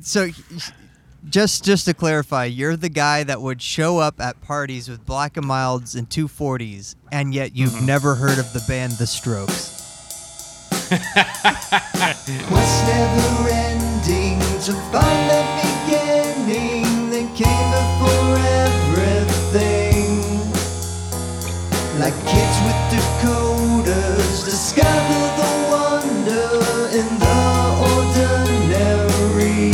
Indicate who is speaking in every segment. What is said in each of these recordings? Speaker 1: so just just to clarify, you're the guy that would show up at parties with black and milds and 240s, and yet you've never heard of the band The Strokes. What's never ending to find the beginning that came before everything? Like kids with Dakotas discover the wonder in the ordinary.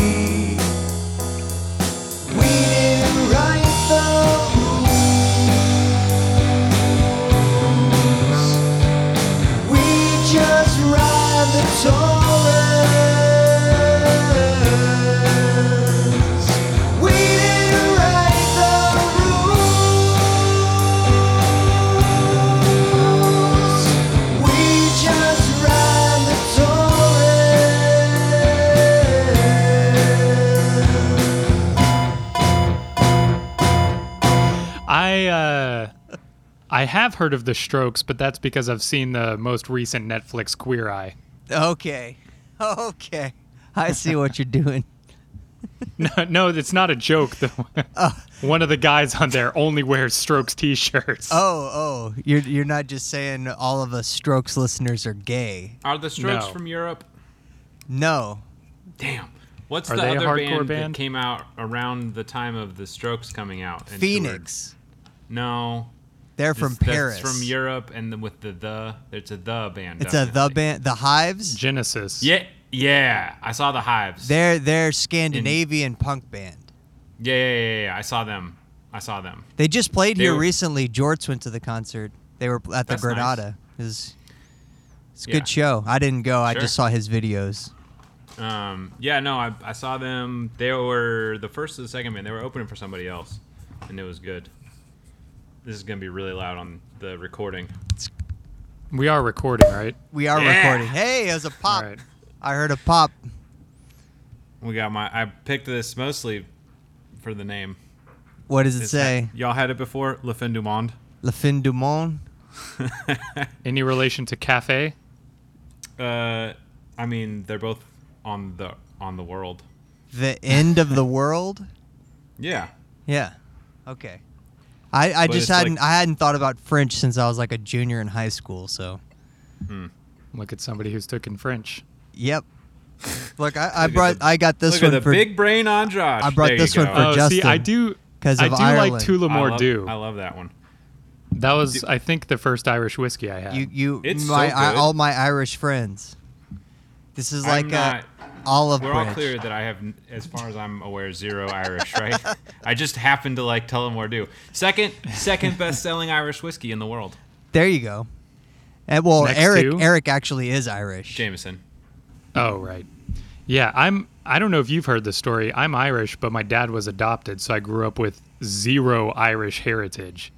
Speaker 1: We didn't write the rules. We just ride the torrents. We didn't write the rules. We just ride the torrents.
Speaker 2: I uh, I have heard of The Strokes, but that's because I've seen the most recent Netflix Queer Eye.
Speaker 1: Okay, okay, I see what you're doing.
Speaker 2: No, no, it's not a joke though. One of the guys on there only wears Strokes t-shirts.
Speaker 1: Oh, oh, you're you're not just saying all of us Strokes listeners are gay.
Speaker 3: Are the Strokes
Speaker 2: No.
Speaker 3: from Europe?
Speaker 1: No,
Speaker 3: Damn. What's
Speaker 2: Are
Speaker 3: the
Speaker 2: they a
Speaker 3: other
Speaker 2: hardcore
Speaker 3: band,
Speaker 2: band?
Speaker 3: that came out around the time of the Strokes coming out? and
Speaker 1: Phoenix.
Speaker 3: toured? No.
Speaker 1: They're from
Speaker 3: This-
Speaker 1: Paris.
Speaker 3: That's from Europe, and the, with the the, it's a the band.
Speaker 1: It's a the
Speaker 3: definitely.
Speaker 1: band, the Hives.
Speaker 2: Genesis.
Speaker 3: Yeah, yeah. I saw the Hives. Yeah,
Speaker 1: They're they're Scandinavian punk band.
Speaker 3: yeah, yeah, yeah, yeah. I saw them. I saw them.
Speaker 1: They just played
Speaker 3: They
Speaker 1: here
Speaker 3: were-
Speaker 1: recently. Jorts went to the concert. They were at the
Speaker 3: That's nice.
Speaker 1: Granada. It was- It's a
Speaker 3: Yeah.
Speaker 1: good show. I didn't go. I
Speaker 3: Sure.
Speaker 1: just saw his videos.
Speaker 3: Um, yeah, no, I, I saw them. They were the first or the second band. They were opening for somebody else, and it was good. This is gonna be really loud on the recording.
Speaker 2: We are recording, right?
Speaker 1: We are
Speaker 3: Yeah.
Speaker 1: recording. Hey, it was a
Speaker 2: All
Speaker 1: pop.
Speaker 2: right.
Speaker 1: I heard a pop.
Speaker 3: We got my. I picked this mostly for the name.
Speaker 1: What does it
Speaker 3: It's-
Speaker 1: say?
Speaker 3: y'all had it before, Le Fin du Monde.
Speaker 1: La fin du monde.
Speaker 2: Any relation to cafe?
Speaker 3: Uh, I mean, they're both on the on the world.
Speaker 1: The end of the world.
Speaker 3: Yeah.
Speaker 1: Yeah. Okay. I, I
Speaker 3: But
Speaker 1: just
Speaker 3: it's like-
Speaker 1: hadn't I hadn't thought about French since I was like a junior in high school. So.
Speaker 2: Look at somebody who's taking French.
Speaker 1: Yep. Look, I, I
Speaker 3: at
Speaker 1: brought
Speaker 3: the-
Speaker 1: I got this
Speaker 3: Look
Speaker 1: one
Speaker 3: at the
Speaker 1: for
Speaker 3: big brain on Josh.
Speaker 1: I brought
Speaker 3: There you
Speaker 1: this one
Speaker 3: go.
Speaker 1: for
Speaker 2: Oh, see,
Speaker 1: Justin,
Speaker 2: I do.
Speaker 1: 'cause
Speaker 2: I
Speaker 1: of
Speaker 2: do like
Speaker 1: Ireland.
Speaker 2: Tula
Speaker 3: I
Speaker 2: More
Speaker 3: love-
Speaker 2: Dew.
Speaker 3: I love that one.
Speaker 2: That was, I think, the first Irish whiskey I had.
Speaker 1: you you
Speaker 3: It's
Speaker 1: my
Speaker 3: so
Speaker 1: I-
Speaker 3: good.
Speaker 1: all my Irish friends. This is like
Speaker 3: I'm
Speaker 1: a
Speaker 3: not-
Speaker 1: olive
Speaker 3: We're
Speaker 1: branch.
Speaker 3: all clear that I have, as far as I'm aware, zero Irish, right? I just happen to like Tullamore Dew. Second, second best-selling Irish whiskey in the world,
Speaker 1: There you go. And well,
Speaker 2: Next
Speaker 1: Eric
Speaker 2: two.
Speaker 1: Eric actually is Irish.
Speaker 3: Jameson.
Speaker 2: oh, right. Yeah, I'm. I don't know if you've heard the story. I'm Irish, but my dad was adopted, so I grew up with zero Irish heritage.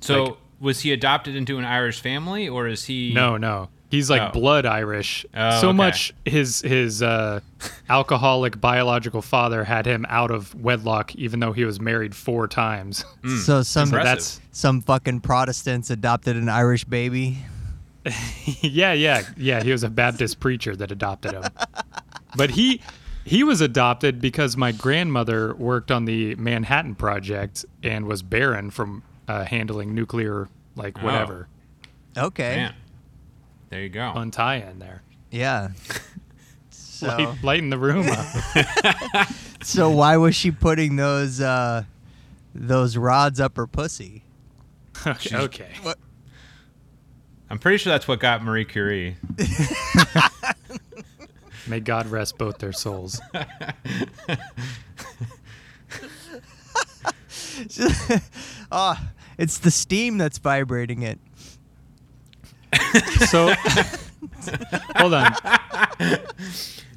Speaker 3: So,
Speaker 2: Like-
Speaker 3: was he adopted into an Irish family, or is he?
Speaker 2: No, no. He's like
Speaker 3: Mm. Oh.
Speaker 2: blood Irish.
Speaker 3: Oh,
Speaker 2: so
Speaker 3: okay.
Speaker 2: much his his uh, alcoholic biological father had him out of wedlock, even though he was married four times.
Speaker 1: So some
Speaker 3: Hmm. Impressive.
Speaker 2: That's
Speaker 1: some fucking Protestants adopted an Irish baby.
Speaker 2: yeah, yeah, yeah. He was a Baptist preacher that adopted him, but he he was adopted because my grandmother worked on the Manhattan Project and was barren from uh, handling nuclear like
Speaker 3: Oh.
Speaker 2: whatever.
Speaker 1: Okay.
Speaker 3: Man, there you go.
Speaker 2: Fun tie in there.
Speaker 1: Yeah. So
Speaker 2: Light, lighten the room up.
Speaker 1: so why was she putting those uh those rods up her pussy?
Speaker 2: okay. okay.
Speaker 3: I'm pretty sure that's what got Marie Curie.
Speaker 2: May God rest both their souls.
Speaker 1: Ah, it's the steam that's vibrating it.
Speaker 2: So, hold on.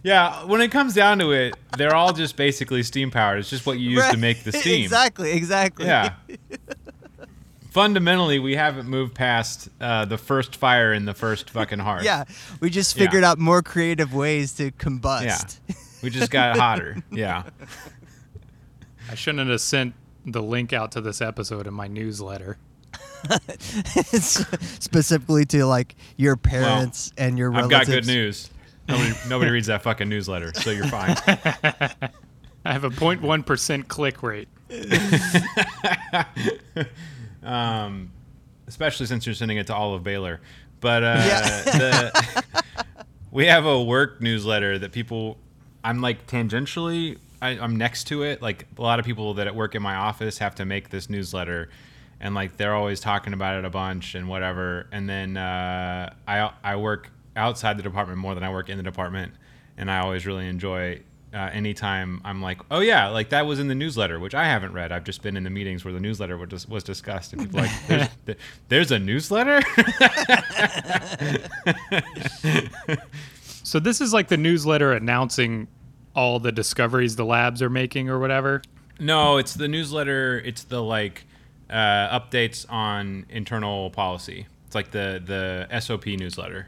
Speaker 3: Yeah, when it comes down to it, they're all just basically steam powered. It's just what you use to
Speaker 1: Right.
Speaker 3: make the steam.
Speaker 1: exactly, exactly.
Speaker 3: Yeah. Fundamentally, we haven't moved past uh, the first fire in the first fucking hearth.
Speaker 1: Yeah, we just
Speaker 3: Yeah.
Speaker 1: figured out more creative ways to combust.
Speaker 3: Yeah. We just got hotter. Yeah.
Speaker 2: I shouldn't have sent the link out to this episode in my newsletter.
Speaker 1: It's Specifically to like your parents and your
Speaker 3: I've
Speaker 1: relatives.
Speaker 3: got good news. Nobody, nobody reads that fucking newsletter, so you're fine.
Speaker 2: I have a 0.1% click rate.
Speaker 3: um, especially since you're sending it to all of Baylor. But uh,
Speaker 1: Yeah.
Speaker 3: the, we have a work newsletter that people, I'm like tangentially, I, I'm next to it. Like a lot of people that at work in my office have to make this newsletter, and like they're always talking about it a bunch and whatever. And then uh, I I work outside the department more than I work in the department, and I always really enjoy. Uh, anytime I'm like, oh yeah, like that was in the newsletter, which I haven't read. I've just been in the meetings where the newsletter was, dis- was discussed, and people are like, there's, th- there's a newsletter.
Speaker 2: So this is like the newsletter announcing all the discoveries the labs are making or whatever.
Speaker 3: No, it's the newsletter. It's the like uh, updates on internal policy. It's like the the SOP newsletter.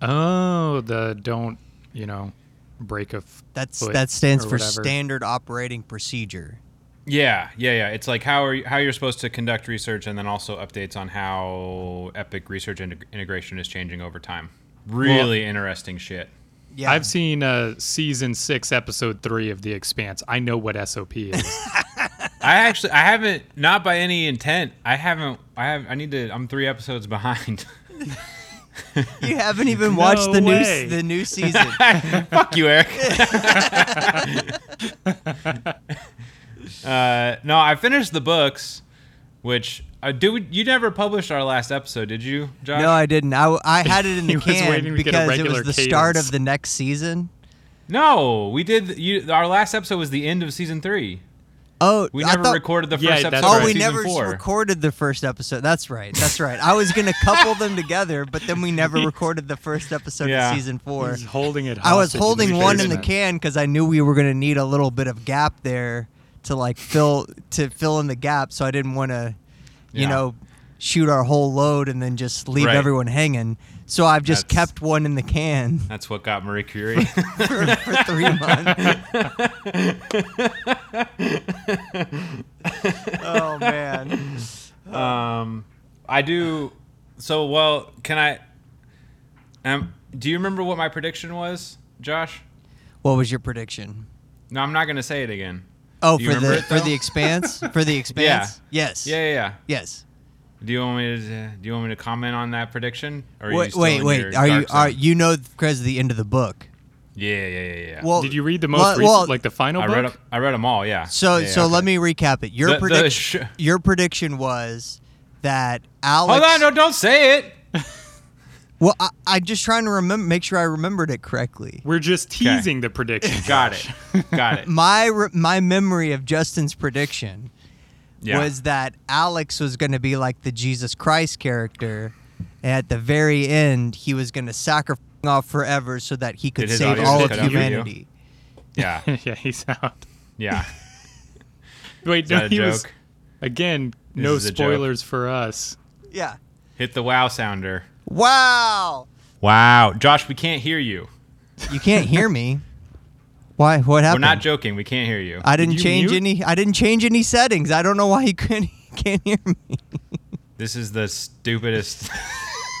Speaker 2: Oh, the don't, you know, break a f-
Speaker 1: That's
Speaker 2: foot
Speaker 1: that stands
Speaker 2: or
Speaker 1: for
Speaker 2: whatever.
Speaker 1: standard operating procedure.
Speaker 3: Yeah, yeah, yeah. It's like how are you, how you're supposed to conduct research, and then also updates on how Epic research integ- integration is changing over time. Really interesting shit.
Speaker 1: Yeah,
Speaker 2: I've seen uh, season six, episode three of The Expanse. I know what SOP is.
Speaker 3: I actually I haven't not by any intent. I haven't. I have. I need to. I'm three episodes behind.
Speaker 1: you haven't even watched the new
Speaker 2: way.
Speaker 1: s- the new season.
Speaker 3: Fuck you, Eric. uh, no, I finished the books, which uh, do we, you never published our last episode, did you, Josh?
Speaker 1: no, I didn't. I, w- I had it in the
Speaker 2: He was waiting
Speaker 1: can
Speaker 2: to get a
Speaker 1: because it was
Speaker 2: regular
Speaker 1: the start
Speaker 2: cadence.
Speaker 1: of the next season.
Speaker 3: No, we did. You, our last episode was the end of season three.
Speaker 1: Oh,
Speaker 3: We
Speaker 1: I
Speaker 3: never
Speaker 1: thought-
Speaker 3: recorded the
Speaker 2: Yeah,
Speaker 3: first
Speaker 2: that's
Speaker 3: episode.
Speaker 2: right.
Speaker 3: of
Speaker 1: Oh, we
Speaker 3: season
Speaker 1: never s-
Speaker 3: four.
Speaker 1: recorded the first episode. That's right. That's right. I was gonna couple them together, but then we never recorded the first episode
Speaker 3: Yeah.
Speaker 1: of season four.
Speaker 2: He's holding it.
Speaker 1: I was
Speaker 2: hostage
Speaker 1: holding
Speaker 2: his
Speaker 1: one in the
Speaker 2: basement.
Speaker 1: can because I knew we were gonna need a little bit of gap there to like fill to fill in the gap. So I didn't want to, you
Speaker 3: Yeah.
Speaker 1: know, shoot our whole load and then just leave
Speaker 3: Right.
Speaker 1: everyone hanging. So I've just
Speaker 3: That's-
Speaker 1: kept one in the can
Speaker 3: That's what got Marie Curie.
Speaker 1: for, for three months. oh man.
Speaker 3: um, I do. So well, can I? Um, do you remember what my prediction was, Josh?
Speaker 1: What was your prediction?
Speaker 3: No, I'm not gonna say it again.
Speaker 1: Oh,
Speaker 3: Do you
Speaker 1: for
Speaker 3: remember
Speaker 1: the
Speaker 3: it,
Speaker 1: for the
Speaker 3: though?
Speaker 1: expanse for the expanse. Yes.
Speaker 3: Yeah, yeah, yeah.
Speaker 1: Yes.
Speaker 3: Do you want me to do you want me to comment on that prediction? Or are you
Speaker 1: Wait,
Speaker 3: still
Speaker 1: wait,
Speaker 3: in
Speaker 1: wait.
Speaker 3: your
Speaker 1: Are you
Speaker 3: dark
Speaker 1: are
Speaker 3: zone?
Speaker 1: you know because of the end of the book?
Speaker 3: Yeah, yeah, yeah, yeah.
Speaker 1: Well,
Speaker 2: Did you read the most
Speaker 1: well-
Speaker 2: recent,
Speaker 1: well,
Speaker 2: like the final
Speaker 3: I
Speaker 2: book?
Speaker 3: read 'em- I read them all. Yeah.
Speaker 1: So
Speaker 3: Yeah, yeah,
Speaker 1: so
Speaker 3: okay.
Speaker 1: let me recap it. Your
Speaker 3: The- the
Speaker 1: prediction
Speaker 3: sh-
Speaker 1: your prediction was that Alex.
Speaker 3: Hold on! No, don't say it.
Speaker 1: Well, I, I'm just trying to remember, make sure I remembered it correctly.
Speaker 2: We're just teasing the prediction.
Speaker 3: Got
Speaker 2: Josh.
Speaker 3: it. Got it.
Speaker 1: My re- my memory of Justin's prediction
Speaker 3: Yeah.
Speaker 1: was that Alex was going to be like the Jesus Christ character, and at the very end, he was going to sacrifice off forever so that he could
Speaker 3: Did his
Speaker 1: save
Speaker 3: audio
Speaker 1: all
Speaker 2: just
Speaker 1: of
Speaker 2: cut out for you?
Speaker 1: humanity.
Speaker 3: yeah.
Speaker 2: yeah, he's out.
Speaker 3: Yeah.
Speaker 2: Wait,
Speaker 3: Is
Speaker 2: no,
Speaker 3: that a
Speaker 2: he
Speaker 3: joke?
Speaker 2: was again. No
Speaker 3: is a joke.
Speaker 2: spoilers for us.
Speaker 1: Yeah.
Speaker 3: Hit the wow sounder.
Speaker 1: Wow.
Speaker 3: Wow, Josh, we can't hear you.
Speaker 1: You can't hear me. Why? What
Speaker 3: We're
Speaker 1: happened?
Speaker 3: not joking. We can't hear you.
Speaker 1: I didn't
Speaker 2: Did you
Speaker 1: change
Speaker 2: mute?
Speaker 1: any. I didn't change any settings. I don't know why you couldn't can't hear me.
Speaker 3: This is the stupidest.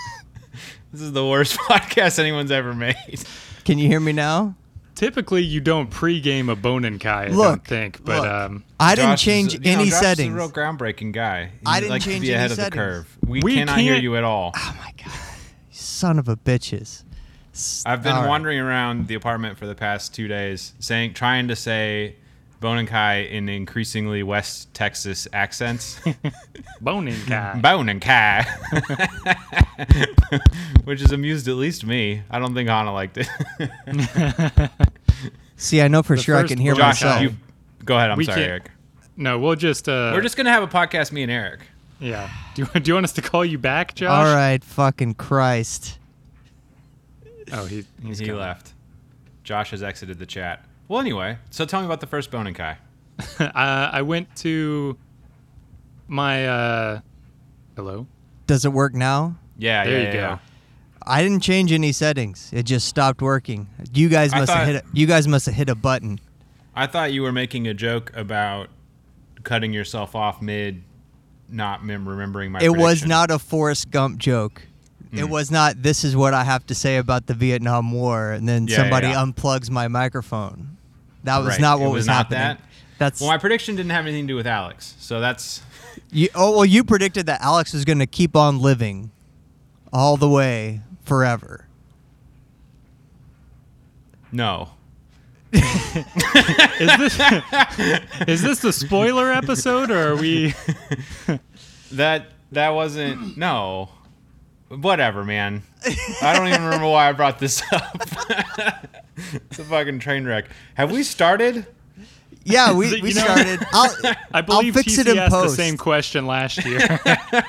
Speaker 3: this is the worst podcast anyone's ever made.
Speaker 1: Can you hear me now?
Speaker 2: Typically, you don't pregame a Bonin Kai. I
Speaker 1: Look,
Speaker 2: don't think, but
Speaker 1: look.
Speaker 2: um,
Speaker 1: I didn't
Speaker 3: Josh is-
Speaker 1: change
Speaker 3: you know,
Speaker 1: any
Speaker 3: Josh
Speaker 1: settings. Oh
Speaker 3: Is a real groundbreaking guy. He
Speaker 1: I didn't
Speaker 3: likes
Speaker 1: change
Speaker 3: to be
Speaker 1: any
Speaker 3: ahead of the
Speaker 1: settings.
Speaker 3: curve. We,
Speaker 2: We
Speaker 3: cannot hear
Speaker 2: can't-
Speaker 3: you at all.
Speaker 1: Oh my god, you son of a bitches! S-
Speaker 3: I've been
Speaker 1: all right.
Speaker 3: wandering around the apartment for the past two days, saying, trying to say Bonin Kai in increasingly West Texas accents.
Speaker 2: Bonin Kai.
Speaker 3: Bonin Kai, which has amused at least me. I don't think Hana liked it.
Speaker 1: See, I know for sure I
Speaker 2: first
Speaker 1: can hear
Speaker 2: one-
Speaker 3: Josh,
Speaker 1: myself.
Speaker 3: you go ahead. I'm
Speaker 2: We
Speaker 3: sorry,
Speaker 2: can't-
Speaker 3: Eric.
Speaker 2: No, we'll just. Uh,
Speaker 3: We're just gonna have a podcast, me and Eric.
Speaker 2: Yeah. Do you, do you want us to call you back, Josh?
Speaker 1: All right, fucking Christ.
Speaker 2: Oh, he he's
Speaker 3: he
Speaker 2: gone.
Speaker 3: left. Josh has exited the chat. Well, anyway, so tell me about the first Bonin Kai.
Speaker 2: uh, I went to my. Uh, hello.
Speaker 1: Does it work now?
Speaker 3: Yeah,
Speaker 2: There
Speaker 3: yeah,
Speaker 2: you go.
Speaker 3: yeah,
Speaker 1: I didn't change any settings. It just stopped working. You guys
Speaker 3: I
Speaker 1: must have
Speaker 3: thought-
Speaker 1: hit. A, you guys must have hit a button.
Speaker 3: I thought you were making a joke about cutting yourself off mid, not mem- remembering my.
Speaker 1: It was
Speaker 3: prediction.
Speaker 1: not a Forrest Gump joke. It was not. This is what I have to say about the Vietnam War, and then
Speaker 3: Yeah,
Speaker 1: somebody
Speaker 3: yeah.
Speaker 1: unplugs my microphone. That was
Speaker 3: Right.
Speaker 1: not what
Speaker 3: It
Speaker 1: was,
Speaker 3: was not
Speaker 1: happening.
Speaker 3: that?
Speaker 1: That's
Speaker 3: Well, my prediction didn't have anything to do with Alex, so that's
Speaker 1: you, oh well. You predicted that Alex was going to keep on living, all the way forever.
Speaker 3: no.
Speaker 2: Is this is this the spoiler episode or are we?
Speaker 3: That that wasn't no. Whatever, man. I don't even remember why I brought this up. it's a fucking train wreck. Have we started?
Speaker 1: Yeah, we,
Speaker 2: You
Speaker 1: we
Speaker 2: know-
Speaker 1: started. I'll,
Speaker 2: I believe
Speaker 1: fix
Speaker 2: TC
Speaker 1: it in
Speaker 2: asked
Speaker 1: post.
Speaker 2: the same question last year.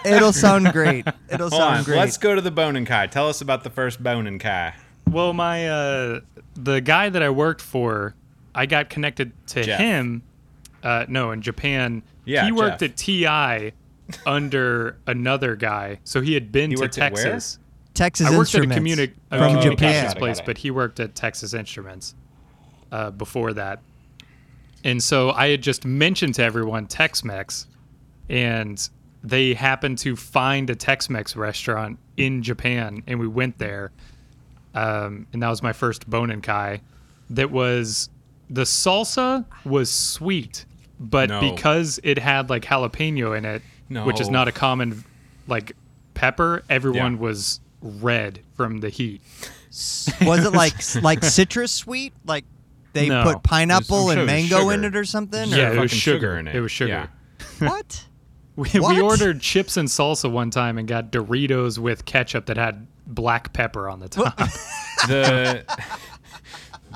Speaker 1: it'll sound great. It'll
Speaker 3: Hold
Speaker 1: sound
Speaker 3: on.
Speaker 1: great.
Speaker 3: Let's go to the Bone and Kai. Tell us about the first Bone and Kai.
Speaker 2: Well, my uh, the guy that I worked for, I got connected to
Speaker 3: Jeff.
Speaker 2: him. Uh, no, in Japan,
Speaker 3: Yeah,
Speaker 2: he worked
Speaker 3: Jeff.
Speaker 2: at TI under another guy, so he had been
Speaker 3: He
Speaker 2: to
Speaker 3: worked at where?
Speaker 2: Texas.
Speaker 1: Texas
Speaker 2: I worked at a,
Speaker 1: Instruments
Speaker 2: communi- a
Speaker 1: from
Speaker 3: Oh,
Speaker 2: communications
Speaker 1: Japan.
Speaker 3: got it,
Speaker 2: place,
Speaker 3: got it.
Speaker 2: but he worked at Texas Instruments uh, before that. And so I had just mentioned to everyone Tex Mex, and they happened to find a Tex Mex restaurant in Japan, and we went there. Um, and that was my first Bonin Kai. That was the salsa was sweet, but
Speaker 3: No.
Speaker 2: because it had like jalapeno in it, which is
Speaker 3: No.
Speaker 2: not a common like pepper, everyone
Speaker 3: Yeah.
Speaker 2: was red from the heat.
Speaker 1: Was it like like citrus sweet? Like they
Speaker 2: No.
Speaker 1: put
Speaker 3: I'm
Speaker 1: pineapple
Speaker 3: sure
Speaker 1: and
Speaker 3: it was
Speaker 1: mango in
Speaker 3: sugar.
Speaker 1: it or something?
Speaker 2: Yeah,
Speaker 1: Or
Speaker 2: it was
Speaker 3: fucking
Speaker 2: sugar.
Speaker 3: sugar in it.
Speaker 2: was sugar.
Speaker 3: Yeah.
Speaker 1: what?
Speaker 2: We,
Speaker 1: What?
Speaker 2: we ordered chips and salsa one time and got Doritos with ketchup that had black pepper on the top.
Speaker 3: the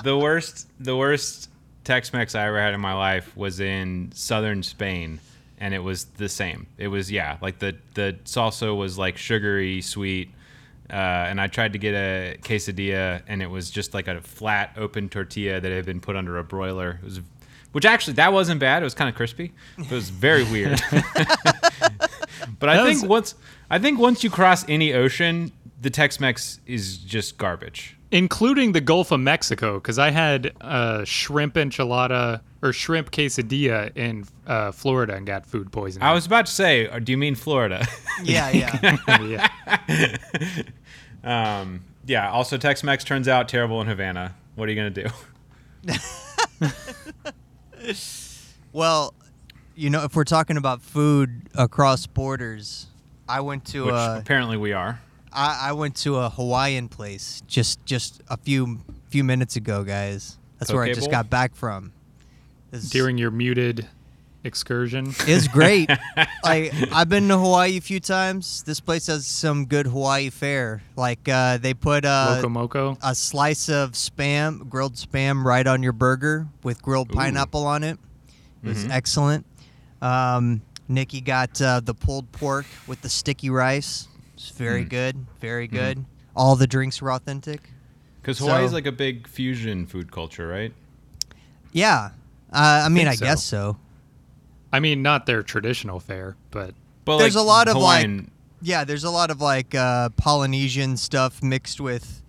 Speaker 3: the worst the worst Tex-Mex I ever had in my life was in southern Spain, and it was the same. It was yeah, like the the salsa was like sugary sweet, uh, and I tried to get a quesadilla, and it was just like a flat open tortilla that had been put under a broiler. It was, which actually that wasn't bad. It was kind of crispy, but it was very weird. But I
Speaker 2: That
Speaker 3: think
Speaker 2: was-
Speaker 3: once I think once you cross any ocean, the Tex-Mex is just garbage.
Speaker 2: including the Gulf of Mexico, because I had uh, shrimp enchilada or shrimp quesadilla in uh, Florida and got food poisoning.
Speaker 3: I was about to say, uh, do you mean Florida?
Speaker 1: Yeah, yeah.
Speaker 2: yeah.
Speaker 3: um, yeah. Also, Tex-Mex turns out terrible in Havana. What are you gonna do?
Speaker 1: well, you know, if we're talking about food across borders, I went to
Speaker 3: Which
Speaker 1: a
Speaker 3: apparently we are.
Speaker 1: I, I went to a Hawaiian place just just a few few minutes ago, guys. That's where I
Speaker 3: Poke
Speaker 1: just
Speaker 3: bowl?
Speaker 1: got back from. It's-
Speaker 2: During your muted excursion.
Speaker 1: It's great. like I've been to Hawaii a few times. This place has some good Hawaii fare. Like uh, they put uh,
Speaker 2: Loco Moco.
Speaker 1: a slice of spam, grilled spam, right on your burger with grilled pineapple on it. It
Speaker 2: Mm-hmm.
Speaker 1: was excellent. Um, Nikki got uh, the pulled pork with the sticky rice. It's
Speaker 2: Mm.
Speaker 1: very good. Very good. All the drinks were authentic.
Speaker 3: Because Hawaii's
Speaker 1: So-
Speaker 3: like a big fusion food culture, right?
Speaker 1: Yeah. Uh, I mean,
Speaker 2: Think
Speaker 1: I
Speaker 2: so.
Speaker 1: guess so.
Speaker 2: I mean, not their traditional fare, but
Speaker 3: But
Speaker 1: There's
Speaker 3: like,
Speaker 1: a lot of, like-
Speaker 3: Hawaiian,
Speaker 1: Yeah, there's a lot of like uh, Polynesian stuff mixed with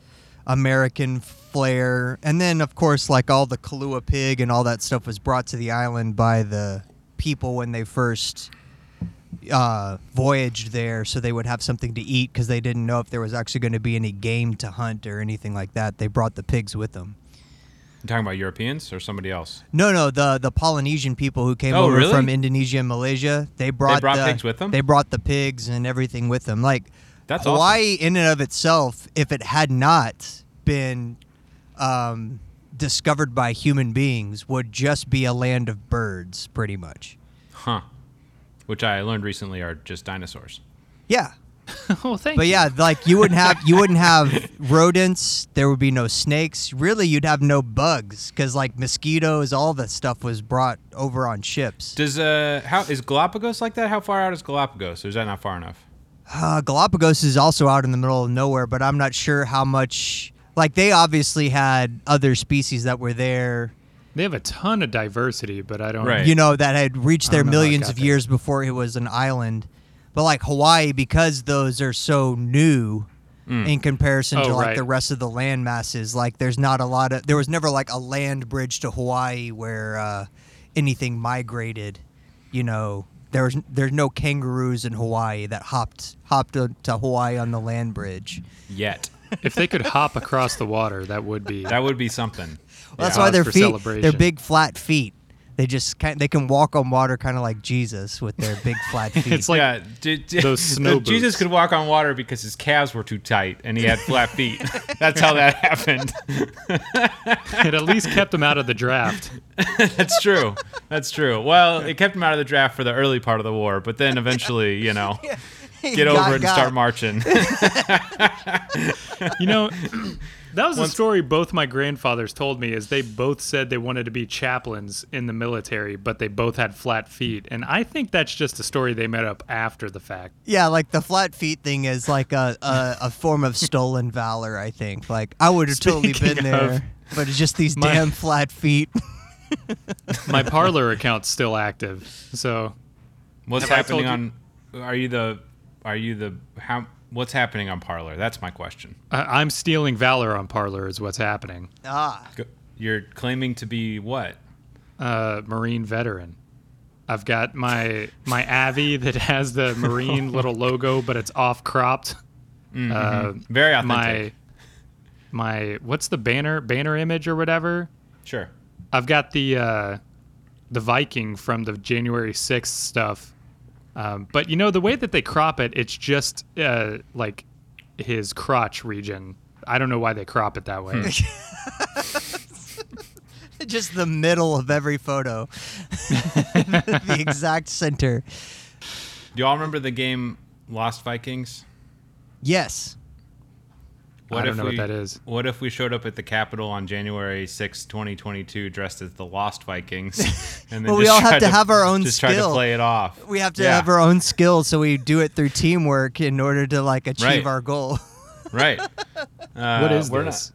Speaker 1: American flair, and then of course like all the Kalua pig and all that stuff was brought to the island by the people when they first uh, voyaged there, so they would have something to eat because they didn't know if there was actually going to be any game to hunt or anything like that. They brought the pigs with them.
Speaker 3: I'm talking about Europeans or somebody else.
Speaker 1: No, no, the the Polynesian people who came
Speaker 3: Oh,
Speaker 1: over
Speaker 3: really?
Speaker 1: from Indonesia and Malaysia, they brought,
Speaker 3: brought
Speaker 1: the,
Speaker 3: pigs with them?
Speaker 1: They brought the pigs and everything with them. Like
Speaker 3: That's awesome.
Speaker 1: Hawaii, in and of itself, if it had not been um, discovered by human beings, would just be a land of birds, pretty much.
Speaker 3: Huh. Which I learned recently are just dinosaurs.
Speaker 1: Yeah,
Speaker 2: oh, thank
Speaker 1: but
Speaker 2: you.
Speaker 1: yeah, like you wouldn't have you wouldn't have rodents. There would be no snakes. Really, you'd have no bugs because like mosquitoes, all that stuff was brought over on ships.
Speaker 3: Does uh how is Galapagos like that? How far out is Galapagos? Or is that not far enough?
Speaker 1: Uh, Galapagos is also out in the middle of nowhere, but I'm not sure how much. Like they obviously had other species that were there,
Speaker 2: They have a ton of diversity, but I don't.
Speaker 3: Right.
Speaker 1: you know, that had reached their
Speaker 2: don't know how it
Speaker 1: millions
Speaker 2: got
Speaker 1: of
Speaker 2: there.
Speaker 1: years before it was an island. But like Hawaii, because those are so new in comparison to
Speaker 2: Oh,
Speaker 1: like
Speaker 2: right.
Speaker 1: the rest of the land masses, like there's not a lot of there was never like a land bridge to Hawaii where uh, anything migrated. You know, there's there's no kangaroos in Hawaii that hopped hopped to, to Hawaii on the land bridge.
Speaker 3: Yet
Speaker 2: If they could hop across the water, that would be.
Speaker 3: that would be something.
Speaker 1: Well, that's
Speaker 2: Yeah.
Speaker 1: why their
Speaker 2: Cause for
Speaker 1: feet, their
Speaker 2: celebration.
Speaker 1: big flat feet, they just kind they can walk on water kind of like Jesus with their big flat feet.
Speaker 2: It's like
Speaker 3: yeah, d- d-
Speaker 2: those snow
Speaker 3: Jesus
Speaker 2: boots.
Speaker 3: could walk on water because his calves were too tight and he had flat feet. That's how that happened.
Speaker 2: it at least kept them out of the draft.
Speaker 3: That's true. That's true. Well, it kept him out of the draft for the early part of the war, but then eventually, you know, get over it and start marching.
Speaker 2: You know, that was a story both my grandfathers told me is they both said they wanted to be chaplains in the military, but they both had flat feet. And I think that's just a story they made up after the fact.
Speaker 1: Yeah, like the flat feet thing is like a, a, a form of stolen valor, I think. Like I would have totally been
Speaker 2: Speaking
Speaker 1: there,
Speaker 2: of-
Speaker 1: but it's just these
Speaker 2: My-
Speaker 1: damn flat feet.
Speaker 2: My parlor account's still active. So
Speaker 3: What's
Speaker 2: Have I
Speaker 3: happening
Speaker 2: told
Speaker 3: on? Are you the? Are you the? How? What's happening on Parlor? That's my question.
Speaker 2: I- I'm stealing valor on parlor is what's happening.
Speaker 1: ah,
Speaker 3: Go- You're claiming to be what?
Speaker 2: uh, Marine veteran. I've got my my Avi that has the
Speaker 3: Oh.
Speaker 2: Marine little logo, but it's off cropped. Uh,
Speaker 3: Mm-hmm. Very
Speaker 2: my
Speaker 3: authentic.
Speaker 2: my what's the banner banner image or whatever?
Speaker 3: sure.
Speaker 2: I've got the uh, the Viking from the January sixth stuff, um, but you know the way that they crop it, it's just uh, like his crotch region. I don't know why they crop it that way.
Speaker 3: Hmm.
Speaker 1: just the middle of every photo, the exact center.
Speaker 3: Do y'all remember the game Lost Vikings?
Speaker 1: Yes.
Speaker 2: I don't know what that is.
Speaker 3: What if we showed up at the Capitol on January sixth, 2022, dressed as the Lost Vikings? And then
Speaker 1: Well, we
Speaker 3: just
Speaker 1: all have
Speaker 3: tried
Speaker 1: to have our own
Speaker 3: just try
Speaker 1: skill.
Speaker 3: to play it off.
Speaker 1: We have to
Speaker 3: Yeah,
Speaker 1: have our own skills, so we do it through teamwork in order to like achieve
Speaker 3: Right.
Speaker 1: our goal.
Speaker 3: right. Uh,
Speaker 2: what is
Speaker 3: we're
Speaker 2: this?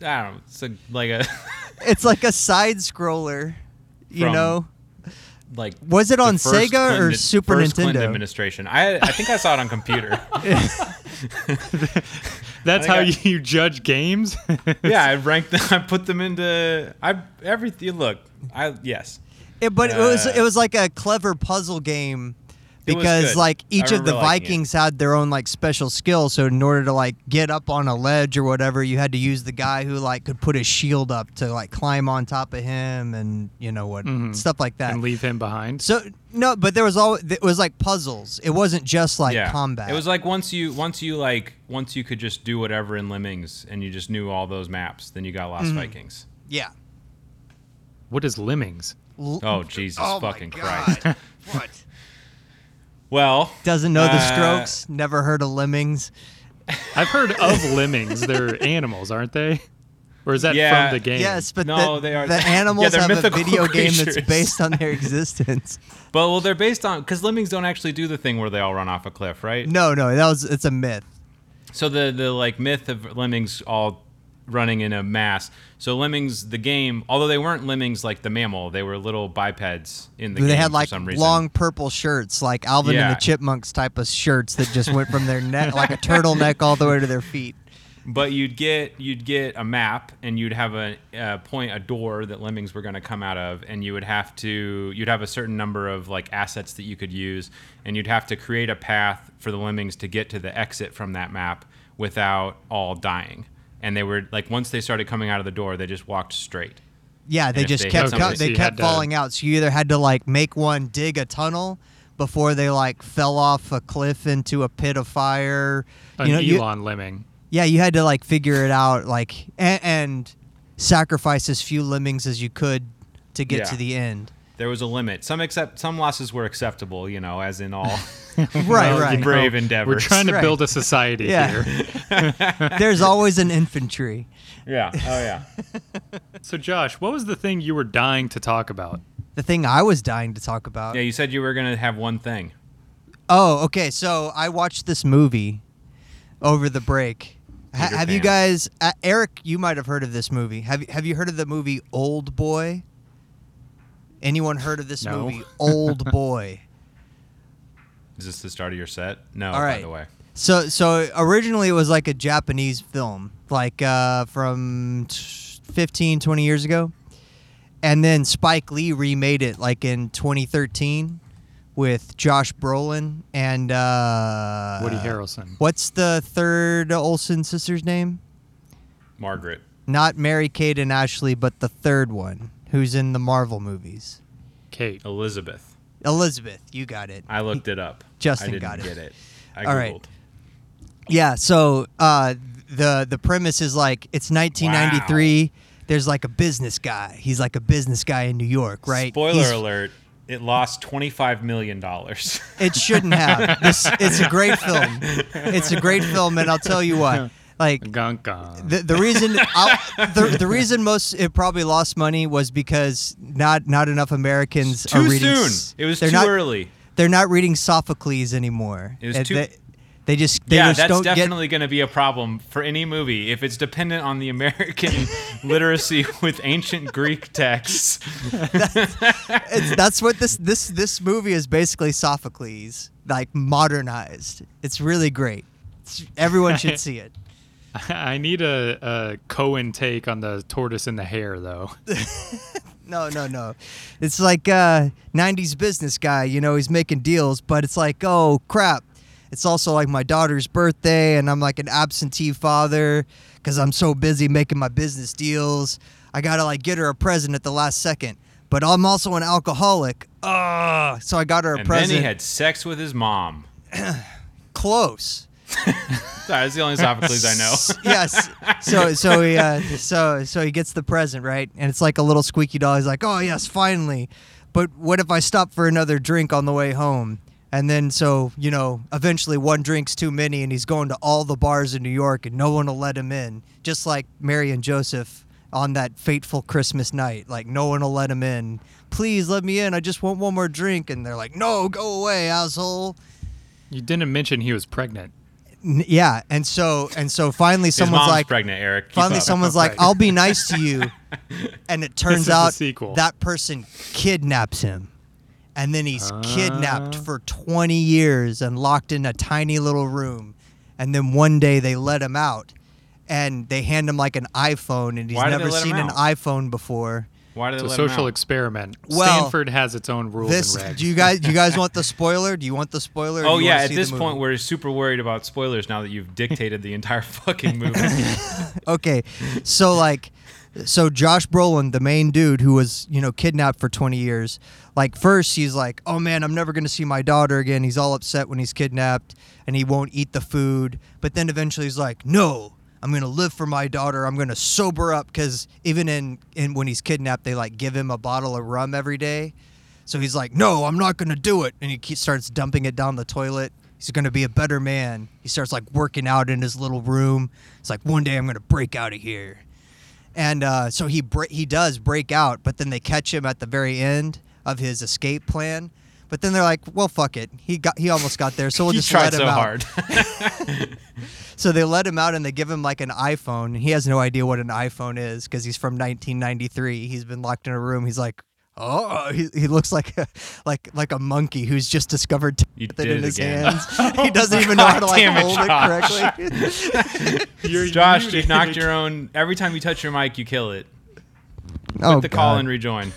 Speaker 3: Not, I don't know. It's a, like a
Speaker 1: it's like a side scroller, you
Speaker 3: From-
Speaker 1: know.
Speaker 3: like.
Speaker 1: Was it on
Speaker 3: the first
Speaker 1: Sega or
Speaker 3: Clinton-
Speaker 1: Super
Speaker 3: first Clinton
Speaker 1: Nintendo?
Speaker 3: administration. I I think I saw it on computer.
Speaker 2: That's
Speaker 3: I
Speaker 2: how
Speaker 3: think
Speaker 2: you judge games.
Speaker 3: yeah, I ranked them. I put them into. I everything. Look, I yes.
Speaker 1: It, but it was
Speaker 3: Uh,
Speaker 1: it was like a clever puzzle game
Speaker 3: It was
Speaker 1: because
Speaker 3: good.
Speaker 1: like
Speaker 3: I
Speaker 1: each of the
Speaker 3: remember liking it.
Speaker 1: Vikings had their own like special skill. So in order to like get up on a ledge or whatever, you had to use the guy who like could put his shield up to like climb on top of him and you know what
Speaker 3: Mm-hmm.
Speaker 1: stuff like that.
Speaker 2: and leave him behind.
Speaker 1: so no, but there was all it was like puzzles. It wasn't just like
Speaker 3: yeah.
Speaker 1: combat.
Speaker 3: It was like once you once you like once you could just do whatever in Lemmings and you just knew all those maps, then you got
Speaker 1: Mm.
Speaker 3: Lost Vikings.
Speaker 1: yeah.
Speaker 2: What is lemmings?
Speaker 1: L-
Speaker 3: Oh Jesus
Speaker 1: oh my
Speaker 3: fucking
Speaker 1: God.
Speaker 3: Christ! Well,
Speaker 1: Doesn't know the
Speaker 3: uh,
Speaker 1: Strokes. Never heard of Lemmings.
Speaker 2: I've heard of lemmings. They're animals, aren't they? Or is that
Speaker 3: Yeah.
Speaker 2: from the game?
Speaker 1: Yes, but
Speaker 3: No,
Speaker 1: the,
Speaker 3: they are-
Speaker 1: the
Speaker 3: yeah,
Speaker 1: animals
Speaker 3: they're
Speaker 1: have a
Speaker 3: mythical
Speaker 1: video game that's
Speaker 3: creatures.
Speaker 1: based on their existence.
Speaker 3: But well, they're based on because Lemmings don't actually do the thing where they all run off a cliff, right?
Speaker 1: No, no, that was it's a myth.
Speaker 3: So the the like myth of lemmings all running in a mass. So lemmings, the game, although they weren't lemmings like the mammal, they were little bipeds in the
Speaker 1: they
Speaker 3: game
Speaker 1: had like
Speaker 3: for some reason.
Speaker 1: long purple shirts, like Alvin and
Speaker 3: Yeah.
Speaker 1: the Chipmunks type of shirts that just went from their neck, like a turtleneck, all the way to their feet.
Speaker 3: But you'd get you'd get a map, and you'd have a, a point, a door that lemmings were going to come out of, and you would have to you'd have a certain number of like assets that you could use, and you'd have to create a path for the lemmings to get to the exit from that map without all dying. And they were like once they started coming out of the door, they just walked straight.
Speaker 1: Yeah, they
Speaker 3: if
Speaker 1: just
Speaker 3: they
Speaker 1: kept
Speaker 3: hit
Speaker 1: co-
Speaker 3: something-
Speaker 1: they
Speaker 2: So you
Speaker 1: kept
Speaker 2: had to-
Speaker 1: falling out. So you either had to like make one dig a tunnel before they like fell off a cliff into a pit of fire.
Speaker 2: An
Speaker 1: you know, you-
Speaker 2: Elon lemming.
Speaker 1: yeah, you had to like figure it out, like and, and sacrifice as few lemmings as you could to get
Speaker 3: Yeah.
Speaker 1: to the end.
Speaker 3: There was a limit. Some accept some losses were acceptable, you know, as in all.
Speaker 1: Right,
Speaker 2: Well, you
Speaker 1: right.
Speaker 2: know,
Speaker 3: Brave
Speaker 2: We're
Speaker 3: endeavors.
Speaker 2: trying to
Speaker 1: Right.
Speaker 2: build a society
Speaker 1: Yeah.
Speaker 2: here.
Speaker 1: There's always an infantry.
Speaker 3: yeah. Oh yeah.
Speaker 2: So, Josh, what was the thing you were dying to talk about?
Speaker 1: The thing I was dying to talk about.
Speaker 3: Yeah, you said you were gonna have one thing.
Speaker 1: Oh, okay. So I watched this movie over the break. Ha-
Speaker 3: Peter
Speaker 1: have you
Speaker 3: Pan.
Speaker 1: guys, uh, Eric? You might have heard of this movie. Have Have you heard of the movie Old Boy? Anyone heard of this
Speaker 2: No.
Speaker 1: movie Old Boy?
Speaker 3: Is this the start of your set? No,
Speaker 1: All
Speaker 3: by
Speaker 1: right.
Speaker 3: the way.
Speaker 1: So so originally it was like a Japanese film, like uh, from t- 15, 20 years ago. And then Spike Lee remade it like in 2013 with Josh Brolin and uh,
Speaker 2: Woody Harrelson.
Speaker 1: What's the third Olsen sister's name?
Speaker 3: Margaret.
Speaker 1: Not Mary Kate and Ashley, but the third one, who's in the Marvel movies.
Speaker 2: Kate.
Speaker 3: Elizabeth.
Speaker 1: Elizabeth, you got it.
Speaker 3: I looked it up.
Speaker 1: Justin
Speaker 3: I didn't
Speaker 1: got it.
Speaker 3: Get it. I
Speaker 1: All
Speaker 3: Googled.
Speaker 1: right. Yeah, so uh, the the premise is like it's 1993. There's like a business guy. He's like a business guy in New York, right?
Speaker 3: Spoiler
Speaker 1: He's-
Speaker 3: alert. It lost $25 million. That's
Speaker 1: It shouldn't have. This, it's a great film. It's a great film, and I'll tell you what. Like
Speaker 2: Gunk on.
Speaker 1: the, the reason I'll, the, the reason most it probably lost money was because not not enough Americans
Speaker 3: too
Speaker 1: are reading.
Speaker 3: soon.
Speaker 1: s-
Speaker 3: It was
Speaker 1: they're
Speaker 3: too
Speaker 1: not,
Speaker 3: early.
Speaker 1: They're not reading Sophocles anymore.
Speaker 3: It was
Speaker 1: And
Speaker 3: too-
Speaker 1: They, they just they
Speaker 3: yeah,
Speaker 1: just
Speaker 3: that's
Speaker 1: don't get
Speaker 3: definitely going to be a problem for any movie if it's dependent on the American literacy with ancient Greek texts.
Speaker 1: it's, that's what this this this movie is basically Sophocles like modernized. It's really great. It's, everyone should see it.
Speaker 2: I need a, a Cohen take on the tortoise and the hare, though.
Speaker 1: No, no, no. It's like uh, '90s business guy. You know, he's making deals, but it's like, oh crap. It's also like my daughter's birthday, and I'm like an absentee father because I'm so busy making my business deals. I gotta like get her a present at the last second, but I'm also an alcoholic. Ugh. So I got her a
Speaker 3: And
Speaker 1: present.
Speaker 3: then he had sex with his mom.
Speaker 1: Close.
Speaker 3: Sorry, that's the only Sophocles I know.
Speaker 1: yes. So so he uh, so so he gets the present right, and it's like a little squeaky doll. He's like, oh yes, finally. But what if I stop for another drink on the way home? And then so you know, eventually one drink's too many, and he's going to all the bars in New York, and no one will let him in. Just like Mary and Joseph on that fateful Christmas night, like no one will let him in. Please let me in. I just want one more drink, and they're like, no, go away, asshole.
Speaker 2: You didn't mention he was pregnant.
Speaker 1: N- yeah, and so and so finally,
Speaker 3: His
Speaker 1: someone's
Speaker 3: mom's
Speaker 1: like,
Speaker 3: pregnant, Eric. Keep
Speaker 1: Finally,
Speaker 3: up.
Speaker 1: someone's like,
Speaker 2: Right.
Speaker 1: "I'll be nice to you," and it
Speaker 2: is
Speaker 1: turns
Speaker 2: the
Speaker 1: out
Speaker 2: sequel.
Speaker 1: that person kidnaps him, and then he's kidnapped
Speaker 3: Ah.
Speaker 1: for 20 years and locked in a tiny little room, and then one day they let him out, and they hand him like an iPhone, and he's
Speaker 3: Why did they
Speaker 1: never
Speaker 3: let him
Speaker 1: seen an
Speaker 3: out?
Speaker 1: iPhone before.
Speaker 3: Why did
Speaker 2: It's
Speaker 3: they
Speaker 2: a
Speaker 3: let
Speaker 2: social
Speaker 3: him out?
Speaker 2: experiment.
Speaker 1: Well,
Speaker 2: Stanford has its own rules
Speaker 1: This,
Speaker 2: and regs.
Speaker 1: do you guys, do you guys want the spoiler? Do you want the spoiler? or
Speaker 3: Oh
Speaker 1: do you
Speaker 3: yeah,
Speaker 1: wanna
Speaker 3: at
Speaker 1: see the
Speaker 3: this
Speaker 1: movie?
Speaker 3: point we're super worried about spoilers now that you've dictated the entire fucking movie.
Speaker 1: okay, so like, so Josh Brolin, the main dude who was you know kidnapped for 20 years, like first he's like, oh man, I'm never gonna see my daughter again. He's all upset when he's kidnapped, and he won't eat the food. But then eventually he's like, no. I'm gonna live for my daughter. I'm gonna sober up because even in, in when he's kidnapped, they like give him a bottle of rum every day. So he's like, "No, I'm not gonna do it," and he ke- starts dumping it down the toilet. He's gonna be a better man. He starts like working out in his little room. It's like one day I'm gonna break out of here, and uh, so he bre- he does break out, but then they catch him at the very end of his escape plan. But then they're like, "Well, fuck it. He got he almost got there, so we'll
Speaker 3: he
Speaker 1: just let
Speaker 3: tried
Speaker 1: him
Speaker 3: so
Speaker 1: out."
Speaker 3: hard.
Speaker 1: So they let him out and they give him like an iPhone. He has no idea what an iPhone is because he's from 1993. He's been locked in a room. He's like, oh, he, he looks like a like like a monkey who's just discovered
Speaker 3: You
Speaker 1: teeth
Speaker 3: did
Speaker 1: in
Speaker 3: it
Speaker 1: his
Speaker 3: again. Oh
Speaker 1: hands. he doesn't even know how to like
Speaker 3: Goddamn it,
Speaker 1: hold
Speaker 3: Josh.
Speaker 1: it correctly.
Speaker 2: You're
Speaker 3: Josh,
Speaker 2: muted.
Speaker 3: you knocked your own. Every time you touch your mic, you kill it.
Speaker 1: oh,
Speaker 3: Quit the call
Speaker 1: God.
Speaker 3: and rejoin.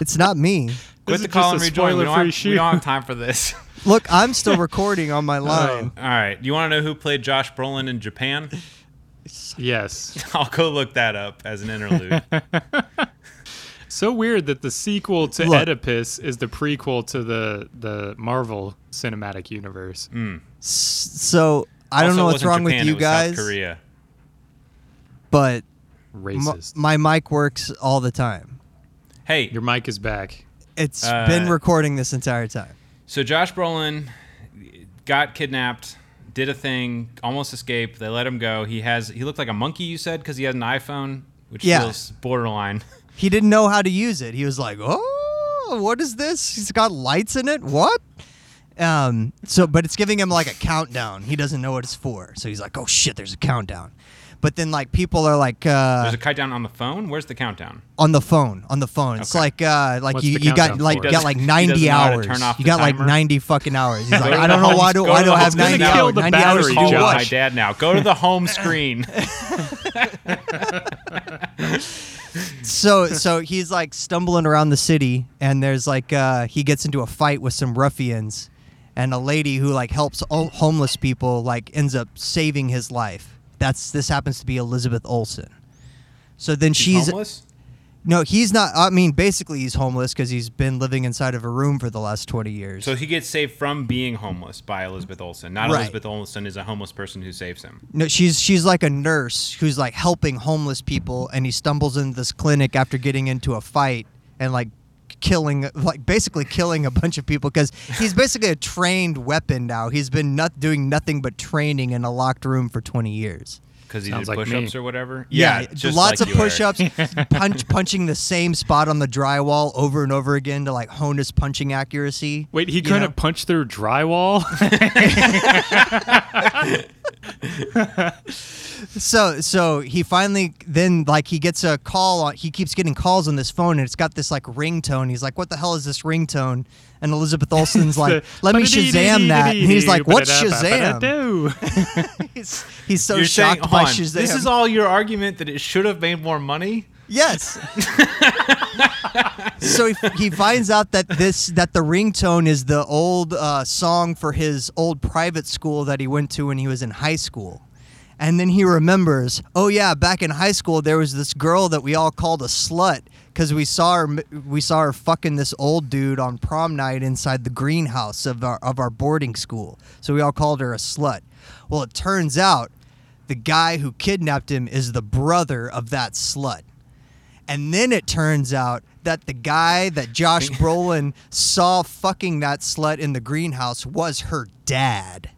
Speaker 1: it's not me.
Speaker 3: Quit
Speaker 2: is
Speaker 3: the
Speaker 2: just
Speaker 3: call
Speaker 2: a
Speaker 3: and rejoin. We don't, have,
Speaker 2: spoiler-free
Speaker 3: we don't
Speaker 2: shoot.
Speaker 3: have time for this.
Speaker 1: Look, I'm still recording on my line.
Speaker 3: All right. You want to know who played Josh Brolin in Japan?
Speaker 2: Yes.
Speaker 3: I'll go look that up as an interlude.
Speaker 2: So weird that the sequel to
Speaker 1: Look.
Speaker 2: Oedipus is the prequel to the the Marvel Cinematic Universe.
Speaker 1: S- So I don't
Speaker 3: Also, it
Speaker 1: know what's
Speaker 3: wasn't
Speaker 1: wrong
Speaker 3: Japan,
Speaker 1: with
Speaker 3: it
Speaker 1: you
Speaker 3: was South
Speaker 1: guys,
Speaker 3: Korea.
Speaker 1: but m-
Speaker 2: Racist.
Speaker 1: my mic works all the time.
Speaker 3: Hey,
Speaker 2: your mic is back.
Speaker 1: It's
Speaker 3: Uh,
Speaker 1: been recording this entire time.
Speaker 3: So Josh Brolin got kidnapped, did a thing, almost escaped. They let him go. He has he looked like a monkey. You said because he has an iPhone, which
Speaker 1: Yeah.
Speaker 3: feels borderline.
Speaker 1: he didn't know how to use it. He was like, "Oh, what is this? He's got lights in it. What?" Um, so, but it's giving him like a countdown. He doesn't know what it's for, so he's like, "Oh shit, there's a countdown." But then, like, people are like uh,
Speaker 3: There's a countdown on the phone. Where's the countdown?
Speaker 1: on the phone. On the phone, it's
Speaker 3: Okay.
Speaker 1: like uh, like
Speaker 2: What's
Speaker 1: you,
Speaker 2: the
Speaker 1: you got
Speaker 2: countdown
Speaker 1: like
Speaker 2: for?
Speaker 1: you got
Speaker 2: He doesn't-
Speaker 1: like
Speaker 3: he
Speaker 1: ninety
Speaker 3: doesn't know how to
Speaker 1: hours.
Speaker 3: turn off
Speaker 1: You
Speaker 3: the
Speaker 1: got like
Speaker 3: timer.
Speaker 1: ninety fucking hours. He's like,
Speaker 3: to
Speaker 1: I
Speaker 3: the
Speaker 1: don't know
Speaker 3: home-
Speaker 1: why do
Speaker 3: go
Speaker 1: I don't
Speaker 3: to the
Speaker 1: have
Speaker 3: home-
Speaker 2: it's
Speaker 1: ninety
Speaker 2: gonna kill
Speaker 1: hours.
Speaker 2: the
Speaker 1: Ninety hours to do
Speaker 2: battery,
Speaker 3: Call
Speaker 2: Josh.
Speaker 3: my
Speaker 1: what?
Speaker 3: dad now. Go to the home screen.
Speaker 1: so so he's like stumbling around the city and there's like uh he gets into a fight with some ruffians and a lady who like helps o- homeless people like ends up saving his life that's this happens to be elizabeth olsen so then she's
Speaker 3: homeless.
Speaker 1: no he's not i mean basically he's homeless because he's been living inside of a room for the last 20 years
Speaker 3: So he gets saved from being homeless by Elizabeth Olsen. Not
Speaker 1: Right.
Speaker 3: Elizabeth Olsen is a homeless person who saves him.
Speaker 1: No, she's she's like a nurse who's like helping homeless people, and he stumbles into this clinic after getting into a fight and like killing, like basically killing a bunch of people because he's basically a trained weapon now. He's been not doing nothing but training in a locked room for twenty years.
Speaker 3: Because he
Speaker 2: Sounds
Speaker 3: did
Speaker 2: like me.
Speaker 3: push-ups or whatever. just
Speaker 1: lots
Speaker 3: like
Speaker 1: of
Speaker 3: you, Eric.
Speaker 1: push-ups, punch punching the same spot on the drywall over and over again to like hone his punching accuracy.
Speaker 2: Wait, he
Speaker 1: you
Speaker 2: couldn't
Speaker 1: know?
Speaker 2: punch through drywall?
Speaker 1: So so he finally then like he gets a call on he keeps getting calls on this phone and it's got this like ringtone. He's like, What the hell is this ringtone? And Elizabeth Olsen's like, Let me Shazam that and he's like, What's Shazam? He's, he's so
Speaker 3: You're saying,
Speaker 1: shocked by
Speaker 3: hold on,
Speaker 1: Shazam.
Speaker 3: this is all your argument that it should have made more money?
Speaker 1: Yes. so he, he finds out that this that the ringtone is the old uh, song for his old private school that he went to when he was in high school. And then he remembers, oh yeah, back in high school there was this girl that we all called a slut because we saw her m- we saw her fucking this old dude on prom night inside the greenhouse of our of our boarding school. So we all called her a slut. Well, it turns out the guy who kidnapped him is the brother of that slut. And then it turns out that the guy that Josh Brolin saw fucking that slut in the greenhouse was her dad.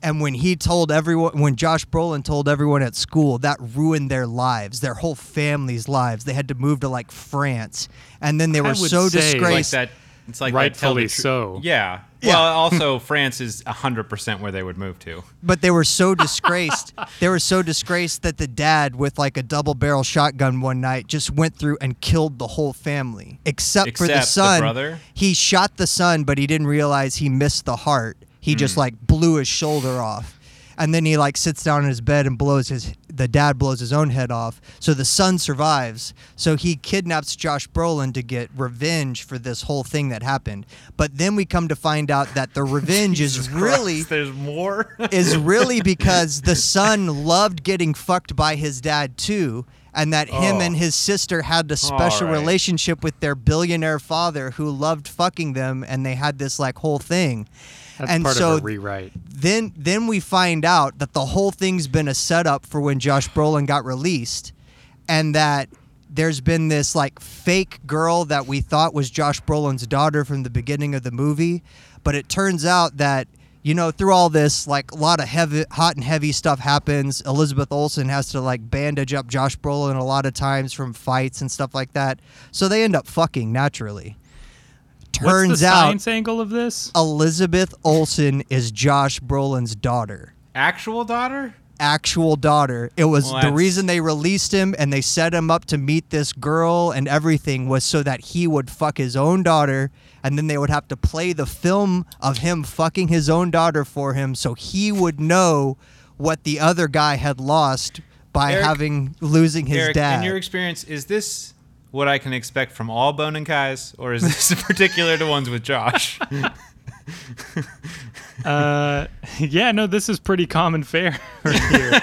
Speaker 1: And when he told everyone, when Josh Brolin told everyone at school, that ruined their lives, their whole family's lives. They had to move to like France. And then they were
Speaker 2: I would
Speaker 1: so
Speaker 2: say, like
Speaker 1: disgraced.
Speaker 3: Like that. It's like that tell the
Speaker 2: Rightfully
Speaker 3: tru-
Speaker 2: so.
Speaker 3: Yeah. Well, also France is hundred percent where they would move to.
Speaker 1: but they were so disgraced. they were so disgraced that the dad, with like a double barrel shotgun one night, just went through and killed the whole family, except, for the
Speaker 3: Except the
Speaker 1: son.
Speaker 3: brother?
Speaker 1: He shot the son, but he didn't realize he missed the heart. He just
Speaker 3: Hmm.
Speaker 1: like blew his shoulder off, and then he like sits down in his bed and blows his. The dad blows his own head off, so the son survives. So he kidnaps Josh Brolin to get revenge for this whole thing that happened. But then we come to find out that the revenge is really
Speaker 3: Christ, there's more.
Speaker 1: is really because the son loved getting fucked by his dad too and that him
Speaker 3: Oh.
Speaker 1: and his sister had a special
Speaker 3: right.
Speaker 1: relationship with their billionaire father who loved fucking them and they had this like whole thing
Speaker 2: That's
Speaker 1: and
Speaker 2: part
Speaker 1: so
Speaker 2: of a rewrite.
Speaker 1: then then we find out that the whole thing's been a setup for when Josh Brolin got released and that there's been this like fake girl that we thought was Josh Brolin's daughter from the beginning of the movie but it turns out that you know through all this like a lot of heavy hot and heavy stuff happens Elizabeth Olsen has to like bandage up Josh Brolin a lot of times from fights and stuff like that so they end up fucking naturally turns
Speaker 2: What's the
Speaker 1: out
Speaker 2: science angle of this?
Speaker 1: Elizabeth Olsen is Josh Brolin's daughter.
Speaker 3: Actual daughter?
Speaker 1: Actual daughter. It was
Speaker 3: Well,
Speaker 1: the
Speaker 3: that's-
Speaker 1: reason they released him and they set him up to meet this girl and everything was so that he would fuck his own daughter and then they would have to play the film of him fucking his own daughter for him so he would know what the other guy had lost by
Speaker 3: Eric-
Speaker 1: having losing his
Speaker 3: Eric,
Speaker 1: dad.
Speaker 3: in your experience, is this what I can expect from all Bone and Kai's, or is this particular to ones with Josh?
Speaker 2: Uh, yeah, no, this is pretty common fare here.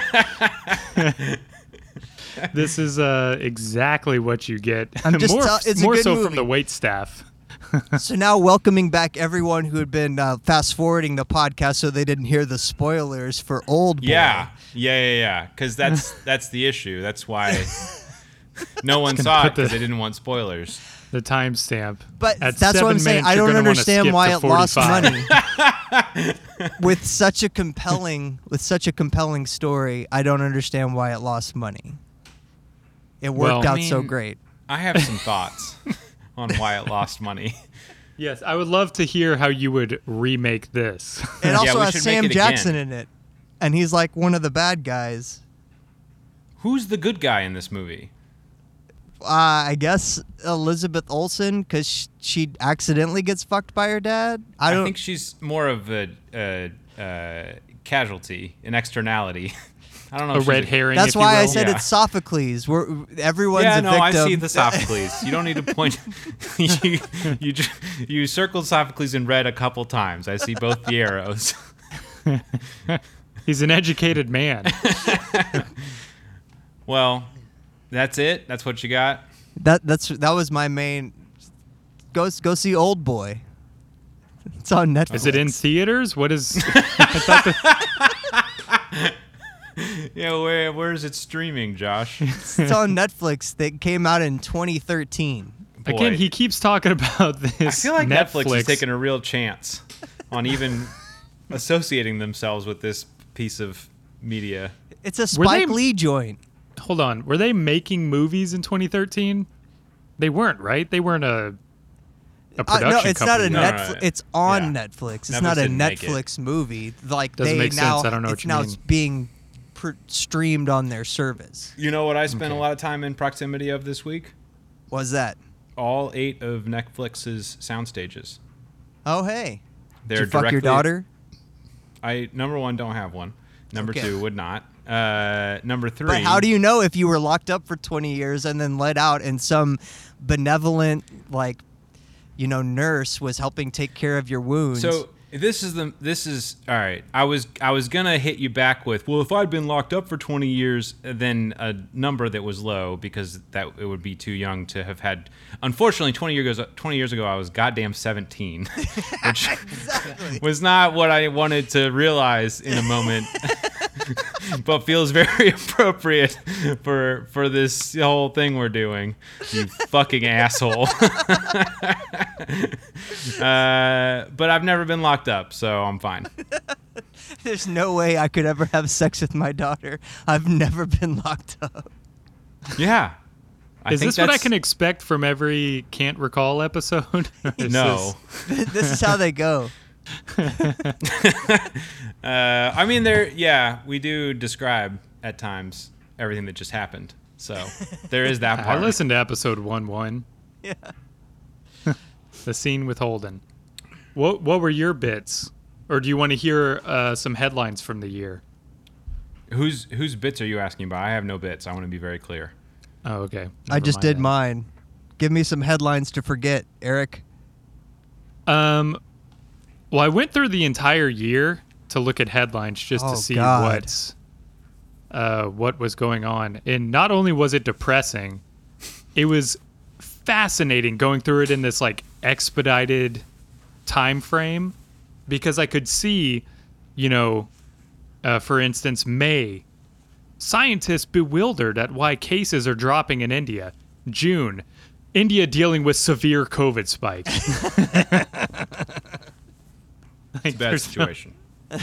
Speaker 2: this is uh, exactly what you get.
Speaker 1: I'm just
Speaker 2: more
Speaker 1: tell- it's a
Speaker 2: more
Speaker 1: good
Speaker 2: so
Speaker 1: movie.
Speaker 2: from the wait staff.
Speaker 1: So now welcoming back everyone who had been uh, fast forwarding the podcast so they didn't hear the spoilers for Old Boy.
Speaker 3: yeah, yeah, yeah, yeah. Because that's that's the issue. That's why no one saw
Speaker 2: put
Speaker 3: it
Speaker 2: the-
Speaker 3: because they didn't want spoilers.
Speaker 2: The timestamp.
Speaker 1: But
Speaker 2: At
Speaker 1: that's what
Speaker 2: seven
Speaker 1: I'm saying.
Speaker 2: minutes,
Speaker 1: I
Speaker 2: you're
Speaker 1: don't
Speaker 2: gonna wanna
Speaker 1: understand
Speaker 2: skip
Speaker 1: why
Speaker 2: to
Speaker 1: it lost
Speaker 2: 45.
Speaker 1: money with such a compelling with such a compelling story. I don't understand why it lost money. It worked
Speaker 2: Well-
Speaker 1: out so
Speaker 3: mean-
Speaker 1: great.
Speaker 3: I have some thoughts on why it lost money.
Speaker 2: Yes, I would love to hear how you would remake this.
Speaker 1: It also
Speaker 3: we
Speaker 1: has
Speaker 3: should make
Speaker 1: Sam
Speaker 3: it
Speaker 1: Jackson
Speaker 3: again.
Speaker 1: in it, and he's like one of the bad guys.
Speaker 3: Who's the good guy in this movie?
Speaker 1: Uh, I guess Elizabeth Olsen because she, she accidentally gets fucked by her dad. I
Speaker 3: I,
Speaker 1: don't.
Speaker 3: think she's more of a, a, uh casualty, an externality. I don't know.
Speaker 2: a
Speaker 3: if she's
Speaker 2: red
Speaker 3: a-
Speaker 2: herring.
Speaker 1: That's
Speaker 2: if you
Speaker 1: why I
Speaker 2: will.
Speaker 1: said
Speaker 3: Yeah.
Speaker 1: it's Sophocles. We're everyone's
Speaker 3: yeah,
Speaker 1: a
Speaker 3: no,
Speaker 1: victim.
Speaker 3: I see the Sophocles. You don't need to point. you, you ju- you circled Sophocles in red a couple times. I see both the arrows.
Speaker 2: He's an educated man.
Speaker 3: Well, that's it. That's what you got.
Speaker 1: That that's that was my main. Go s- go see Old Boy. It's on Netflix.
Speaker 2: Is it in theaters? What is? I thought the-
Speaker 3: Yeah, where where is it streaming, Josh?
Speaker 1: It's on Netflix. That came out in 2013.
Speaker 2: again,
Speaker 3: Boy.
Speaker 2: he keeps talking about this.
Speaker 3: I feel like Netflix. is taking a real chance on even associating themselves with this piece of media.
Speaker 1: It's a
Speaker 2: Were they-
Speaker 1: Spike Lee joint.
Speaker 2: Hold on, were they making movies in 2013? They weren't, right? They weren't a a
Speaker 1: Uh,
Speaker 2: production
Speaker 1: no, it's not a
Speaker 2: company.
Speaker 3: No, no,
Speaker 1: Netflix.
Speaker 3: no.
Speaker 1: It's on
Speaker 3: Yeah.
Speaker 1: Netflix. It's
Speaker 3: Netflix
Speaker 1: not a
Speaker 3: didn't make it.
Speaker 1: Netflix movie. Like
Speaker 2: Doesn't
Speaker 1: they
Speaker 2: make sense.
Speaker 1: now,
Speaker 2: I don't know what
Speaker 1: it's
Speaker 2: you
Speaker 1: now
Speaker 2: mean.
Speaker 1: it's being pr- streamed on their service.
Speaker 3: You know what I spent
Speaker 2: Okay.
Speaker 3: a lot of time in proximity of this week?
Speaker 1: Was that?
Speaker 3: All eight of Netflix's sound stages.
Speaker 1: Oh hey,
Speaker 3: They're
Speaker 1: did you fuck your daughter?
Speaker 3: I number one don't have one. Number
Speaker 1: Okay.
Speaker 3: two would not. Uh, number three.
Speaker 1: But how do you know if you were locked up for 20 years and then let out and some benevolent like you know nurse was helping take care of your wounds?
Speaker 3: So this is the this is all right. I was I was gonna hit you back with well, if I'd been locked up for 20 years, then a number that was low because that it would be too young to have had. Unfortunately, 20 years 20 years ago, I was goddamn 17, which
Speaker 1: exactly.
Speaker 3: was not what I wanted to realize in a moment. but feels very appropriate for for this whole thing we're doing. You fucking asshole. uh, but I've never been locked up, so I'm fine.
Speaker 1: There's no way I could ever have sex with my daughter. I've never been locked up.
Speaker 3: Yeah. I
Speaker 2: Is
Speaker 3: think
Speaker 2: this what I
Speaker 3: that's-
Speaker 2: can expect from every can't recall episode? Or is
Speaker 3: No.
Speaker 1: this is how they go.
Speaker 3: Uh, I mean, there. Yeah, we do describe at times everything that just happened. So there is that
Speaker 2: this-
Speaker 3: part.
Speaker 2: I listened to episode one one,
Speaker 1: Yeah.
Speaker 2: the scene with Holden. What what were your bits, or do you want to hear uh, some headlines from the year?
Speaker 3: Whose whose bits are you asking about? I have no bits. I want to be very clear.
Speaker 2: Oh, okay.
Speaker 1: I
Speaker 2: Never
Speaker 1: just
Speaker 2: mind
Speaker 1: did
Speaker 2: then.
Speaker 1: mine. Give me some headlines to forget, Eric.
Speaker 2: Um, well, I went through the entire year to look at headlines just
Speaker 1: Oh,
Speaker 2: to see
Speaker 1: God.
Speaker 2: what's uh, what was going on, and not only was it depressing, it was fascinating going through it in this like expedited time frame because I could see, you know, uh, for instance, May. Scientists bewildered at why cases are dropping in India. June, India dealing with severe COVID spike. Like,
Speaker 3: Bad
Speaker 2: there's no-
Speaker 3: situation.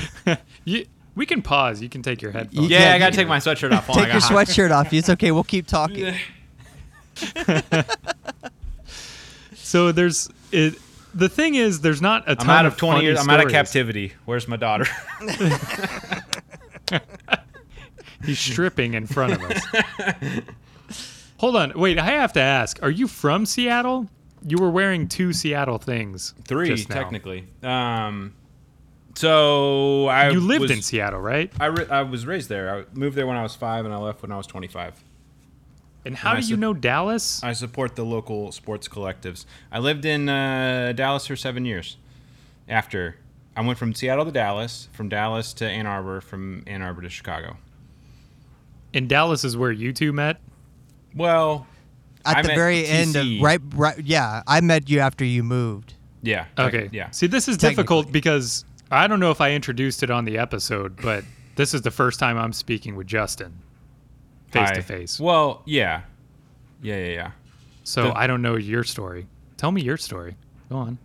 Speaker 2: you, we can pause. You can take your headphones.
Speaker 1: Yeah,
Speaker 3: Yeah,
Speaker 1: you-
Speaker 3: I gotta take my sweatshirt off. Hold on,
Speaker 1: Take
Speaker 3: I
Speaker 1: your
Speaker 3: got hot.
Speaker 1: sweatshirt off. It's okay. We'll keep talking.
Speaker 2: So there's it. The thing is, there's not a ton
Speaker 3: I'm out of 20
Speaker 2: funny
Speaker 3: years. I'm out of
Speaker 2: stories.
Speaker 3: captivity. Where's my daughter?
Speaker 2: He's stripping in front of us. Hold on. Wait, I have to ask. Are you from Seattle? You were wearing two Seattle things.
Speaker 3: Three,
Speaker 2: just now.
Speaker 3: technically. Um, so I
Speaker 2: You lived
Speaker 3: was,
Speaker 2: in Seattle, right?
Speaker 3: I, ra- I was raised there. I moved there when I was five, and I left when I was 25.
Speaker 2: And how
Speaker 3: I Uh,
Speaker 2: do you
Speaker 3: sup-
Speaker 2: know Dallas?
Speaker 3: I support the local sports collectives. I lived in uh, Dallas for seven years. After I went from Seattle to Dallas, from Dallas to Ann Arbor, from Ann Arbor to Chicago.
Speaker 2: And Dallas is where you two met.
Speaker 3: Well,
Speaker 1: At
Speaker 3: I
Speaker 1: the
Speaker 3: met
Speaker 1: very
Speaker 3: TC.
Speaker 1: end of right, right. Yeah, I met you after you moved.
Speaker 3: yeah. tec-
Speaker 2: Okay.
Speaker 3: Yeah.
Speaker 2: See, this is
Speaker 1: Technically.
Speaker 2: difficult because I don't know if I introduced it on the episode, but this is the first time I'm speaking with Justin face
Speaker 3: Hi.
Speaker 2: to face.
Speaker 3: Well, yeah. Yeah, yeah, yeah.
Speaker 2: So
Speaker 3: The-
Speaker 2: I don't know your story. Tell me your story. Go on.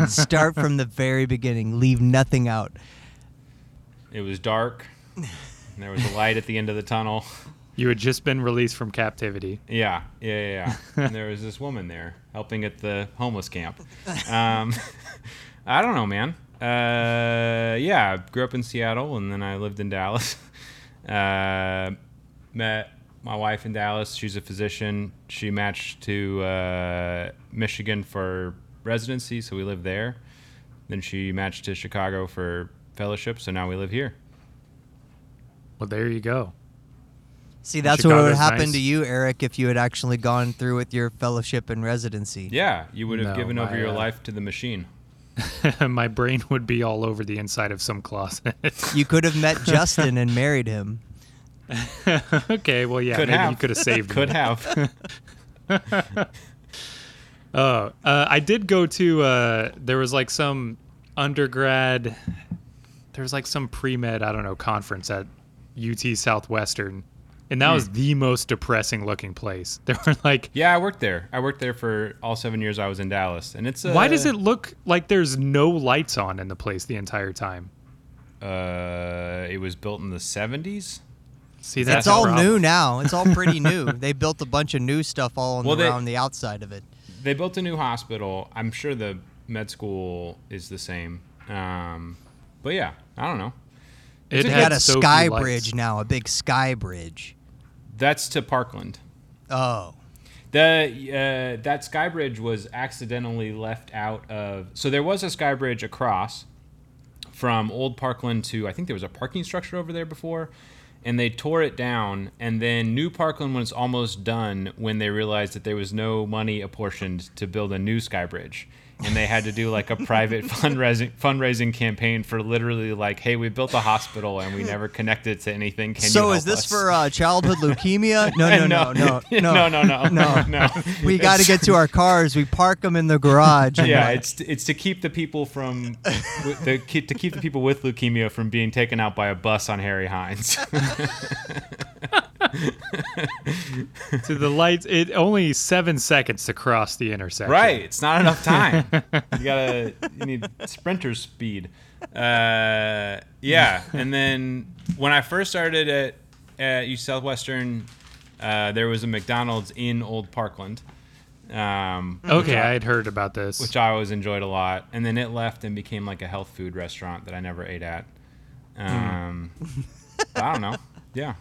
Speaker 3: Um,
Speaker 1: Start from the very beginning. Leave nothing out.
Speaker 3: it was dark. and There was a light at the end of the tunnel.
Speaker 2: You had just been released from captivity.
Speaker 3: Yeah, yeah, yeah. yeah. and there was this woman there helping at the homeless camp. Um, I don't know, man. Uh, yeah, I grew up in Seattle and then I lived in Dallas. Uh, met my wife in Dallas. She's a physician. She matched to uh, Michigan for residency, so we lived there. Then she matched to Chicago for fellowship, so now we live here.
Speaker 2: Well, there you go.
Speaker 1: See, that's what would
Speaker 2: Chicago's
Speaker 1: happen
Speaker 2: nice.
Speaker 1: to you, Eric, if you had actually gone through with your fellowship and residency.
Speaker 3: Yeah, you would
Speaker 2: No,
Speaker 3: have given over
Speaker 2: my,
Speaker 3: your
Speaker 2: uh,
Speaker 3: life to the machine.
Speaker 2: My brain would be all over the inside of some closet.
Speaker 1: You could have met Justin and married him.
Speaker 2: okay, well, yeah,
Speaker 3: Could
Speaker 2: maybe
Speaker 3: have.
Speaker 2: you could have saved
Speaker 3: Could
Speaker 2: me.
Speaker 3: have.
Speaker 2: Oh, uh, I did go to. Uh, there was like some undergrad. There was like some pre med, I don't know, conference at UT Southwestern, and that was
Speaker 1: Hmm.
Speaker 2: the most depressing looking place. There were like,
Speaker 3: yeah, I worked there. I worked there for all seven years I was in Dallas, and it's. Uh,
Speaker 2: why does it look like there's no lights on in the place the entire time?
Speaker 3: Uh, it was built in the '70s.
Speaker 2: See,
Speaker 1: It's
Speaker 2: that's a
Speaker 1: all
Speaker 2: problem.
Speaker 1: new now. It's all pretty new. They built a bunch of new stuff all on
Speaker 3: Well,
Speaker 1: the-
Speaker 3: they-
Speaker 1: around the outside of it.
Speaker 3: They built a new hospital. I'm sure the med school is the same. Um, but yeah, I don't know.
Speaker 2: It
Speaker 1: They
Speaker 2: had
Speaker 1: got a
Speaker 2: so few
Speaker 1: sky
Speaker 2: lights.
Speaker 1: bridge now, a big sky bridge.
Speaker 3: That's to Parkland.
Speaker 1: Oh,
Speaker 3: The uh, that sky bridge was accidentally left out of. So there was a sky bridge across from Old Parkland to I think there was a parking structure over there before, and they tore it down. And then New Parkland was almost done when they realized that there was no money apportioned to build a new sky bridge, and they had to do like a private fundraising fundraising campaign for literally like, hey, we built a hospital and we never connected to anything. Can you
Speaker 1: so is
Speaker 3: help
Speaker 1: this
Speaker 3: us?"
Speaker 1: for uh, childhood leukemia? No, no, no, no, no,
Speaker 3: no, no, no,
Speaker 1: no. We got to
Speaker 3: It's-
Speaker 1: get to our cars. We park them in the garage. and,
Speaker 3: yeah,
Speaker 1: like,
Speaker 3: it's it's to keep the people from with- the, keep- to keep the people with leukemia from being taken out by a bus on Harry Hines.
Speaker 2: to the lights. It only seven seconds to cross the intersection.
Speaker 3: right, it's not enough time. You gotta you need sprinter speed. Uh, yeah, and then when I first started at at East Southwestern, uh, there was a McDonald's in Old Parkland. Um,
Speaker 2: Okay, I had heard about this.
Speaker 3: which I always enjoyed a lot. And then it left and became like a health food restaurant that I never ate at. Um, I don't know. Yeah.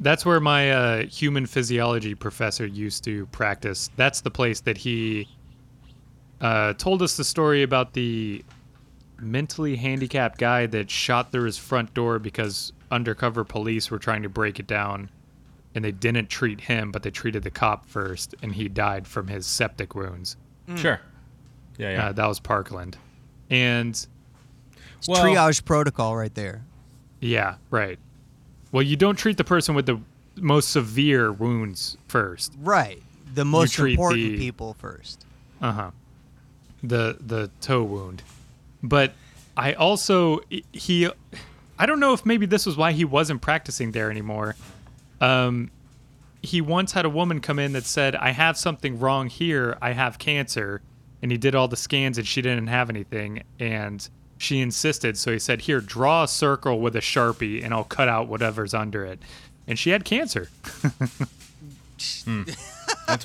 Speaker 2: That's where my uh, human physiology professor used to practice. That's the place that he uh, told us the story about the mentally handicapped guy that shot through his front door because undercover police were trying to break it down and they didn't treat him, but they treated the cop first and he died from his septic wounds.
Speaker 3: Sure. Yeah. Yeah.
Speaker 2: Uh, that was Parkland. And
Speaker 1: it's
Speaker 3: well-
Speaker 1: triage protocol right there.
Speaker 2: yeah, right. Well, you don't treat the person with the most severe wounds first.
Speaker 1: Right. The most
Speaker 2: treat
Speaker 1: important
Speaker 2: the-
Speaker 1: people first.
Speaker 2: Uh huh. The the toe wound, but I also he, I don't know if maybe this was why he wasn't practicing there anymore. Um, he once had a woman come in that said, "I have something wrong here. I have cancer," and he did all the scans and she didn't have anything, and she insisted. So he said, "Here, draw a circle with a sharpie, and I'll cut out whatever's under it." And she had cancer.
Speaker 3: That's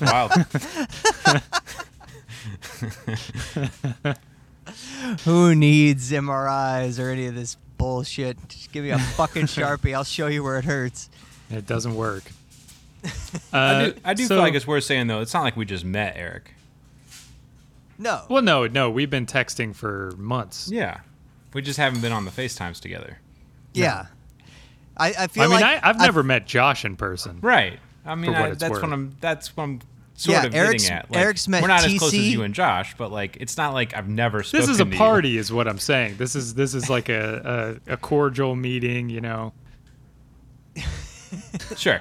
Speaker 3: wild.
Speaker 1: Who needs MRIs or any of this bullshit? Just give me a fucking sharpie. I'll show you where it hurts.
Speaker 2: It doesn't work.
Speaker 3: I
Speaker 2: Uh,
Speaker 3: do, I do
Speaker 2: so-
Speaker 3: feel like it's worth saying though. It's not like we just met Eric.
Speaker 1: No.
Speaker 2: Well, no, no, we've been texting for months.
Speaker 3: Yeah. We just haven't been on the FaceTimes together.
Speaker 1: Yeah. I, I feel
Speaker 2: I mean,
Speaker 1: like
Speaker 2: I, I've never met Josh in person.
Speaker 3: Right. I mean,
Speaker 2: For what
Speaker 3: I,
Speaker 2: it's
Speaker 3: that's
Speaker 2: worth.
Speaker 3: what I'm. That's what I'm sort
Speaker 1: Yeah,
Speaker 3: of
Speaker 1: Eric's-
Speaker 3: getting at. Like,
Speaker 1: Eric's met
Speaker 3: We're not as close as
Speaker 1: TC.
Speaker 3: you and Josh, but like, it's not like I've never. Spoken
Speaker 2: This is a
Speaker 3: to you.
Speaker 2: party, is what I'm saying. This is this is like a, a, a cordial meeting, you know.
Speaker 3: Sure.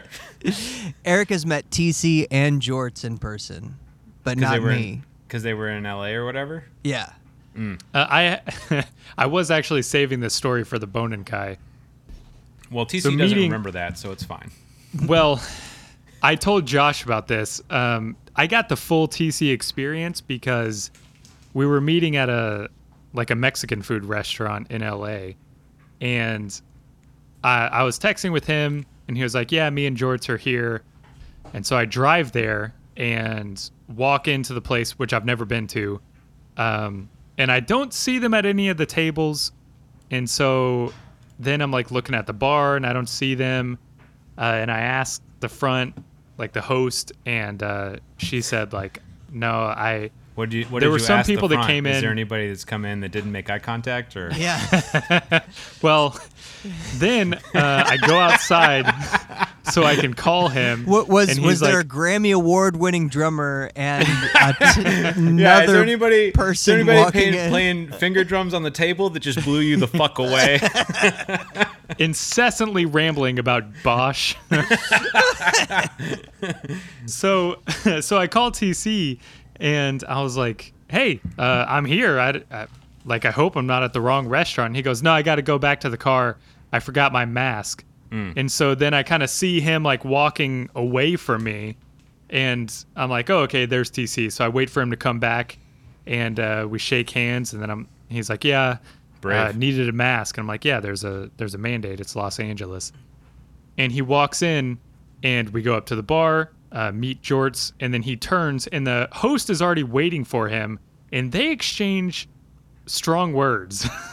Speaker 1: Eric has met TC and Jorts in person, but
Speaker 3: Because they
Speaker 1: not
Speaker 3: were
Speaker 1: me.
Speaker 3: Because they were in LA or whatever.
Speaker 1: Yeah.
Speaker 2: Uh, I I was actually saving this story for the Bonin Kai.
Speaker 3: Well, TC
Speaker 2: The
Speaker 3: doesn't
Speaker 2: meeting-
Speaker 3: remember that, so it's fine.
Speaker 2: Well, I told Josh about this. Um, I got the full TC experience because we were meeting at a like a Mexican food restaurant in LA, and I, I was texting with him, and he was like, "Yeah, me and Jorts are here," and so I drive there and walk into the place, which I've never been to, um, and I don't see them at any of the tables, and so then I'm like looking at the bar, and I don't see them uh, and I asked the front, like the host, and uh, she said like, "No, I,
Speaker 3: What do you? What
Speaker 2: There
Speaker 3: did
Speaker 2: were
Speaker 3: you
Speaker 2: some
Speaker 3: ask the
Speaker 2: people that
Speaker 3: front?
Speaker 2: came
Speaker 3: Is there
Speaker 2: in-
Speaker 3: anybody that's come in that didn't make eye contact or?
Speaker 1: Yeah.
Speaker 2: Well, then uh, I go outside so I can call him.
Speaker 1: What was
Speaker 2: and
Speaker 1: was
Speaker 2: he's
Speaker 1: there a
Speaker 2: like,
Speaker 1: Grammy award winning drummer and a t- another
Speaker 3: Yeah, is there anybody, is there
Speaker 1: person
Speaker 3: anybody
Speaker 1: walking
Speaker 3: playing,
Speaker 1: in?
Speaker 3: playing finger drums on the table that just blew you the fuck away?
Speaker 2: incessantly rambling about Bosch. so, so I called TC and I was like, "Hey, uh, I'm here. I, I- like, I hope I'm not at the wrong restaurant." And he goes, "No, I got to go back to the car. I forgot my mask." And so then I kind of see him like walking away from me, and I'm like, "Oh, okay, there's TC." So I wait for him to come back, and uh, we shake hands, and then I'm. He's like, "Yeah."
Speaker 3: Brave.
Speaker 2: Uh, needed a mask and I'm like, yeah, there's a there's a mandate. It's Los Angeles. And he walks in and we go up to the bar, uh, meet Jorts, and then he turns and the host is already waiting for him and they exchange strong words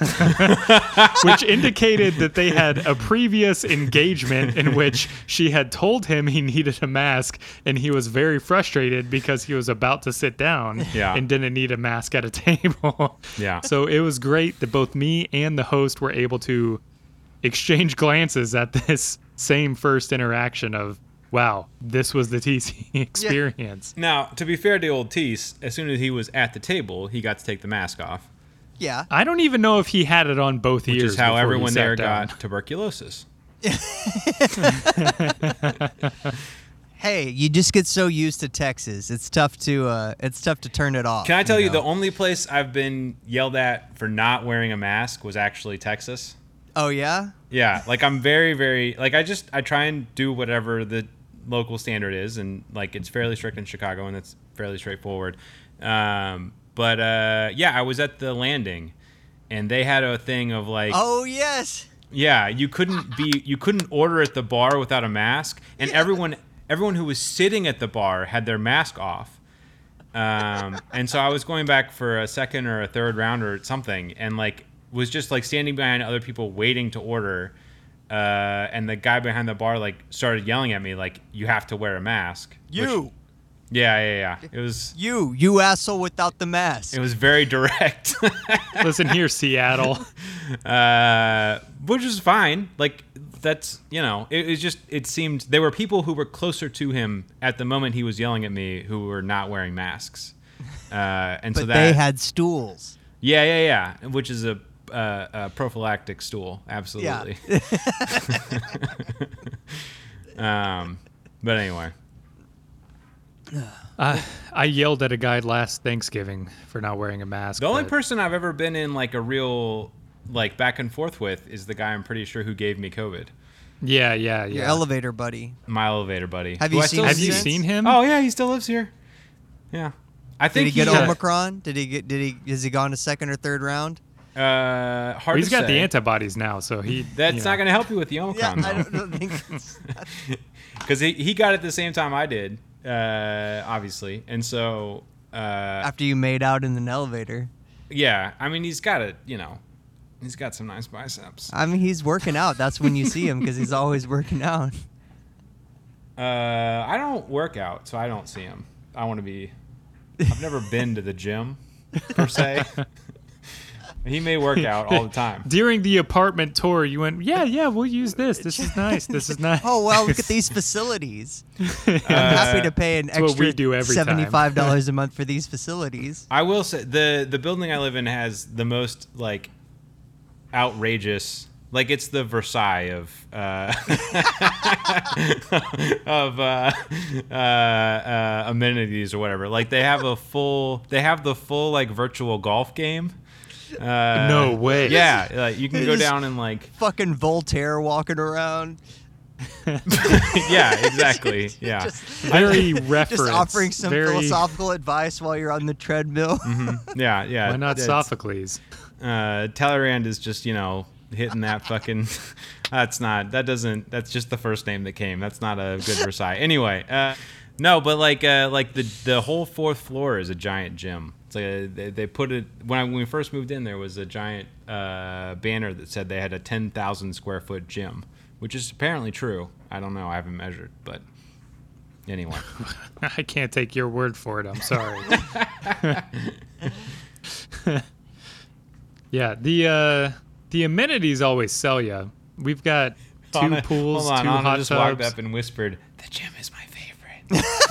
Speaker 2: which indicated that they had a previous engagement in which she had told him he needed a mask and he was very frustrated because he was about to sit down
Speaker 3: Yeah.
Speaker 2: and didn't need a mask at a table
Speaker 3: Yeah.
Speaker 2: so it was great that both me and the host were able to exchange glances at this same first interaction of wow this was the tc experience
Speaker 3: Now, to be fair to old Tease, as soon as he was at the table, he got to take the mask off,
Speaker 1: yeah.
Speaker 2: i don't even know if he had it on both
Speaker 3: which
Speaker 2: ears
Speaker 3: is how
Speaker 2: before he
Speaker 3: everyone
Speaker 2: sat
Speaker 3: there
Speaker 2: down.
Speaker 3: got tuberculosis.
Speaker 1: Hey, you just get so used to Texas. It's tough to uh, it's tough to turn it off.
Speaker 3: Can I tell you,
Speaker 1: know?
Speaker 3: the only place I've been yelled at for not wearing a mask was actually Texas?
Speaker 1: Oh yeah.
Speaker 3: Yeah, like I'm very, very like I just I try and do whatever the local standard is, and like it's fairly strict in Chicago, and it's fairly straightforward. Um, but uh, yeah, I was at the landing, and they had a thing of like,
Speaker 1: Oh yes.
Speaker 3: yeah, you couldn't be you couldn't order at the bar without a mask, and everyone everyone who was sitting at the bar had their mask off. Um, and so I was going back for a second or a third round or something, and like was just like standing behind other people waiting to order. Uh, and the guy behind the bar like started yelling at me like, "You have to wear a mask." which-
Speaker 1: You,
Speaker 3: yeah, yeah, yeah. It was
Speaker 1: you, you asshole without the mask.
Speaker 3: it was very direct.
Speaker 2: listen here seattle
Speaker 3: uh, which is fine. Like that's you know, it, it's just it seemed there were people who were closer to him at the moment he was yelling at me who were not wearing masks, uh, and
Speaker 1: but
Speaker 3: so that
Speaker 1: they had stools.
Speaker 3: yeah yeah yeah, which is a, uh, a prophylactic stool absolutely. um, but anyway,
Speaker 2: I, Uh, I yelled at a guy last Thanksgiving for not wearing a mask.
Speaker 3: the only
Speaker 2: but-
Speaker 3: person I've ever been in like a real like back and forth with is the guy I'm pretty sure who gave me COVID.
Speaker 2: Yeah, yeah,
Speaker 1: Your
Speaker 2: yeah.
Speaker 1: elevator buddy.
Speaker 3: My elevator buddy.
Speaker 1: Have
Speaker 3: who
Speaker 1: you
Speaker 3: I
Speaker 1: seen
Speaker 3: still
Speaker 1: him
Speaker 2: Have you
Speaker 1: since?
Speaker 2: seen him?
Speaker 3: Oh yeah, he still lives here. Yeah, I
Speaker 1: Did
Speaker 3: think
Speaker 1: he get
Speaker 2: he, uh,
Speaker 1: Omicron? Did he get? Did he? Has he gone to second or third round?
Speaker 3: Uh, hard
Speaker 2: Well, he's
Speaker 3: to
Speaker 2: got the
Speaker 3: say.
Speaker 2: antibodies now, so he.
Speaker 3: That's
Speaker 2: you know.
Speaker 3: not going to help you with the
Speaker 1: Yeah,
Speaker 3: Omicron
Speaker 1: I don't, don't think. it's-
Speaker 3: because he, he got it the same time I did, uh, obviously, and so uh,
Speaker 1: after you made out in an elevator.
Speaker 3: yeah, I mean he's got a you know he's got some nice biceps.
Speaker 1: I mean, he's working out. That's when you see him because he's always working out.
Speaker 3: Uh, I don't work out, so I don't see him. I want to be. I've never been to the gym per se. he may work out all the time.
Speaker 2: During the apartment tour, you went, yeah, yeah, we'll use this. This is nice. This is nice.
Speaker 1: Oh wow, look at these facilities. I'm happy to pay an
Speaker 2: it's what
Speaker 1: extra
Speaker 2: we do every time.
Speaker 1: seventy-five dollars a month for these facilities.
Speaker 3: I will say the the building I live in has the most like outrageous like it's the Versailles of uh, of uh, uh, uh, amenities or whatever. Like they have a full they have the full like virtual golf game. Uh,
Speaker 2: No way.
Speaker 3: Yeah, like you can
Speaker 1: It
Speaker 3: go
Speaker 1: is-
Speaker 3: down and like
Speaker 1: Fucking Voltaire walking around,
Speaker 3: yeah, exactly. Yeah.
Speaker 1: Just-
Speaker 2: Very reference.
Speaker 1: just offering some
Speaker 2: very,
Speaker 1: philosophical advice while you're on the treadmill.
Speaker 3: Mm-hmm. Yeah, yeah.
Speaker 2: Why not
Speaker 3: It's-
Speaker 2: Sophocles?
Speaker 3: uh, Talleyrand is just you know hitting that fucking. that's not. That doesn't. That's just the first name that came. That's not a good Versailles. Anyway, uh, no, but like uh, like the the whole fourth floor is a giant gym. It's like a, they, they put it when I when we first moved in. There was a giant uh, banner that said they had a ten thousand square foot gym, which is apparently true. I don't know. I haven't measured, but Anyway,
Speaker 2: I can't take your word for it. I'm sorry. yeah, the uh, the amenities always sell you. We've got two
Speaker 3: Anna-
Speaker 2: pools,
Speaker 3: hold on,
Speaker 2: two
Speaker 3: Anna
Speaker 2: hot
Speaker 3: just walked
Speaker 2: tubs.
Speaker 3: up and whispered, "The gym is my favorite."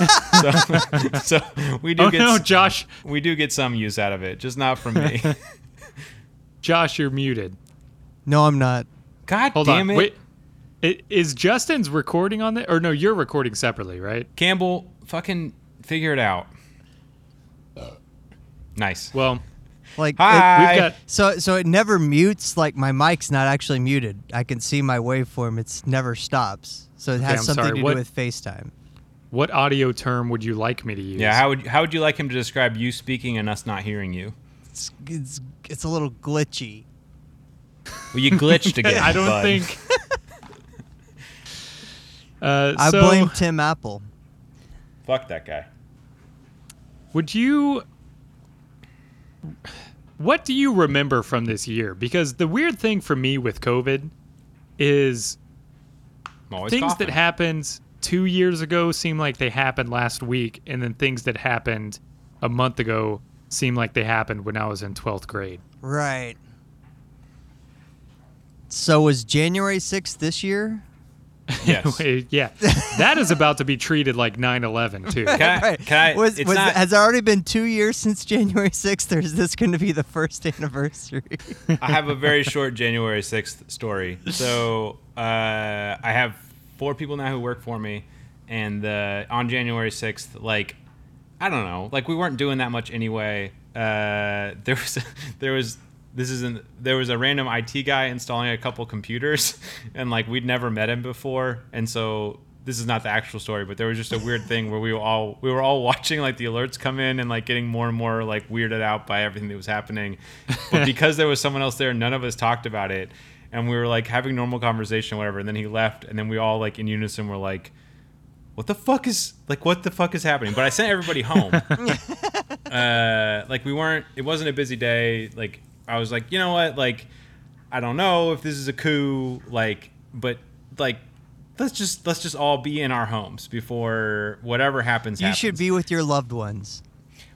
Speaker 3: so, so we do
Speaker 2: Oh
Speaker 3: get
Speaker 2: no,
Speaker 3: s-
Speaker 2: Josh!
Speaker 3: we do get some use out of it, just not from me.
Speaker 2: Josh, you're muted.
Speaker 1: No, I'm not.
Speaker 3: God
Speaker 2: Hold
Speaker 3: damn
Speaker 2: on.
Speaker 3: it,
Speaker 2: Wait, I- is Justin's recording on that? Or no, you're recording separately, right?
Speaker 3: Campbell, fucking figure it out. Nice.
Speaker 2: Well,
Speaker 1: Like,
Speaker 3: Hi.
Speaker 1: it-
Speaker 2: we've
Speaker 3: I-
Speaker 2: got
Speaker 1: so so it never mutes. Like my mic's not actually muted. I can see my waveform. It's never stops. So it has
Speaker 2: I'm
Speaker 1: something
Speaker 2: sorry,
Speaker 1: to
Speaker 2: what-
Speaker 1: do with FaceTime.
Speaker 2: what audio term would you like me to use?
Speaker 3: Yeah, how would how would you like him to describe you speaking and us not hearing you?
Speaker 1: It's it's, it's a little glitchy.
Speaker 3: Well, you glitched again.
Speaker 2: I don't
Speaker 3: bud.
Speaker 2: think. Uh,
Speaker 1: I
Speaker 2: so,
Speaker 1: blame Tim Apple.
Speaker 3: Fuck that guy.
Speaker 2: Would you? What do you remember from this year? Because the weird thing for me with COVID is
Speaker 3: I'm always
Speaker 2: things
Speaker 3: coughing.
Speaker 2: that happened two years ago seem like they happened last week, and then things that happened a month ago seem like they happened when I was in twelfth grade.
Speaker 1: Right. So was January 6th this year?
Speaker 3: Yes.
Speaker 2: yeah, that is about to be treated like 9/11 too.
Speaker 3: Can I,
Speaker 1: Right.
Speaker 3: Uh, can I,
Speaker 1: was,
Speaker 3: it's
Speaker 1: was,
Speaker 3: not,
Speaker 1: has it already been two years since January 6th, or is this going to be the first anniversary?
Speaker 3: I have a very short January 6th story. So uh, I have four people now who work for me. And uh, on January 6th, like, I don't know, like we weren't doing that much anyway. Uh, there was, there was, this isn't, there was a random IT guy installing a couple computers and like we'd never met him before. And so this is not the actual story, but there was just a weird thing where we were all we were all watching like the alerts come in and like getting more and more like weirded out by everything that was happening. But because there was someone else there, none of us talked about it, and we were like having normal conversation, or whatever. And then he left, and then we all like in unison were like, "What the fuck is like what the fuck is happening?" But I sent everybody home. uh, like we weren't. It wasn't a busy day. Like I was like, you know what, like. I don't know if this is a coup, like, but like, let's just let's just all be in our homes before whatever happens.
Speaker 1: you should
Speaker 3: happens.
Speaker 1: be with your loved ones,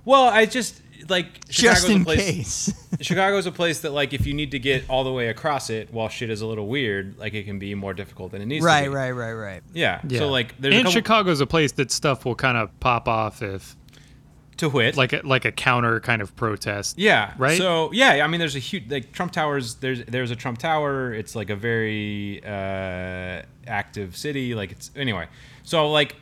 Speaker 3: Well, I just like Chicago's
Speaker 1: just in
Speaker 3: a place.
Speaker 1: case.
Speaker 3: Chicago's a place that like if you need to get all the way across it while shit is a little weird, like it can be more difficult than it needs
Speaker 1: right,
Speaker 3: to be.
Speaker 1: right, right, right.
Speaker 3: Yeah.
Speaker 2: Yeah.
Speaker 3: So like there's
Speaker 2: and
Speaker 3: a couple,
Speaker 2: Chicago's a place that stuff will kind of pop off if
Speaker 3: to wit
Speaker 2: like a, like a counter kind of protest.
Speaker 3: Yeah.
Speaker 2: Right?
Speaker 3: So yeah, I mean, there's a huge like Trump Towers. There's there's a Trump Tower. It's like a very uh, active city. Like it's anyway. So like,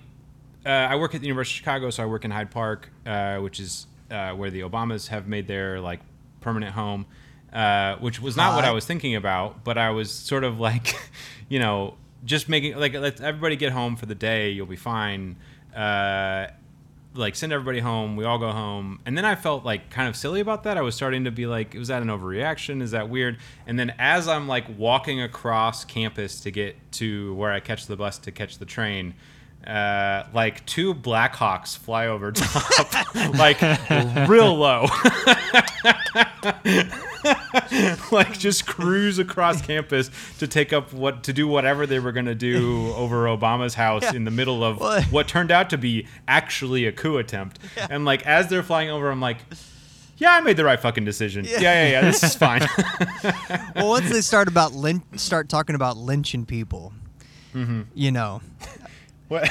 Speaker 3: uh, I work at the University of Chicago. So I work in Hyde Park, uh, which is uh, where the Obamas have made their like permanent home. Uh, which was not what
Speaker 1: Hot.
Speaker 3: I was thinking about, but I was sort of like, you know, just making like let everybody get home for the day. You'll be fine. Uh, like send everybody home we all go home and then i felt like kind of silly about that i was starting to be like was that an overreaction is that weird and then as i'm like walking across campus to get to where i catch the bus to catch the train uh, like two blackhawks fly over top like real low like just cruise across campus to take up what to do whatever they were going to do over Obama's house in the middle of
Speaker 1: Well-
Speaker 3: what turned out to be actually a coup attempt. And like as they're flying over, I'm like, yeah, I made the right fucking decision. Yeah, yeah, yeah. this is fine.
Speaker 1: well, once they start about lyn- start talking about lynching people, you know,
Speaker 3: What-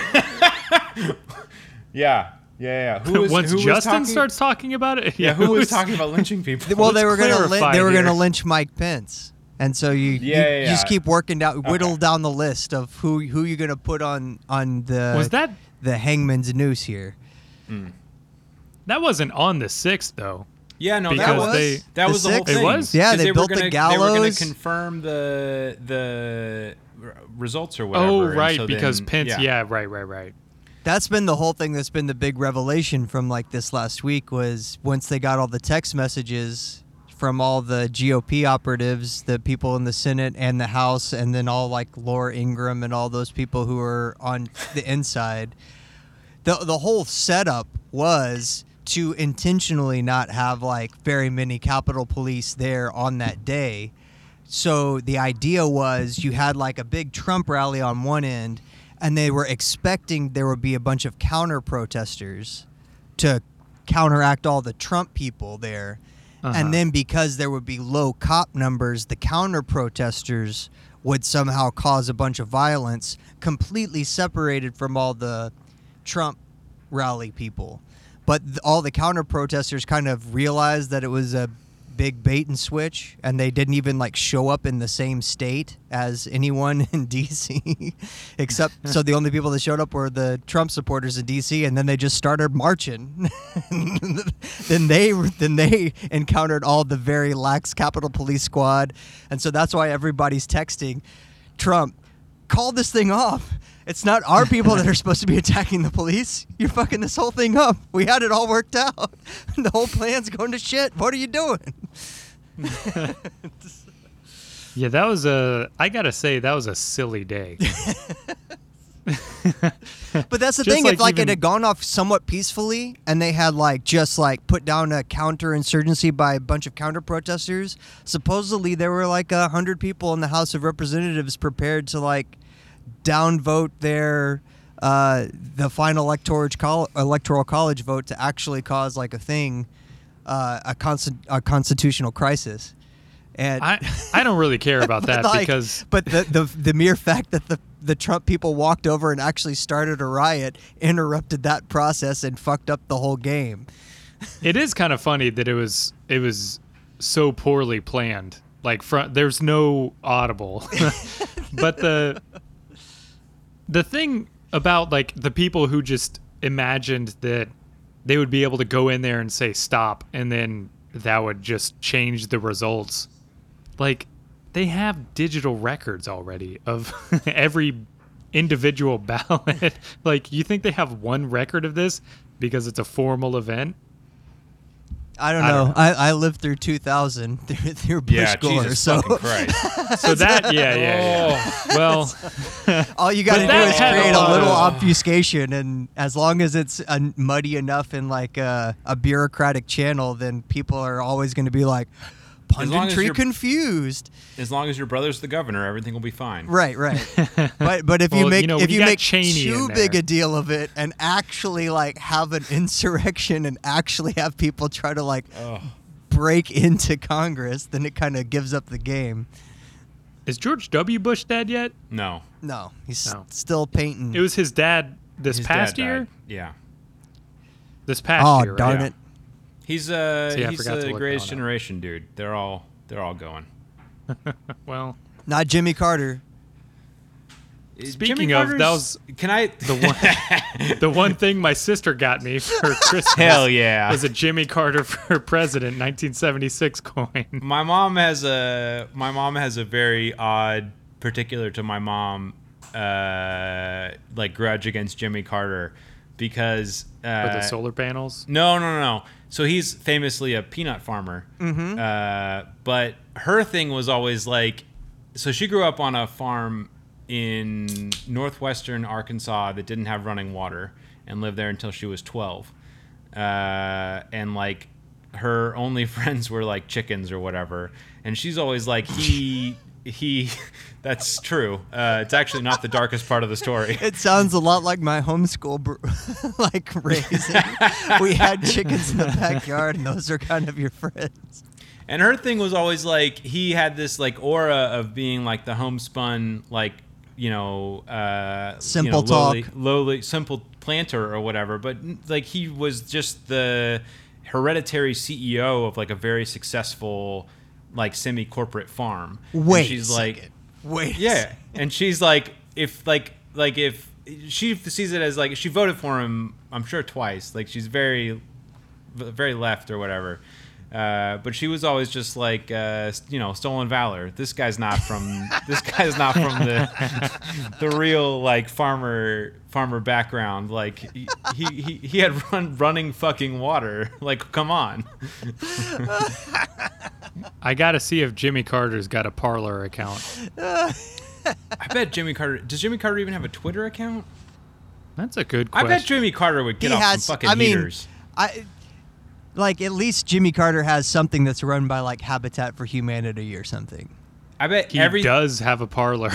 Speaker 3: yeah, yeah, yeah. Who was-
Speaker 2: Once
Speaker 3: who was
Speaker 2: Justin
Speaker 3: talking-
Speaker 2: starts talking about it,
Speaker 3: Yeah, who was
Speaker 2: who's-
Speaker 3: talking about lynching people?
Speaker 1: well,
Speaker 2: Let's
Speaker 1: they were gonna lyn-
Speaker 2: clarify
Speaker 1: they were
Speaker 2: here.
Speaker 1: gonna lynch Mike Pence, and so you, you
Speaker 3: Yeah, yeah,
Speaker 1: just
Speaker 3: yeah.
Speaker 1: keep working down, whittle down the list of who who you're gonna put on on the
Speaker 2: Was that
Speaker 1: the hangman's noose here.
Speaker 2: that wasn't on the sixth though?
Speaker 3: Yeah, no,
Speaker 2: Because
Speaker 3: that was
Speaker 2: they-
Speaker 3: that
Speaker 1: the
Speaker 3: was the whole
Speaker 1: sixth-
Speaker 3: thing.
Speaker 2: It was?
Speaker 1: Yeah,
Speaker 3: 'Cause
Speaker 1: they built
Speaker 3: were
Speaker 1: the
Speaker 3: gonna, They were going
Speaker 1: gallows.
Speaker 3: to confirm the the r- results or whatever.
Speaker 2: Oh
Speaker 3: and
Speaker 2: right,
Speaker 3: so
Speaker 2: because
Speaker 3: then-
Speaker 2: Pence. Yeah. right, right, right.
Speaker 1: That's been the whole thing that's been the big revelation from like this last week was once they got all the text messages from all the GOP operatives, the people in the Senate and the House, and then all like Laura Ingram and all those people who are on the inside. The, the whole setup was to intentionally not have like very many Capitol Police there on that day. So the idea was you had like a big Trump rally on one end, and they were expecting there would be a bunch of counter protesters to counteract all the Trump people there.
Speaker 2: Uh-huh.
Speaker 1: And then because there would be low cop numbers, the counter protesters would somehow cause a bunch of violence, completely separated from all the Trump rally people. But th- all the counter protesters kind of realized that it was a big bait and switch, and they didn't even like show up in the same state as anyone in D.C. Except, so the only people that showed up were the Trump supporters in D.C. And then they just started marching. then they then they encountered all the very lax Capitol Police squad, and so that's why everybody's texting Trump, call this thing off. It's not our people that are supposed to be attacking the police. You're fucking this whole thing up. We had it all worked out. The whole plan's going to shit. What are you doing?
Speaker 2: Yeah, that was a. I gotta say, that was a silly day.
Speaker 1: But that's the
Speaker 2: Just
Speaker 1: thing.
Speaker 2: like
Speaker 1: if like
Speaker 2: even-
Speaker 1: it had gone off somewhat peacefully, and they had like just like put down a counterinsurgency by a bunch of counter protesters, supposedly there were like a hundred people in the House of Representatives prepared to like downvote their uh, the final electoral col- electoral college vote to actually cause like a thing, uh, a, consti- a constitutional crisis. And
Speaker 2: I I don't really care about
Speaker 1: but,
Speaker 2: that
Speaker 1: like,
Speaker 2: because
Speaker 1: but the, the the mere fact that the the Trump people walked over and actually started a riot interrupted that process and fucked up the whole game.
Speaker 2: it is kind of funny that it was it was so poorly planned. Like front, there's no audible, but the the thing about like the people who just imagined that they would be able to go in there and say stop, and then that would just change the results. Like they have digital records already of every individual ballot. like you think they have one record of this because it's a formal event?
Speaker 1: I don't
Speaker 2: I
Speaker 1: know.
Speaker 2: don't
Speaker 1: I,
Speaker 2: know.
Speaker 1: I, lived through 2000 through, through Bush
Speaker 3: Yeah,
Speaker 1: Gore,
Speaker 3: Jesus
Speaker 1: so
Speaker 3: fucking Christ.
Speaker 2: So that, yeah, yeah, yeah.
Speaker 3: Oh.
Speaker 2: Well,
Speaker 1: all you got to
Speaker 2: But
Speaker 1: do
Speaker 2: that
Speaker 1: is
Speaker 2: had a
Speaker 1: create a
Speaker 2: lot
Speaker 1: little
Speaker 2: of-
Speaker 1: obfuscation, and as long as it's uh, muddy enough in like a, a bureaucratic channel, then people are always going to be like
Speaker 3: long as
Speaker 1: punditry
Speaker 3: you're-
Speaker 1: confused.
Speaker 3: As long as your brother's the governor, everything will be fine.
Speaker 1: Right, right. but but if you
Speaker 2: Well,
Speaker 1: make
Speaker 2: you know,
Speaker 1: if
Speaker 2: you
Speaker 1: you
Speaker 2: got
Speaker 1: make
Speaker 2: Cheney
Speaker 1: too
Speaker 2: in
Speaker 1: big
Speaker 2: there.
Speaker 1: a deal of it and actually like have an insurrection and actually have people try to like
Speaker 3: Ugh.
Speaker 1: break into Congress, then it kind of gives up the game.
Speaker 2: is George W. Bush dead yet?
Speaker 3: No.
Speaker 1: No, he's
Speaker 2: No.
Speaker 1: still painting.
Speaker 2: It was his dad this
Speaker 3: His
Speaker 2: past
Speaker 3: dad
Speaker 2: year.
Speaker 3: died. Yeah.
Speaker 2: This past
Speaker 1: oh
Speaker 2: year. right?
Speaker 1: darn
Speaker 3: Yeah.
Speaker 1: it!
Speaker 3: He's uh
Speaker 2: See, I
Speaker 3: he's
Speaker 2: forgot to
Speaker 3: the
Speaker 2: look
Speaker 3: greatest
Speaker 2: that one up.
Speaker 3: generation dude. They're all they're all going.
Speaker 2: Well,
Speaker 1: Not Jimmy Carter.
Speaker 2: Speaking
Speaker 3: Jimmy
Speaker 2: of,
Speaker 3: Carter's-
Speaker 2: that was
Speaker 3: can I the one
Speaker 2: the one thing my sister got me for Christmas
Speaker 3: Hell yeah.
Speaker 2: was a Jimmy Carter for president 1976 coin.
Speaker 3: my mom has a my mom has a very odd particular to my mom uh like grudge against Jimmy Carter because
Speaker 2: For
Speaker 3: uh
Speaker 2: the solar panels.
Speaker 3: No, no, no. no. So he's famously a peanut farmer. Mm-hmm. Uh, but her thing was always like, so she grew up on a farm in northwestern Arkansas that didn't have running water and lived there until she was 12. Uh, and like, her only friends were like chickens or whatever. And she's always like, he, he, that's true. Uh, it's actually not the darkest part of the story.
Speaker 1: It sounds a lot like my homeschool, br- like raising. we had chickens in the backyard, and those are kind of your friends.
Speaker 3: And her thing was always like he had this like aura of being like the homespun like you know uh you know,
Speaker 1: Simple
Speaker 3: lowly,
Speaker 1: talk.
Speaker 3: lowly simple planter or whatever but like he was just the hereditary CEO of like a very successful like semi corporate farm And
Speaker 1: Wait,
Speaker 3: she's
Speaker 1: a
Speaker 3: like
Speaker 1: second. wait, a
Speaker 3: yeah and she's like if like like if she sees it as like she voted for him i'm sure twice like she's very very left or whatever uh, but she was always just like uh, you know stolen valor this guy's not from this guy's not from the the real like farmer farmer background like he he, he, he had run running fucking water like come on
Speaker 2: I got to see if Jimmy Carter's got a parlor account.
Speaker 3: i bet jimmy carter does jimmy carter even have a twitter account
Speaker 2: That's a good
Speaker 3: i
Speaker 2: question.
Speaker 3: bet jimmy carter would get
Speaker 1: he
Speaker 3: off
Speaker 1: has.
Speaker 3: some fucking
Speaker 1: I mean,
Speaker 3: heaters
Speaker 1: I like at least Jimmy Carter has something that's run by like Habitat for Humanity or something.
Speaker 3: I bet
Speaker 2: he
Speaker 3: every
Speaker 2: does have a parlor.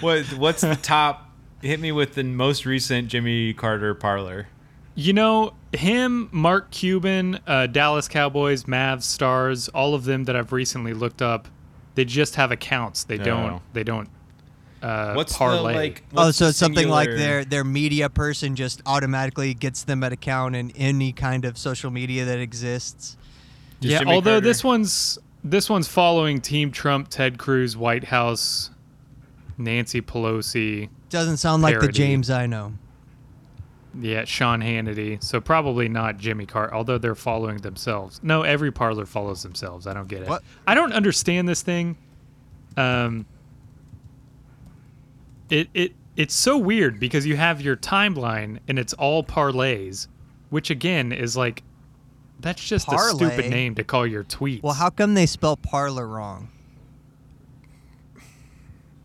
Speaker 3: what what's the top? Hit me with the most recent Jimmy Carter parlor.
Speaker 2: You know, him, Mark Cuban, uh, Dallas Cowboys, Mavs, Stars, all of them that I've recently looked up, they just have accounts. They
Speaker 3: Oh.
Speaker 2: don't. They don't. Uh,
Speaker 3: What's
Speaker 2: parlay.
Speaker 3: the like?
Speaker 1: Oh,
Speaker 3: what's
Speaker 1: so
Speaker 3: the
Speaker 1: it's something like
Speaker 3: singular-
Speaker 1: their their media person just automatically gets them an account in any kind of social media that exists.
Speaker 3: Just
Speaker 2: yeah,
Speaker 3: Jimmy
Speaker 2: although
Speaker 3: Carter.
Speaker 2: this one's this one's following Team Trump, Ted Cruz, White House, Nancy Pelosi,
Speaker 1: Doesn't sound like the
Speaker 2: Parody.
Speaker 1: James I know.
Speaker 2: yeah, Sean Hannity. So probably not Jimmy Carter, although they're following themselves. No, every parlor follows themselves. I don't get it.
Speaker 1: What?
Speaker 2: I don't understand this thing. Um it it it's so weird because you have your timeline and it's all parlays, which again is like that's just a
Speaker 1: Parlay?
Speaker 2: stupid name to call your tweets.
Speaker 1: Well, how come they spell parlor wrong?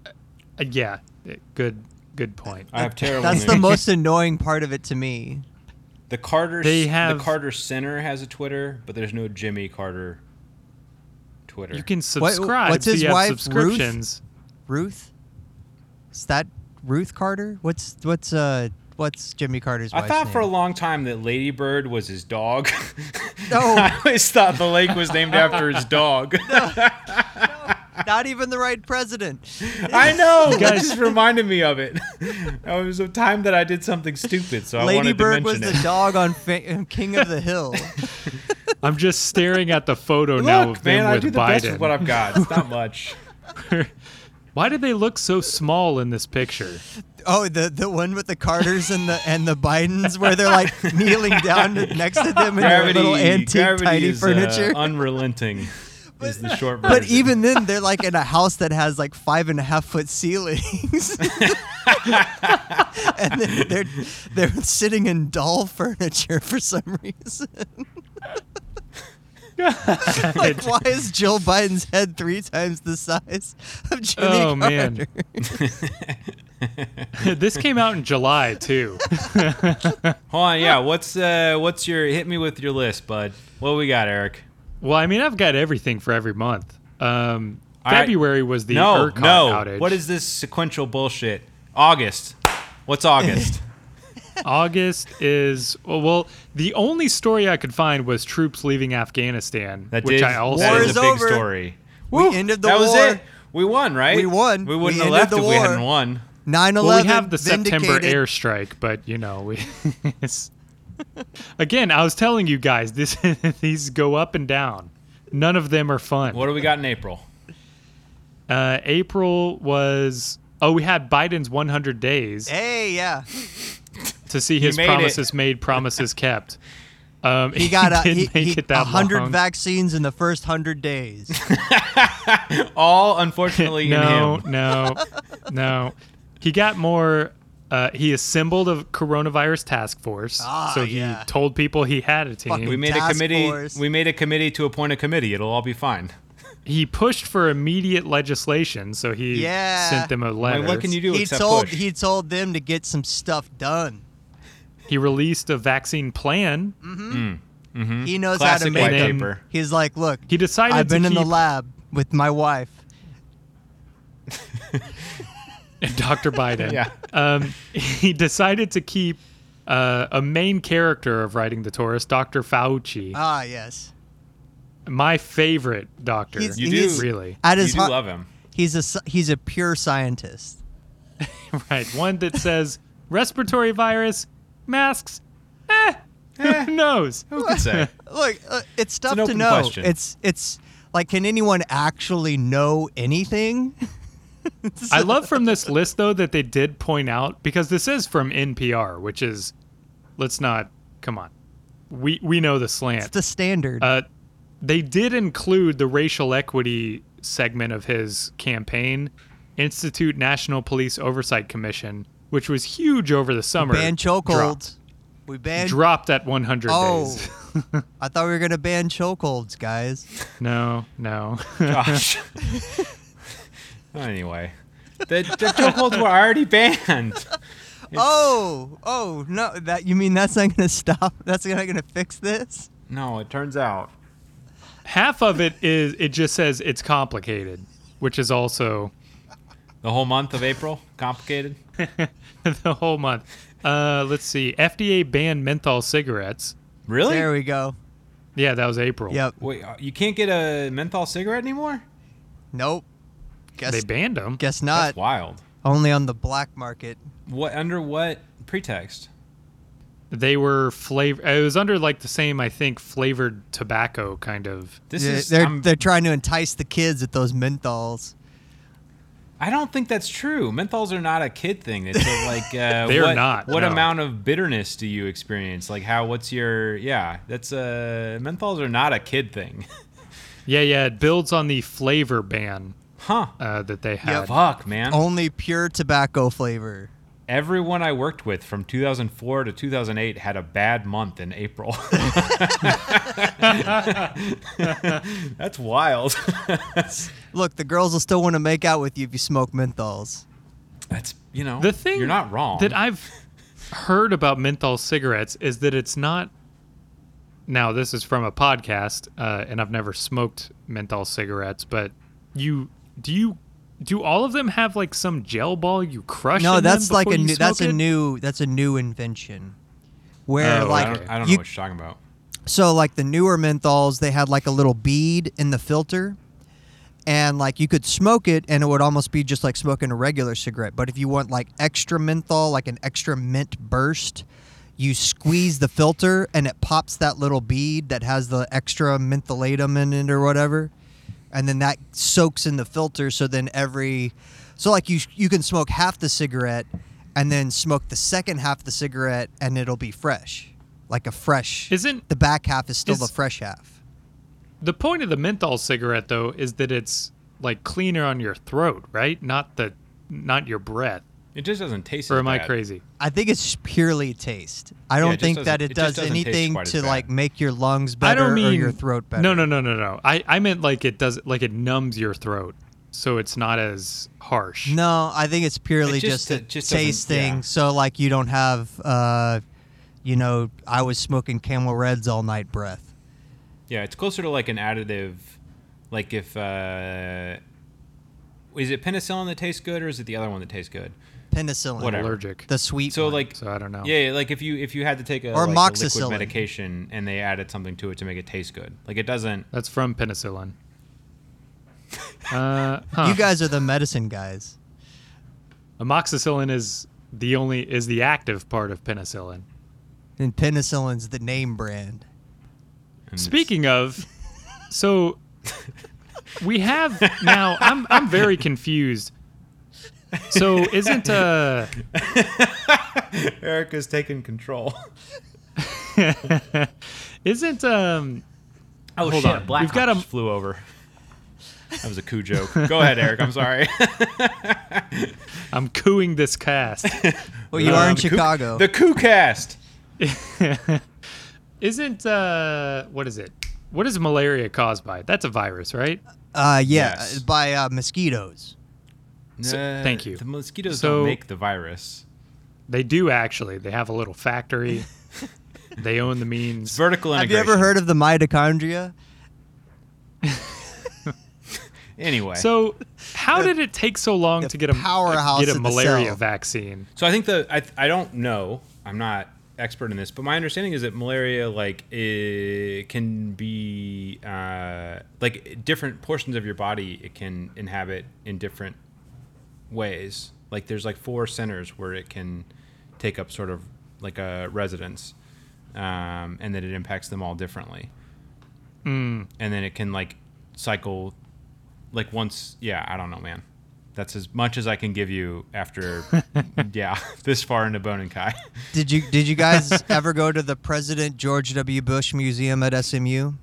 Speaker 2: Uh, yeah, uh, good good point.
Speaker 3: I have terrible.
Speaker 1: That's the
Speaker 3: news.
Speaker 1: most annoying part of it to me.
Speaker 3: The Carter.
Speaker 2: They
Speaker 3: the
Speaker 2: have-
Speaker 3: Carter Center has a Twitter, but there's no Jimmy Carter Twitter.
Speaker 2: You can
Speaker 1: What-
Speaker 2: subscribe.
Speaker 1: what's
Speaker 2: so
Speaker 1: his
Speaker 2: you have
Speaker 1: wife, Ruth?
Speaker 2: subscriptions.
Speaker 1: Ruth? Is that Ruth Carter? What's what's uh what's Jimmy Carter's
Speaker 3: I
Speaker 1: wife's
Speaker 3: thought
Speaker 1: name?
Speaker 3: for a long time that Ladybird was his dog.
Speaker 1: No.
Speaker 3: I always thought the lake was named after his dog.
Speaker 1: Not even the right president.
Speaker 3: I know.
Speaker 2: You
Speaker 3: That
Speaker 2: guys-
Speaker 3: just reminded me of it. It was a time that I did something stupid, so I wanted to
Speaker 1: Ladybird
Speaker 3: mention
Speaker 1: was
Speaker 3: it.
Speaker 1: the dog on fa- um, King of the Hill.
Speaker 2: I'm just staring at the photo now
Speaker 3: Look,
Speaker 2: of
Speaker 3: man,
Speaker 2: them
Speaker 3: I
Speaker 2: with
Speaker 3: do the
Speaker 2: Biden.
Speaker 3: best with what I've got. It's not much.
Speaker 2: Why did they look so small in this picture?
Speaker 1: Oh, the the one with the Carters and the and the Bidens, where they're like kneeling down next to them in their little antique
Speaker 3: gravity
Speaker 1: tiny
Speaker 3: is, uh,
Speaker 1: furniture.
Speaker 3: unrelenting is the short version.
Speaker 1: but even then, they're like in a house that has like five and a half foot ceilings, and then they're they're sitting in doll furniture for some reason. like, why is Joe Biden's head three times the size of Jimmy
Speaker 2: Oh,
Speaker 1: Carter?
Speaker 2: man. this came out in July too.
Speaker 3: Hold on, yeah. What's uh, what's your hit me with your list, bud? What we got, Eric?
Speaker 2: Well, I mean, I've got everything for every month. Um,
Speaker 3: All right.
Speaker 2: February was the
Speaker 3: no,
Speaker 2: ERCOT
Speaker 3: no.
Speaker 2: outage.
Speaker 3: What is this sequential bullshit? August. What's August?
Speaker 2: August? Is well, well, the only story I could find was troops leaving Afghanistan,
Speaker 3: That
Speaker 2: which
Speaker 3: did.
Speaker 2: I also
Speaker 3: that
Speaker 1: War
Speaker 3: is,
Speaker 1: is
Speaker 3: a big
Speaker 1: over.
Speaker 3: story.
Speaker 1: We
Speaker 3: Woo,
Speaker 1: ended the
Speaker 3: that was
Speaker 1: war.
Speaker 3: it. We won, right?
Speaker 1: We won.
Speaker 3: We
Speaker 1: We
Speaker 3: wouldn't have
Speaker 1: ended
Speaker 3: left
Speaker 1: the
Speaker 3: if we
Speaker 1: war.
Speaker 3: hadn't won.
Speaker 1: 9
Speaker 2: Well,
Speaker 1: 11.
Speaker 2: we have the September airstrike, but you know, we. it's- again, I was telling you guys, this these go up and down. None of them are fun.
Speaker 3: What do we got in April?
Speaker 2: Uh, April was. Oh, we had Biden's 100 days
Speaker 1: Hey, yeah.
Speaker 2: to see his
Speaker 3: made it.
Speaker 2: promises made, promises kept. Um,
Speaker 1: He got a, he,
Speaker 2: didn't make
Speaker 1: he,
Speaker 2: it that
Speaker 1: 100
Speaker 2: long.
Speaker 1: vaccines in the first 100 days.
Speaker 3: All unfortunately
Speaker 2: no,
Speaker 3: in him.
Speaker 2: no, no. He got more. Uh, he assembled a coronavirus task force,
Speaker 1: Ah,
Speaker 2: so he
Speaker 1: yeah.
Speaker 2: told people he had a team.
Speaker 1: Fucking
Speaker 3: We made a
Speaker 1: Task
Speaker 3: committee.
Speaker 1: force.
Speaker 3: We made a committee to appoint a committee. It'll all be fine.
Speaker 2: he pushed for immediate legislation, so he
Speaker 1: Yeah.
Speaker 2: sent them a letter.
Speaker 3: Like, what can you do
Speaker 1: he
Speaker 3: except
Speaker 1: told
Speaker 3: push?
Speaker 1: he told them to get some stuff done.
Speaker 2: He released a vaccine plan.
Speaker 1: Mm-hmm. He knows how to
Speaker 3: Mm. Mm-hmm. Classic
Speaker 1: make
Speaker 3: white
Speaker 2: it.
Speaker 1: them.
Speaker 3: paper.
Speaker 1: He's like, look,
Speaker 2: He decided
Speaker 1: I've been
Speaker 2: to
Speaker 1: in
Speaker 2: keep
Speaker 1: the lab with my wife.
Speaker 2: Dr. Biden.
Speaker 3: Yeah.
Speaker 2: Um, he decided to keep uh, a main character of writing the Taurus, Dr. Fauci,
Speaker 1: Ah, yes.
Speaker 2: my favorite doctor.
Speaker 1: He's-
Speaker 3: You
Speaker 1: he's-
Speaker 3: do
Speaker 2: really.
Speaker 1: At
Speaker 3: You
Speaker 1: his
Speaker 3: do
Speaker 1: heart,
Speaker 3: love him.
Speaker 1: he's a s- he's a pure scientist.
Speaker 2: right. One that says respiratory virus, masks, eh, who knows?
Speaker 3: Who could say?
Speaker 1: Look, uh, it's tough
Speaker 3: an
Speaker 1: to
Speaker 3: open
Speaker 1: know.
Speaker 3: question.
Speaker 1: It's it's like, can anyone actually know anything?
Speaker 2: I love from this list though that they did point out because this is from NPR, which is let's not come on. We we know the
Speaker 1: It's
Speaker 2: slant.
Speaker 1: the standard.
Speaker 2: Uh, they did include the racial equity segment of his campaign, Institute National Police Oversight Commission, which was huge over the summer.
Speaker 1: ban
Speaker 2: dropped-
Speaker 1: chokeholds. We ban.
Speaker 2: Dropped at 100
Speaker 1: oh,
Speaker 2: days.
Speaker 1: I thought we were gonna ban chokeholds, guys.
Speaker 2: No, no.
Speaker 3: Gosh. anyway, the, the chokeholds were already banned.
Speaker 1: Oh, oh no! That you mean that's not gonna stop? That's not gonna fix this?
Speaker 3: No, it turns out.
Speaker 2: Half of it is it just says it's complicated, which is also
Speaker 3: The whole month of April, complicated.
Speaker 2: the whole month. Uh, let's see. FDA banned menthol cigarettes.
Speaker 3: Really?
Speaker 1: There we go.
Speaker 2: Yeah, that was April.
Speaker 1: Yep.
Speaker 3: Wait, uh, you can't get a menthol cigarette anymore?
Speaker 1: Nope. Guess
Speaker 2: They banned them.
Speaker 1: guess not.
Speaker 3: That's wild.
Speaker 1: Only on the black market.
Speaker 3: What under what pretext?
Speaker 2: They were flavor. It was under like the same, I think, flavored tobacco kind of.
Speaker 3: This
Speaker 1: Yeah,
Speaker 3: is
Speaker 1: they're
Speaker 3: I'm-
Speaker 1: they're trying to entice the kids with those menthols.
Speaker 3: I don't think that's true. Menthols are not a kid thing. It's a, like uh,
Speaker 2: They're
Speaker 3: what,
Speaker 2: not,
Speaker 3: What
Speaker 2: no.
Speaker 3: amount of bitterness do you experience? Like how? What's your? Yeah, that's uh, menthols are not a kid thing,
Speaker 2: Yeah, yeah. It builds on the flavor ban
Speaker 3: huh?
Speaker 2: uh, that they had.
Speaker 3: Fuck, man.
Speaker 1: Only pure tobacco flavor.
Speaker 3: Everyone I worked with from 2004 to 2008 had a bad month in April. that's wild.
Speaker 1: Look, the girls will still want to make out with you if you smoke menthols.
Speaker 3: that's you know.
Speaker 2: The thing
Speaker 3: you're not wrong.
Speaker 2: that I've heard about menthol cigarettes is that it's not. Now this is from a podcast, uh, and I've never smoked menthol cigarettes. But you do you do all of them have like some gel ball you crush? in
Speaker 1: No,
Speaker 2: them
Speaker 1: that's like
Speaker 2: before
Speaker 1: a
Speaker 2: you
Speaker 1: new, that's
Speaker 2: smoke
Speaker 1: a
Speaker 2: it?
Speaker 1: new that's a new invention. Where
Speaker 2: Oh,
Speaker 3: I
Speaker 1: like
Speaker 3: don't, I don't
Speaker 1: you-
Speaker 3: know what you're talking about.
Speaker 1: so like the newer menthols, they had like a little bead in the filter, and like you could smoke it, and it would almost be just like smoking a regular cigarette. But if you want like extra menthol, like an extra mint burst, you squeeze the filter, and it pops that little bead that has the extra mentholatum in it or whatever, and then that soaks in the filter. So then every, so like you you can smoke half the cigarette, and then smoke the second half of the cigarette, and it'll be fresh, like a fresh
Speaker 2: Isn't
Speaker 1: the back half is still
Speaker 2: Is-
Speaker 1: the fresh half.
Speaker 2: The point of the menthol cigarette, though, is that it's like cleaner on your throat, right? Not the, not your breath.
Speaker 3: It just doesn't taste.
Speaker 2: Or
Speaker 3: as
Speaker 2: am I
Speaker 3: bad.
Speaker 2: crazy?
Speaker 1: I think it's purely taste. I don't
Speaker 3: it just
Speaker 1: think that
Speaker 3: doesn't-
Speaker 1: it
Speaker 3: it just
Speaker 1: does
Speaker 3: doesn't taste
Speaker 1: anything
Speaker 3: quite as
Speaker 1: to
Speaker 3: bad.
Speaker 1: like make your lungs
Speaker 2: I
Speaker 1: better
Speaker 2: don't mean
Speaker 1: or your throat better.
Speaker 2: No, no, no, no, no. I I meant like it does, like it numbs your throat, so it's not as harsh.
Speaker 1: No, I think it's purely
Speaker 3: It
Speaker 1: just,
Speaker 3: just-
Speaker 1: a
Speaker 3: it just doesn't-
Speaker 1: taste thing.
Speaker 3: yeah.
Speaker 1: So like you don't have, uh, you know, I was smoking Camel Reds all night breath.
Speaker 3: Yeah, it's closer to like an additive. Like if uh, is it penicillin that tastes good or is it the other one that tastes good?
Speaker 1: Penicillin.
Speaker 2: I'm
Speaker 3: Whatever.
Speaker 2: allergic.
Speaker 1: The sweet.
Speaker 3: So
Speaker 1: one.
Speaker 3: like
Speaker 2: So I don't know.
Speaker 3: Yeah, like if you if you had to take a,
Speaker 1: Or
Speaker 3: like, a
Speaker 1: amoxicillin.
Speaker 3: liquid medication and they added something to it to make it taste good. Like it doesn't.
Speaker 2: That's from penicillin. Uh, huh.
Speaker 1: you guys are the medicine guys.
Speaker 2: amoxicillin is the only is the active part of penicillin.
Speaker 1: And penicillin's the name brand.
Speaker 3: and
Speaker 2: Speaking of, so we have now. I'm I'm very confused. So isn't uh
Speaker 3: it's- Erica's taking control.
Speaker 2: isn't um
Speaker 3: Oh
Speaker 2: Hold
Speaker 3: shit!
Speaker 2: on.
Speaker 3: Black
Speaker 2: We've got
Speaker 3: Ops
Speaker 2: a-
Speaker 3: flew over. That was a coup joke. Go ahead, Eric. I'm sorry.
Speaker 2: I'm cooing this cast.
Speaker 1: Well,
Speaker 2: Uh,
Speaker 1: you are in
Speaker 3: Um, coup-
Speaker 1: Chicago.
Speaker 3: The coup cast.
Speaker 2: isn't uh what is it? What is malaria caused by? That's a virus, right?
Speaker 1: uh, yeah,
Speaker 3: Yes.
Speaker 1: uh, by uh, mosquitoes.
Speaker 2: So-
Speaker 3: Nah,
Speaker 2: thank you.
Speaker 3: The mosquitoes
Speaker 2: So-
Speaker 3: don't make the virus.
Speaker 2: They do actually. They have a little factory. they own the means.
Speaker 3: It's vertical
Speaker 1: Have you
Speaker 3: integration.
Speaker 1: ever heard of the mitochondria?
Speaker 3: Anyway, so,
Speaker 2: So, how did it take so long
Speaker 1: the
Speaker 2: to get a
Speaker 1: powerhouse
Speaker 2: get
Speaker 1: of
Speaker 2: a
Speaker 1: the
Speaker 2: malaria
Speaker 1: cell.
Speaker 2: vaccine?
Speaker 3: I think the I, I don't know. I'm not expert in this, but my understanding is that malaria like it can be uh, like different portions of your body it can inhabit in different ways. Like there's like four centers where it can take up sort of like a residence, um, and that it impacts them all differently. And then it can like cycle, like once. Yeah, I don't know, man. That's as much as I can give you after, yeah, this far into Bone and Kai.
Speaker 1: Did you did you guys ever go to the President George W. Bush Museum at SMU?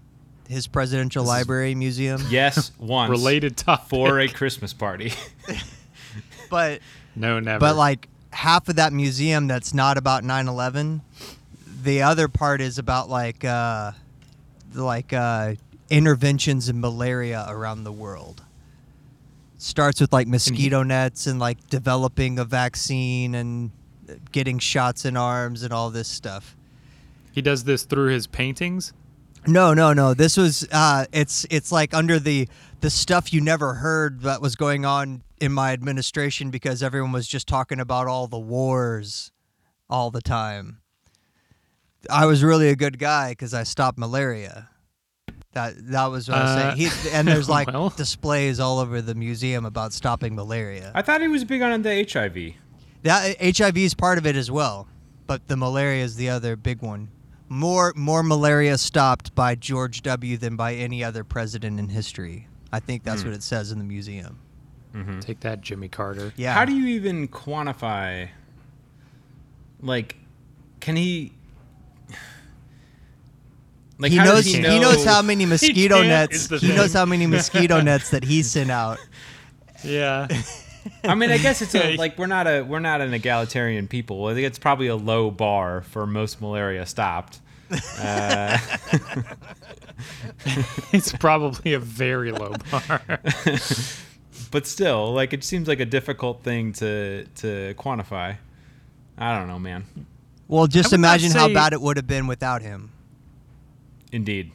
Speaker 1: His Presidential Library Museum.
Speaker 3: Yes, once
Speaker 2: Related topic.
Speaker 3: for a Christmas party.
Speaker 1: But
Speaker 2: no, never.
Speaker 1: but like half of that museum that's not about 9/11, the other part is about like uh like uh interventions in malaria around the world. Starts with like mosquito nets and like developing a vaccine and getting shots in arms and all this stuff.
Speaker 2: he does this through his paintings.
Speaker 1: No, no, no. This was uh, it's it's like under the the stuff you never heard that was going on in my administration because everyone was just talking about all the wars all the time. I was really a good guy because I stopped malaria. That that was what I was saying.
Speaker 2: Uh,
Speaker 1: He, and there's like
Speaker 2: well.
Speaker 1: displays all over the museum about stopping malaria.
Speaker 3: I thought he was big on the HIV.
Speaker 1: That HIV is part of it as well, but the malaria is the other big one. More more malaria stopped by George W. than by any other president in history. I think that's what it says in the museum.
Speaker 2: Take that, Jimmy Carter.
Speaker 1: Yeah.
Speaker 3: How do you even quantify? Like, can he? Like,
Speaker 1: he
Speaker 3: how
Speaker 1: knows
Speaker 3: does
Speaker 1: he,
Speaker 3: know,
Speaker 1: knows how many mosquito
Speaker 2: can't
Speaker 1: nets
Speaker 2: is the
Speaker 1: he knows
Speaker 2: thing.
Speaker 1: how many mosquito nets that he sent out.
Speaker 2: Yeah.
Speaker 3: I mean, I guess it's a,
Speaker 2: Yeah.
Speaker 3: like we're not a we're not an egalitarian people. I think it's probably a low bar for most malaria stopped. Uh,
Speaker 2: it's probably a very low bar.
Speaker 3: but still, like it seems like a difficult thing to to quantify. I don't know, man.
Speaker 1: Well,
Speaker 2: I
Speaker 1: just
Speaker 2: would not
Speaker 1: imagine how
Speaker 2: say-
Speaker 1: bad it would have been without him.
Speaker 3: Indeed.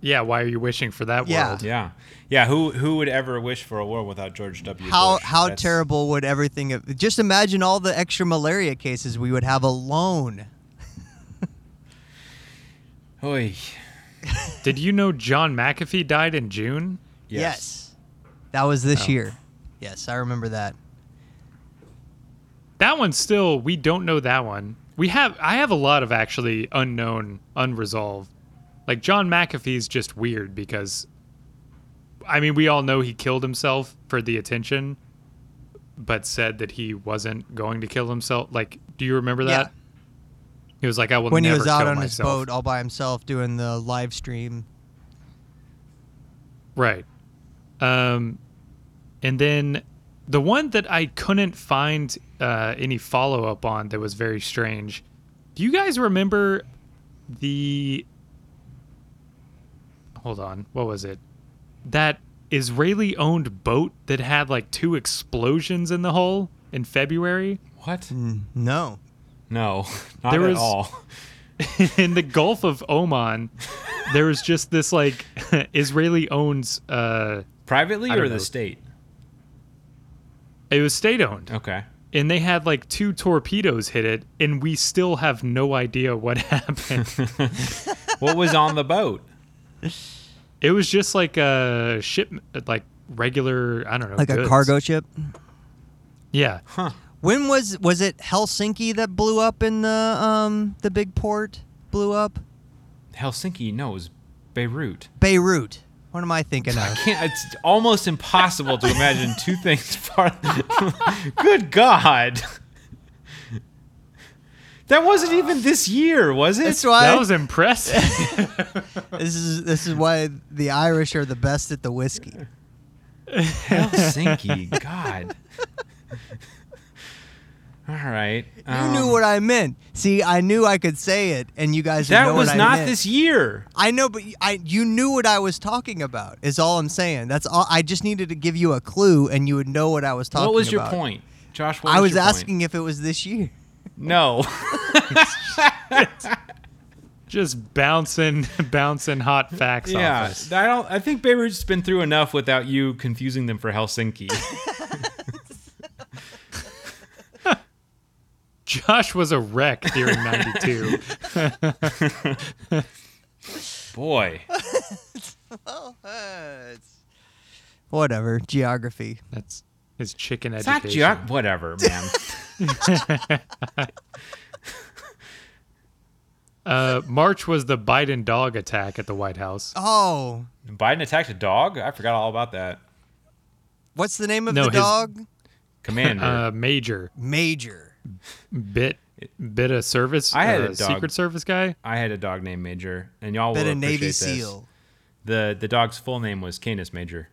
Speaker 2: Yeah, why are you wishing for that
Speaker 1: Yeah.
Speaker 2: world?
Speaker 3: Yeah. Yeah, who who would ever wish for a war without George W.
Speaker 1: How
Speaker 3: Bush?
Speaker 1: how
Speaker 3: That's-
Speaker 1: terrible would everything have, just imagine all the extra malaria cases we would have alone.
Speaker 3: Oy.
Speaker 2: Did you know John McAfee died in June?
Speaker 1: Yes.
Speaker 3: Yes.
Speaker 1: That was this
Speaker 3: Oh.
Speaker 1: year. Yes, I remember that.
Speaker 2: That one still we don't know that one. We have I have a lot of actually unknown, unresolved. Like John McAfee's just weird because I mean, we all know he killed himself for the attention, but said that he wasn't going to kill himself. Like, do you remember
Speaker 1: Yeah.
Speaker 2: that? He was like, I will
Speaker 1: when he
Speaker 2: never
Speaker 1: was out
Speaker 2: kill
Speaker 1: on his
Speaker 2: myself.
Speaker 1: boat all by himself doing the live stream.
Speaker 2: Right. Um, and then the one that I couldn't find uh, any follow up on that was very strange. Do you guys remember the. Hold on. What was it? That Israeli owned boat that had like two explosions in the hull in February
Speaker 3: What?
Speaker 1: N- No.
Speaker 3: No.
Speaker 2: Hmm.
Speaker 3: Not
Speaker 2: There
Speaker 3: at
Speaker 2: was-
Speaker 3: all.
Speaker 2: in the Gulf of Oman. There was just this like Israeli owns. Uh,
Speaker 3: Privately
Speaker 2: I
Speaker 3: or
Speaker 2: don't
Speaker 3: the
Speaker 2: know.
Speaker 3: state?
Speaker 2: it was state owned.
Speaker 3: Okay.
Speaker 2: and they had like two torpedoes hit it, and we still have no idea what happened.
Speaker 3: What was on the boat?
Speaker 2: it was just like a ship, like regular, I don't know,
Speaker 1: Like a
Speaker 2: goods.
Speaker 1: cargo ship.
Speaker 2: Yeah,
Speaker 3: Huh.
Speaker 1: When was was it Helsinki that blew up in the um the big port blew up?
Speaker 3: Helsinki knows Beirut.
Speaker 1: Beirut. What am I thinking
Speaker 3: I
Speaker 1: of?
Speaker 3: can't it's almost impossible to imagine two things far Good God. That wasn't even this year, was it?
Speaker 1: That's why
Speaker 2: that was impressive.
Speaker 1: this is this is why the Irish are the best at the whiskey.
Speaker 3: Helsinki, God. All right. um,
Speaker 1: You knew what I meant. See, I knew I could say it, and you guys would
Speaker 3: that
Speaker 1: know
Speaker 3: was
Speaker 1: what I
Speaker 3: not
Speaker 1: meant.
Speaker 3: this year.
Speaker 1: I know, but you- I you knew what I was talking about. Is all I'm saying. That's all. I just needed to give you a clue, and you would know what I was talking.
Speaker 3: What was your
Speaker 1: about.
Speaker 3: point, Josh? What
Speaker 1: I was
Speaker 3: your point?
Speaker 1: asking if it was this year.
Speaker 3: No.
Speaker 2: just bouncing, bouncing hot facts off
Speaker 3: yeah,
Speaker 2: us.
Speaker 3: I don't. I think Beirut's been through enough without you confusing them for Helsinki.
Speaker 2: Josh was a wreck during '92.
Speaker 3: Boy,
Speaker 1: Uh, Whatever geography.
Speaker 2: That's his chicken
Speaker 3: it's not
Speaker 2: education.
Speaker 3: Jack. Whatever, man.
Speaker 2: uh, March was the Biden dog attack at the White House.
Speaker 1: Oh,
Speaker 3: Biden attacked a dog. I forgot all about that.
Speaker 1: what's the name of
Speaker 2: No,
Speaker 1: the
Speaker 2: his-
Speaker 1: dog?
Speaker 3: Commander.
Speaker 2: Uh, major
Speaker 1: Major.
Speaker 2: bit bit of service.
Speaker 3: I had
Speaker 2: uh,
Speaker 3: a dog.
Speaker 2: Secret Service guy.
Speaker 3: I had a dog named Major, and y'all
Speaker 1: Been
Speaker 3: will
Speaker 1: a
Speaker 3: appreciate
Speaker 1: Navy
Speaker 3: this.
Speaker 1: SEAL.
Speaker 3: The the dog's full name was Canis Major.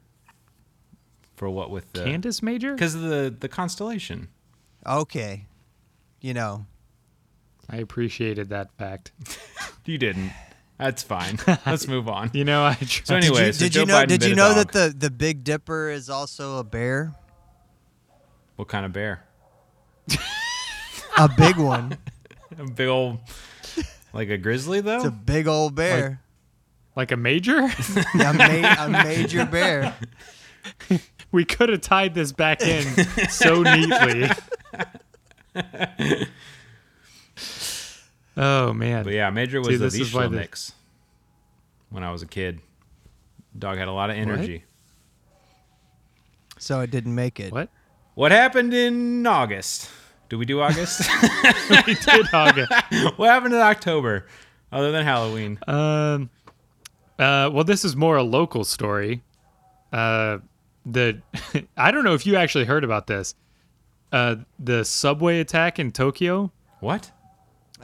Speaker 3: For what with the
Speaker 2: Candace Major.
Speaker 3: because of the the constellation.
Speaker 1: Okay, you know.
Speaker 2: I appreciated that fact.
Speaker 3: You didn't. That's fine. Let's move on.
Speaker 2: You know, I tried.
Speaker 3: So
Speaker 1: did you,
Speaker 3: anyway, so
Speaker 1: did
Speaker 3: Joe
Speaker 1: you know?
Speaker 3: Biden
Speaker 1: did
Speaker 3: bit
Speaker 1: you
Speaker 3: a
Speaker 1: know
Speaker 3: dog.
Speaker 1: that the the Big Dipper is also a bear?
Speaker 3: what kind of bear?
Speaker 1: A big one.
Speaker 3: A big old, like a grizzly though.
Speaker 1: It's a big old bear.
Speaker 2: like a major?
Speaker 1: Yeah, a, ma- a major bear.
Speaker 2: we could have tied this back in so neatly. oh man.
Speaker 3: But yeah, Major was
Speaker 2: See,
Speaker 3: the
Speaker 2: this is why
Speaker 3: Vishal
Speaker 2: the-
Speaker 3: mix when I was a kid. Dog had a lot of energy.
Speaker 1: So it didn't make it.
Speaker 2: What?
Speaker 3: What, happened in August? Did we do August?
Speaker 2: We did Haga.
Speaker 3: what happened in October other than Halloween?
Speaker 2: Um, uh, well, this is more a local story. Uh, the I don't know if you actually heard about this. Uh, the subway attack in Tokyo
Speaker 3: what?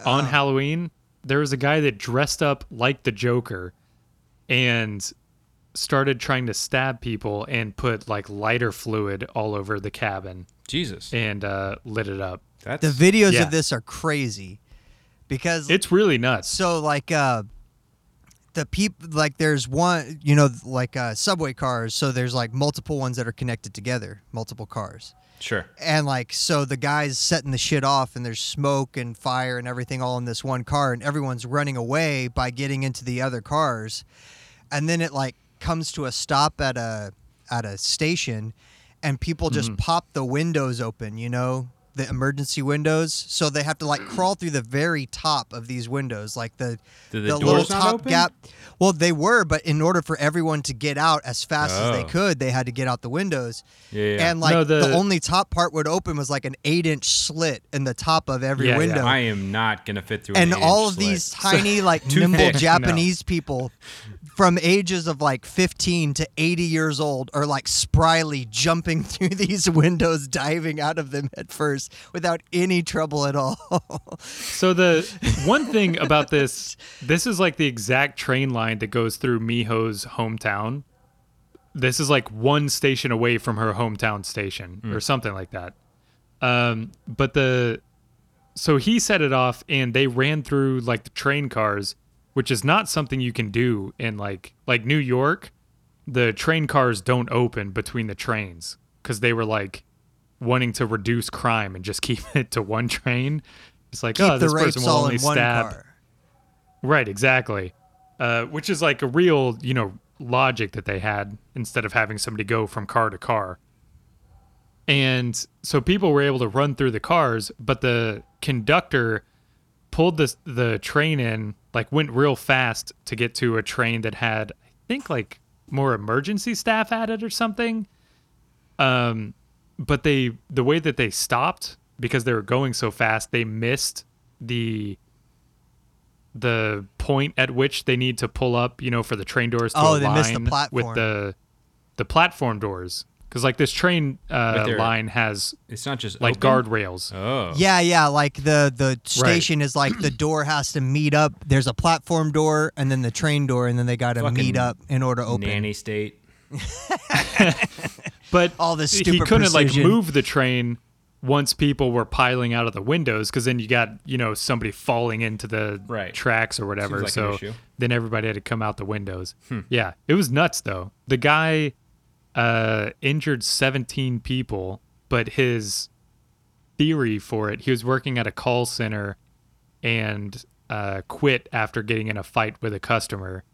Speaker 2: on Halloween. There was a guy that dressed up like the Joker, and started trying to stab people and put like lighter fluid all over the cabin
Speaker 3: Jesus.
Speaker 2: and uh, lit it up.
Speaker 3: That's
Speaker 1: The videos
Speaker 2: Yeah.
Speaker 1: of this are crazy because
Speaker 2: It's really nuts.
Speaker 1: so like uh the people like there's one you know like uh subway cars so there's like multiple ones that are connected together multiple cars
Speaker 3: sure.
Speaker 1: and like so the guy's setting the shit off and there's smoke and fire and everything all in this one car and everyone's running away by getting into the other cars and then it like comes to a stop at a at a station and people
Speaker 3: Mm-hmm.
Speaker 1: just pop the windows open you know the emergency windows so they have to like crawl through the very top of these windows like the
Speaker 3: Did the
Speaker 1: the
Speaker 3: doors
Speaker 1: little
Speaker 3: not
Speaker 1: top
Speaker 3: open?
Speaker 1: gap well they were but in order for everyone to get out as fast as they
Speaker 3: Oh.
Speaker 1: could they had to get out the windows
Speaker 3: Yeah, yeah, yeah.
Speaker 1: and like
Speaker 2: No,
Speaker 1: the,
Speaker 2: the-
Speaker 1: only top part would open was like an eight inch slit in the top of every
Speaker 2: Yeah, yeah.
Speaker 1: window.
Speaker 3: I am not gonna fit through.
Speaker 1: uh, and
Speaker 3: an
Speaker 1: all
Speaker 3: eight-inch
Speaker 1: of these
Speaker 3: slit.
Speaker 1: tiny, like
Speaker 3: Too
Speaker 1: nimble
Speaker 3: thick. No.
Speaker 1: Japanese people from ages of like 15 to 80 years old are like spryly jumping through these windows, diving out of them at first without any trouble at all.
Speaker 2: So the one thing about this, this is like the exact train line that goes through Miho's hometown. This is like one station away from her hometown station
Speaker 1: Mm.
Speaker 2: or something like that. Um, but the so he set it off and they ran through like the train cars, which is not something you can do in like like New York. The train cars don't open between the trains because they were like wanting to reduce crime and just keep it to one train. It's like,
Speaker 1: Keep
Speaker 2: oh,
Speaker 1: the
Speaker 2: this person
Speaker 1: rapes
Speaker 2: will
Speaker 1: all
Speaker 2: only
Speaker 1: in one
Speaker 2: stab.
Speaker 1: car.
Speaker 2: Right, exactly. Uh, which is like a real, you know, logic that they had instead of having somebody go from car to car. And so people were able to run through the cars, but the conductor pulled the the train in, like went real fast to get to a train that had, I think, like more emergency staff at it or something. Um, but they the way that they stopped because they were going so fast, they missed the the point at which they need to pull up, you know, for the train doors to
Speaker 1: Oh, they
Speaker 2: align
Speaker 1: missed the
Speaker 2: with
Speaker 1: platform.
Speaker 2: the the platform doors because like this train uh,
Speaker 3: But they're-
Speaker 2: line has
Speaker 3: It's not just
Speaker 2: like
Speaker 3: open?
Speaker 2: guardrails.
Speaker 3: Oh.
Speaker 1: Yeah, yeah. Like the the station is like the door has to meet up. There's a platform door and then the train door, and then they got to
Speaker 3: Fucking
Speaker 1: meet up in order to open.
Speaker 3: Nanny state.
Speaker 2: But
Speaker 1: All this
Speaker 2: he
Speaker 1: stupid
Speaker 2: couldn't like
Speaker 1: precision.
Speaker 2: move the train once people were piling out of the windows because then you got you know somebody falling into the
Speaker 3: Right.
Speaker 2: tracks or whatever.
Speaker 3: Seems like an
Speaker 2: so
Speaker 3: issue. Hmm.
Speaker 2: then everybody had to come out the windows. Yeah, it was nuts though. The guy uh, injured 17 people, but his theory for it, he was working at a call center and uh, quit after getting in a fight with a customer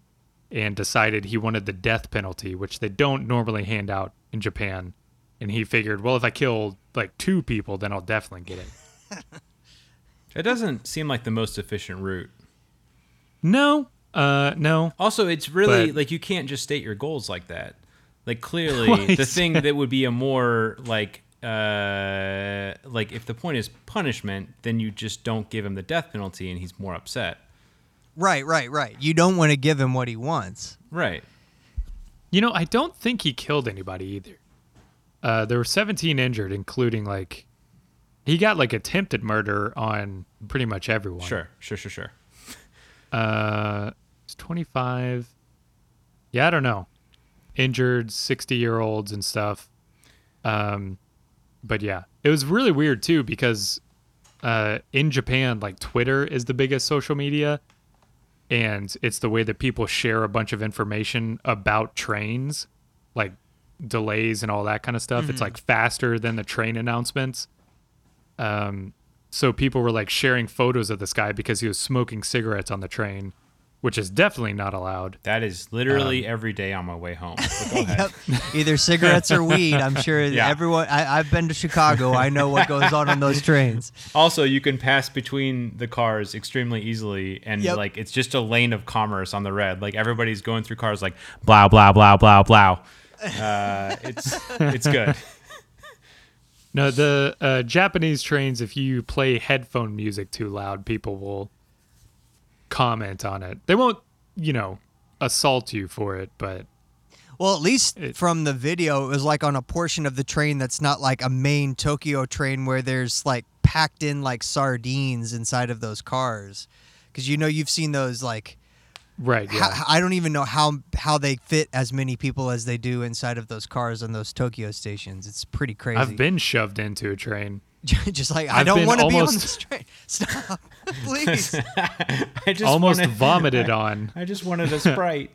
Speaker 2: and decided he wanted the death penalty, which they don't normally hand out in Japan. And he figured, well, if I kill like two people, then I'll definitely get it.
Speaker 3: It doesn't seem like the most efficient route.
Speaker 2: No, uh, no.
Speaker 3: Also, it's really
Speaker 2: But-
Speaker 3: like you can't just state your goals like that. Like clearly,
Speaker 2: Right.
Speaker 3: the thing that would be a more like uh like if the point is punishment, then you just don't give him the death penalty, and he's more upset.
Speaker 1: Right, right, right. You don't want to give him what he wants.
Speaker 3: Right.
Speaker 2: You know, I don't think he killed anybody either. Uh, there were 17 injured, including like he got like attempted murder on pretty much everyone.
Speaker 3: Sure. Sure. Sure. Sure.
Speaker 2: Uh, it's 25. Yeah, I don't know. Injured 60 year olds and stuff. Um, but yeah, it was really weird too because uh, in Japan, like Twitter is the biggest social media, and it's the way that people share a bunch of information about trains, like delays and all that kind of stuff. It's like faster than the train announcements. Um, so people were like sharing photos of this guy because he was smoking cigarettes on the train which is definitely not allowed.
Speaker 3: That is literally every day on my way home. But go ahead.
Speaker 1: Yep. Either cigarettes or weed. I'm sure
Speaker 3: Yeah.
Speaker 1: everyone. I, I've been to Chicago. I know what goes on on those trains.
Speaker 3: Also, you can pass between the cars extremely easily, and
Speaker 1: Yep.
Speaker 3: like it's just a lane of commerce on the red. Like everybody's going through cars, like blah blah blah blah blah. Uh, it's it's good.
Speaker 2: No, the uh, Japanese trains, if you play headphone music too loud, people will comment on it. They won't, you know, assault you for it, but
Speaker 1: Well, at least from the video, it was like on a portion of the train that's not like a main Tokyo train where there's like packed in like sardines inside of those cars. Because you know you've seen those like
Speaker 2: right, yeah.
Speaker 1: ho- I don't even know how how they fit as many people as they do inside of those cars on those Tokyo stations. It's pretty crazy.
Speaker 2: I've been shoved into a train.
Speaker 1: just like I
Speaker 2: I've
Speaker 1: don't
Speaker 2: been
Speaker 1: want to be on
Speaker 2: almost-
Speaker 1: this train. Stop, please.
Speaker 3: I just
Speaker 2: Almost
Speaker 3: wanted-
Speaker 2: vomited on.
Speaker 3: I just wanted a sprite.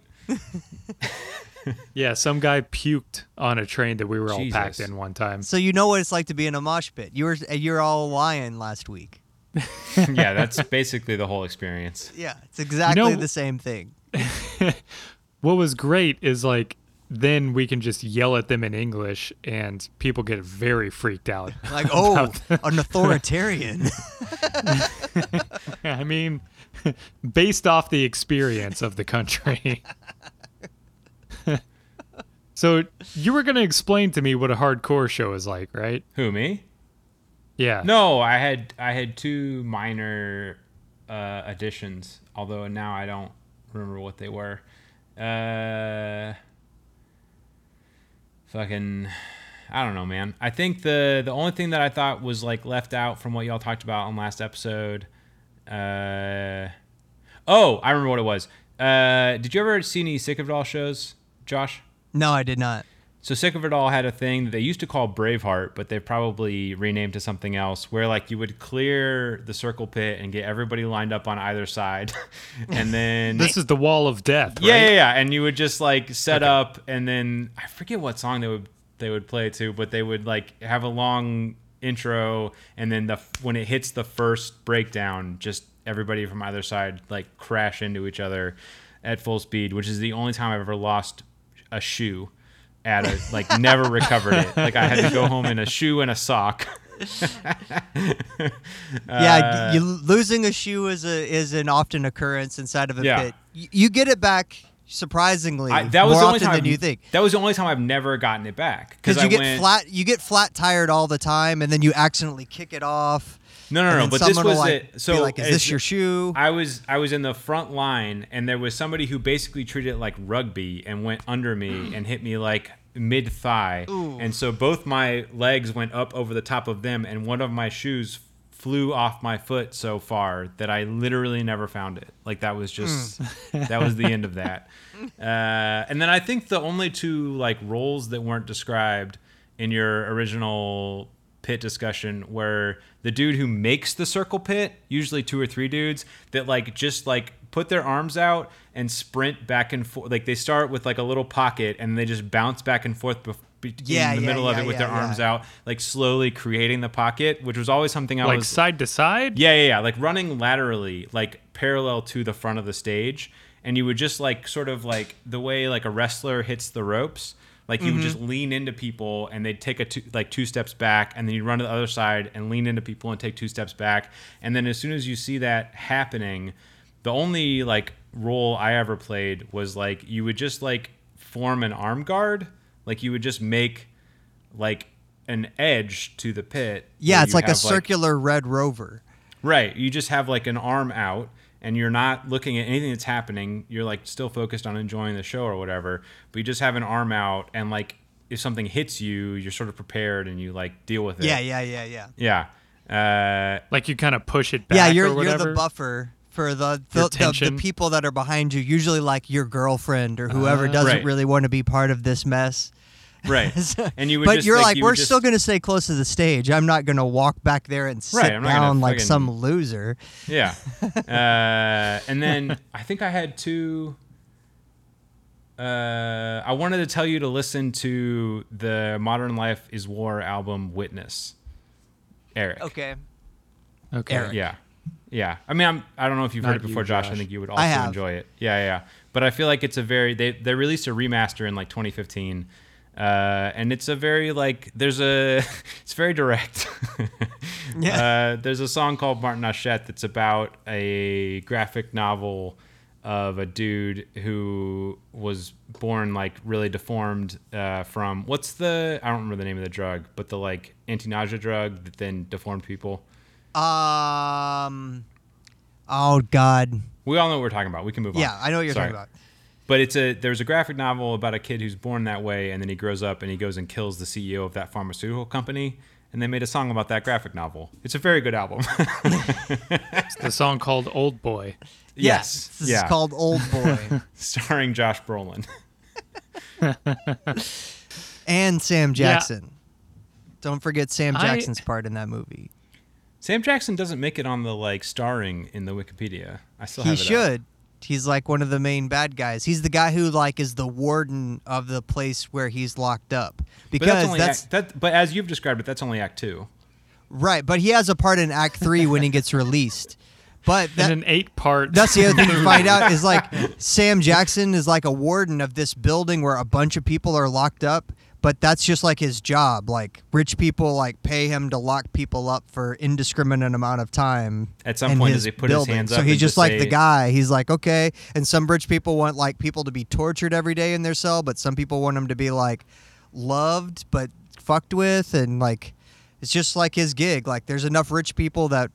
Speaker 2: Yeah, some guy puked on a train that we were all packed
Speaker 3: Jesus.
Speaker 2: in one time.
Speaker 1: so you know what it's like to be in a mosh pit. You were you're all lying last week.
Speaker 3: yeah, that's basically the whole experience.
Speaker 1: Yeah, it's exactly
Speaker 2: know-
Speaker 1: the same thing.
Speaker 2: What was great is like then we can just yell at them in English and people get very freaked out.
Speaker 1: Like, oh, an authoritarian.
Speaker 2: I mean, based off the experience of the country. so you were going to explain to me what a hardcore show is like, right?
Speaker 3: Who me?
Speaker 2: Yeah.
Speaker 3: No, I had I had two minor uh, additions, although now I don't remember what they were. Uh, fucking, I don't know, man. I think the the only thing that I thought was like left out from what y'all talked about on last episode. Uh, oh, I remember what it was. Uh, did you ever see any Sick of It All shows, Josh?
Speaker 1: no, I did not.
Speaker 3: So Sick of It All had a thing that they used to call Braveheart, but they probably renamed to something else, where like you would clear the circle pit and get everybody lined up on either side, and then
Speaker 2: This is the wall of death. Right?
Speaker 3: yeah, yeah, yeah, and you would just like set up, and then I forget what song they would they would play to, but they would like have a long intro, and then the when it hits the first breakdown, just everybody from either side like crash into each other at full speed, which is the only time I've ever lost a shoe at a like never recovered it. Like I had to go home in a shoe and a sock. Uh,
Speaker 1: yeah, you, losing a shoe is a is an often occurrence inside of a
Speaker 3: Yeah.
Speaker 1: pit. Y- you get it back surprisingly
Speaker 3: I, that was
Speaker 1: more
Speaker 3: the only
Speaker 1: often
Speaker 3: time
Speaker 1: than you think.
Speaker 3: That was the only time I've never gotten it back
Speaker 1: Because you
Speaker 3: I
Speaker 1: get
Speaker 3: went-
Speaker 1: flat, you get flat tired all the time, and then you accidentally kick it off.
Speaker 3: No, no,
Speaker 1: and
Speaker 3: no,
Speaker 1: then
Speaker 3: but this
Speaker 1: someone will,
Speaker 3: was
Speaker 1: like,
Speaker 3: it. So
Speaker 1: be like, is
Speaker 3: it's-
Speaker 1: this your shoe?
Speaker 3: I was I was in the front line, and there was somebody who basically treated it like rugby and went under
Speaker 1: Mm.
Speaker 3: me and hit me like mid thigh, and so both my legs went up over the top of them, and one of my shoes flew off my foot so far that I literally never found it. Like that was just
Speaker 1: Hmm.
Speaker 3: that was the end of that. Uh, and then I think the only two like roles that weren't described in your original pit discussion where the dude who makes the circle pit, usually two or three dudes, that like just like put their arms out and sprint back and forth. Like they start with like a little pocket and they just bounce back and forth bef- be-
Speaker 1: Yeah,
Speaker 3: in the
Speaker 1: yeah,
Speaker 3: middle of
Speaker 1: yeah,
Speaker 3: it with
Speaker 1: yeah,
Speaker 3: their
Speaker 1: yeah.
Speaker 3: arms out, like slowly creating the pocket, which was always something I
Speaker 2: Like
Speaker 3: was
Speaker 2: side to side?
Speaker 3: yeah, yeah, yeah. Like running laterally, like parallel to the front of the stage. And you would just like sort of like the way like a wrestler hits the ropes, like you would just
Speaker 1: Mm-hmm.
Speaker 3: lean into people and they'd take a two, like two steps back and then you'd run to the other side and lean into people and take two steps back. And then as soon as you see that happening, the only like role I ever played was like you would just like form an arm guard. Like you would just make like an edge to the pit.
Speaker 1: yeah,
Speaker 3: where
Speaker 1: it's
Speaker 3: you
Speaker 1: like a
Speaker 3: have,
Speaker 1: circular red rover.
Speaker 3: Right. You just have like an arm out and you're not looking at anything that's happening. You're like still focused on enjoying the show or whatever, but you just have an arm out and like if something hits you, you're sort of prepared and you like deal with it.
Speaker 1: Yeah, yeah, yeah, yeah.
Speaker 3: Yeah. Uh,
Speaker 2: Like you kind of push it back
Speaker 1: yeah, you're
Speaker 2: or
Speaker 1: you're
Speaker 2: whatever.
Speaker 1: the buffer for the
Speaker 2: Your
Speaker 1: the, the the
Speaker 2: tension.
Speaker 1: people that are behind you. Usually, like your girlfriend or whoever doesn't
Speaker 3: Ah, Right.
Speaker 1: really want to be part of this mess.
Speaker 3: Uh, right. and you would
Speaker 1: but
Speaker 3: just
Speaker 1: you're like,
Speaker 3: you would
Speaker 1: we're
Speaker 3: just-
Speaker 1: still gonna stay close to the stage. I'm not gonna walk back there and sit
Speaker 3: Right, I'm not gonna
Speaker 1: down like
Speaker 3: friggin-
Speaker 1: some loser.
Speaker 3: Yeah. Uh, and then I think I had two. Uh, I wanted to tell you to listen to the Modern Life is War album Witness. Eric.
Speaker 1: Okay.
Speaker 2: Okay.
Speaker 1: Eric.
Speaker 3: Yeah. Yeah, I mean, I'm, I don't know if you've heard
Speaker 2: Not
Speaker 3: it before,
Speaker 2: you,
Speaker 3: Josh. I
Speaker 2: Josh.
Speaker 3: think you would
Speaker 1: I
Speaker 3: also
Speaker 1: have.
Speaker 3: enjoy it. Yeah, yeah, yeah. But I feel like it's a very they they released a remaster in like 2015, uh, and it's a very like there's a it's very direct.
Speaker 1: Yeah.
Speaker 3: Uh, there's a song called Martin Hachette that's about a graphic novel of a dude who was born like really deformed uh, from what's the I don't remember the name of the drug, but the like anti-nausea drug that then deformed people.
Speaker 1: Um. Oh God.
Speaker 3: We all know what we're talking about. We can move on.
Speaker 1: Yeah, I know what you're
Speaker 3: Sorry.
Speaker 1: talking about.
Speaker 3: But it's a there's a graphic novel about a kid who's born that way, and then he grows up and he goes and kills the CEO of that pharmaceutical company. And they made a song about that graphic novel. It's a very good album.
Speaker 2: It's the song called Old Boy.
Speaker 3: yes,
Speaker 1: This
Speaker 3: yeah,
Speaker 1: is called Old Boy
Speaker 3: starring Josh Brolin.
Speaker 1: and Sam Jackson. Don't forget Sam
Speaker 2: I-
Speaker 1: Jackson's part in that movie.
Speaker 3: Sam Jackson doesn't make it on the like starring in the Wikipedia. I still
Speaker 1: He
Speaker 3: have it up.
Speaker 1: should. He's like one of the main bad guys. He's the guy who like is the warden of the place where he's locked up
Speaker 3: But that's,
Speaker 1: because
Speaker 3: only
Speaker 1: that's
Speaker 3: act, that. But as you've described it, that's only Act Two.
Speaker 1: Right, but he has a part in Act Three when he gets released. But
Speaker 2: It's
Speaker 1: that,
Speaker 2: an eight part.
Speaker 1: that's the other thing you find out is like Sam Jackson is like a warden of this building where a bunch of people are locked up, but that's just like his job. Like rich people like pay him to lock people up for indiscriminate amount of time.
Speaker 3: At some
Speaker 1: in
Speaker 3: point, does he put his
Speaker 1: building.
Speaker 3: hands
Speaker 1: So
Speaker 3: up
Speaker 1: he's
Speaker 3: and
Speaker 1: just
Speaker 3: just
Speaker 1: like the
Speaker 3: say-
Speaker 1: guy. He's like, okay. And some rich people want like people to be tortured every day in their cell, but some people want them to be like loved but fucked with, and like it's just like his gig. Like there's enough rich people that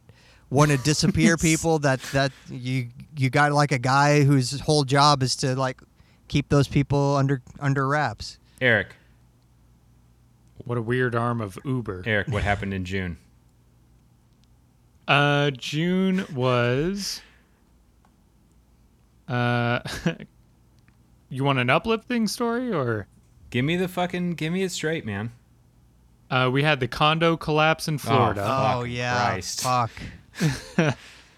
Speaker 1: want to disappear people that that you you got like a guy whose whole job is to like keep those people under under wraps.
Speaker 3: Eric,
Speaker 2: What a weird arm of Uber.
Speaker 3: Eric, what happened in June?
Speaker 2: Uh, June was. Uh, you want an uplifting story or?
Speaker 3: Give me the fucking, give me it straight, man.
Speaker 2: Uh, we had the condo collapse in Florida.
Speaker 3: Fuck
Speaker 1: oh yeah,
Speaker 3: Christ.
Speaker 1: fuck.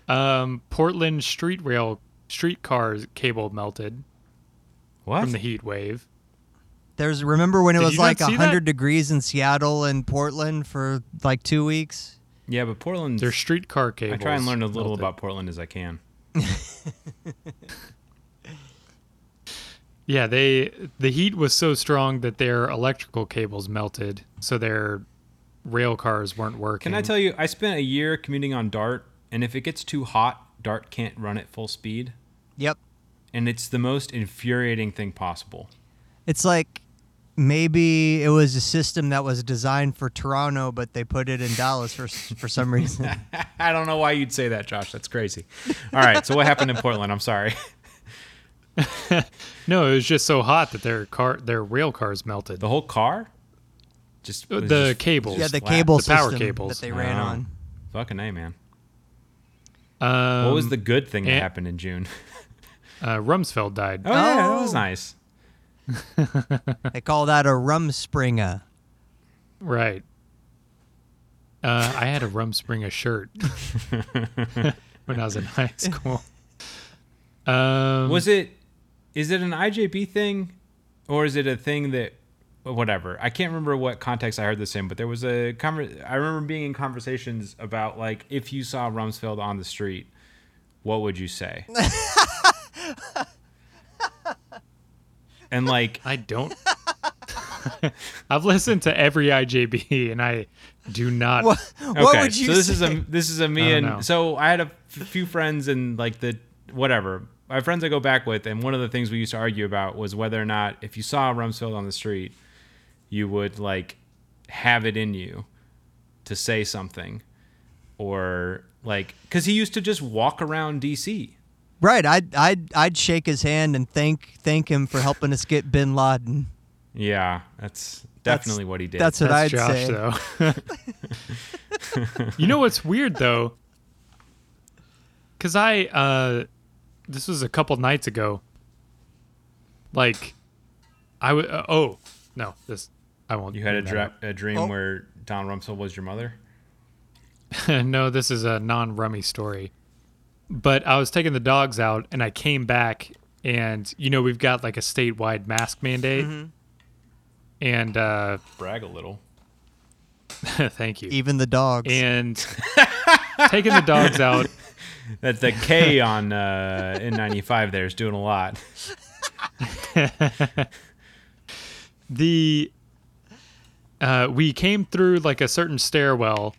Speaker 2: Um, Portland street rail streetcar cable melted
Speaker 3: What?
Speaker 2: from the heat wave.
Speaker 1: There's remember when it
Speaker 2: Did
Speaker 1: was
Speaker 2: you not
Speaker 1: like
Speaker 2: see that?
Speaker 1: 100 degrees in Seattle and Portland for like 2 weeks?
Speaker 3: yeah, but Portland.
Speaker 2: Their streetcar
Speaker 3: I
Speaker 2: cables.
Speaker 3: try and learn as little
Speaker 2: melted.
Speaker 3: about Portland as I can.
Speaker 2: Yeah, they the heat was so strong that their electrical cables melted, so their rail cars weren't working.
Speaker 3: Can I tell you, I spent a year commuting on Dart, and if it gets too hot, Dart can't run at full speed,
Speaker 1: Yep.
Speaker 3: and it's the most infuriating thing possible.
Speaker 1: It's like maybe it was a system that was designed for Toronto, but they put it in Dallas for for some reason.
Speaker 3: I don't know why you'd say that, Josh. That's crazy. All right, so what happened in Portland? I'm sorry.
Speaker 2: No, it was just so hot that their car their rail cars melted.
Speaker 3: The whole car? Just
Speaker 2: Uh, The,
Speaker 3: was just
Speaker 2: cables.
Speaker 1: yeah, the
Speaker 3: Slap.
Speaker 1: cable
Speaker 2: The power
Speaker 1: system
Speaker 2: cables.
Speaker 1: that they ran
Speaker 3: Oh.
Speaker 1: on.
Speaker 3: fucking a man.
Speaker 2: um,
Speaker 3: What was the good thing that
Speaker 2: and-
Speaker 3: happened in June?
Speaker 2: uh, Rumsfeld died.
Speaker 3: Oh, yeah, that was
Speaker 1: Oh.
Speaker 3: nice.
Speaker 1: They call that a rumspringa.
Speaker 2: Right. Uh, I had a Rumspringa shirt when I was in high school. Um,
Speaker 3: Was it? Is it an IJB thing, or is it a thing that, whatever? I can't remember what context I heard this in, but there was a conver- I remember being in conversations about like if you saw Rumsfeld on the street, what would you say? and like,
Speaker 2: I don't. I've listened to every IJB and I do not.
Speaker 1: What, what
Speaker 3: okay,
Speaker 1: would you
Speaker 3: so this
Speaker 1: say?
Speaker 3: is a this is a
Speaker 2: I
Speaker 3: me
Speaker 2: don't
Speaker 3: and
Speaker 2: know.
Speaker 3: so I had a f- few friends and like the whatever. My friends I go back with, and one of the things we used to argue about was whether or not if you saw Rumsfeld on the street, you would like have it in you to say something, or like because he used to just walk around DC.
Speaker 1: right, I'd, I'd, I'd shake his hand and thank thank him for helping us get bin Laden.
Speaker 3: Yeah, that's
Speaker 1: That's-
Speaker 3: definitely what he did.
Speaker 1: That's what
Speaker 2: That's
Speaker 1: I'd
Speaker 2: Josh,
Speaker 1: say.
Speaker 2: though. you know what's weird though, because I uh, this was a couple nights ago. Like, I would. Uh, oh no, this I won't.
Speaker 3: you had a,
Speaker 2: bring
Speaker 3: dra-
Speaker 2: that
Speaker 3: a dream
Speaker 1: Oh.
Speaker 3: where Don Rumsfeld was your mother.
Speaker 2: up. no, this is a non-rummy story. But I was taking the dogs out, and I came back, and you know we've got like a statewide mask mandate, and uh,
Speaker 3: Brag a little.
Speaker 2: thank you.
Speaker 1: Even the dogs.
Speaker 2: and taking the dogs out
Speaker 3: that the K on uh, N95 there is doing a lot.
Speaker 2: the uh, we came through like a certain stairwell,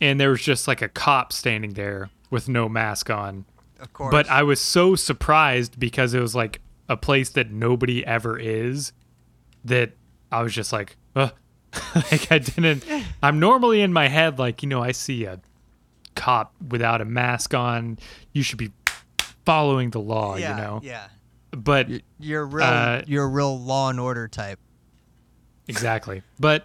Speaker 2: and there was just like a cop standing there with no mask on.
Speaker 1: Of course.
Speaker 2: But uh, I was so surprised because it was like a place that nobody ever is that I was just like, Ugh. like I didn't. I'm normally in my head like, you know, I see a cop without a mask on. You should be following the law,
Speaker 1: yeah,
Speaker 2: you know.
Speaker 1: yeah.
Speaker 2: But
Speaker 1: You're a real,
Speaker 2: Uh,
Speaker 1: you're a real law and order type.
Speaker 2: exactly. But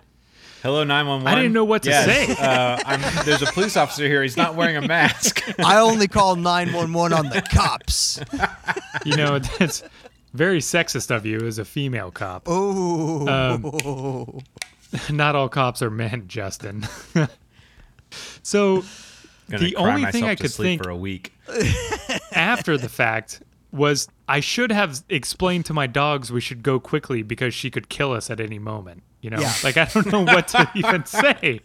Speaker 3: Hello, 911.
Speaker 2: I didn't know what to
Speaker 3: Yes,
Speaker 2: say.
Speaker 3: Uh, I'm, there's a police officer here. He's not wearing a mask.
Speaker 1: I only call 911 on the cops.
Speaker 2: you know, that's very sexist of you as a female cop.
Speaker 1: Oh.
Speaker 3: Um,
Speaker 1: Ooh.
Speaker 2: Oh. Not all cops are men, Justin. so
Speaker 3: Gonna
Speaker 2: The
Speaker 3: cry
Speaker 2: only
Speaker 3: myself
Speaker 2: thing I
Speaker 3: to
Speaker 2: could
Speaker 3: sleep
Speaker 2: think-
Speaker 3: for a week.
Speaker 2: after the fact was I should have explained to my dogs we should go quickly because she could kill us at any moment. You know,
Speaker 1: Yeah.
Speaker 2: like I don't know what to even say.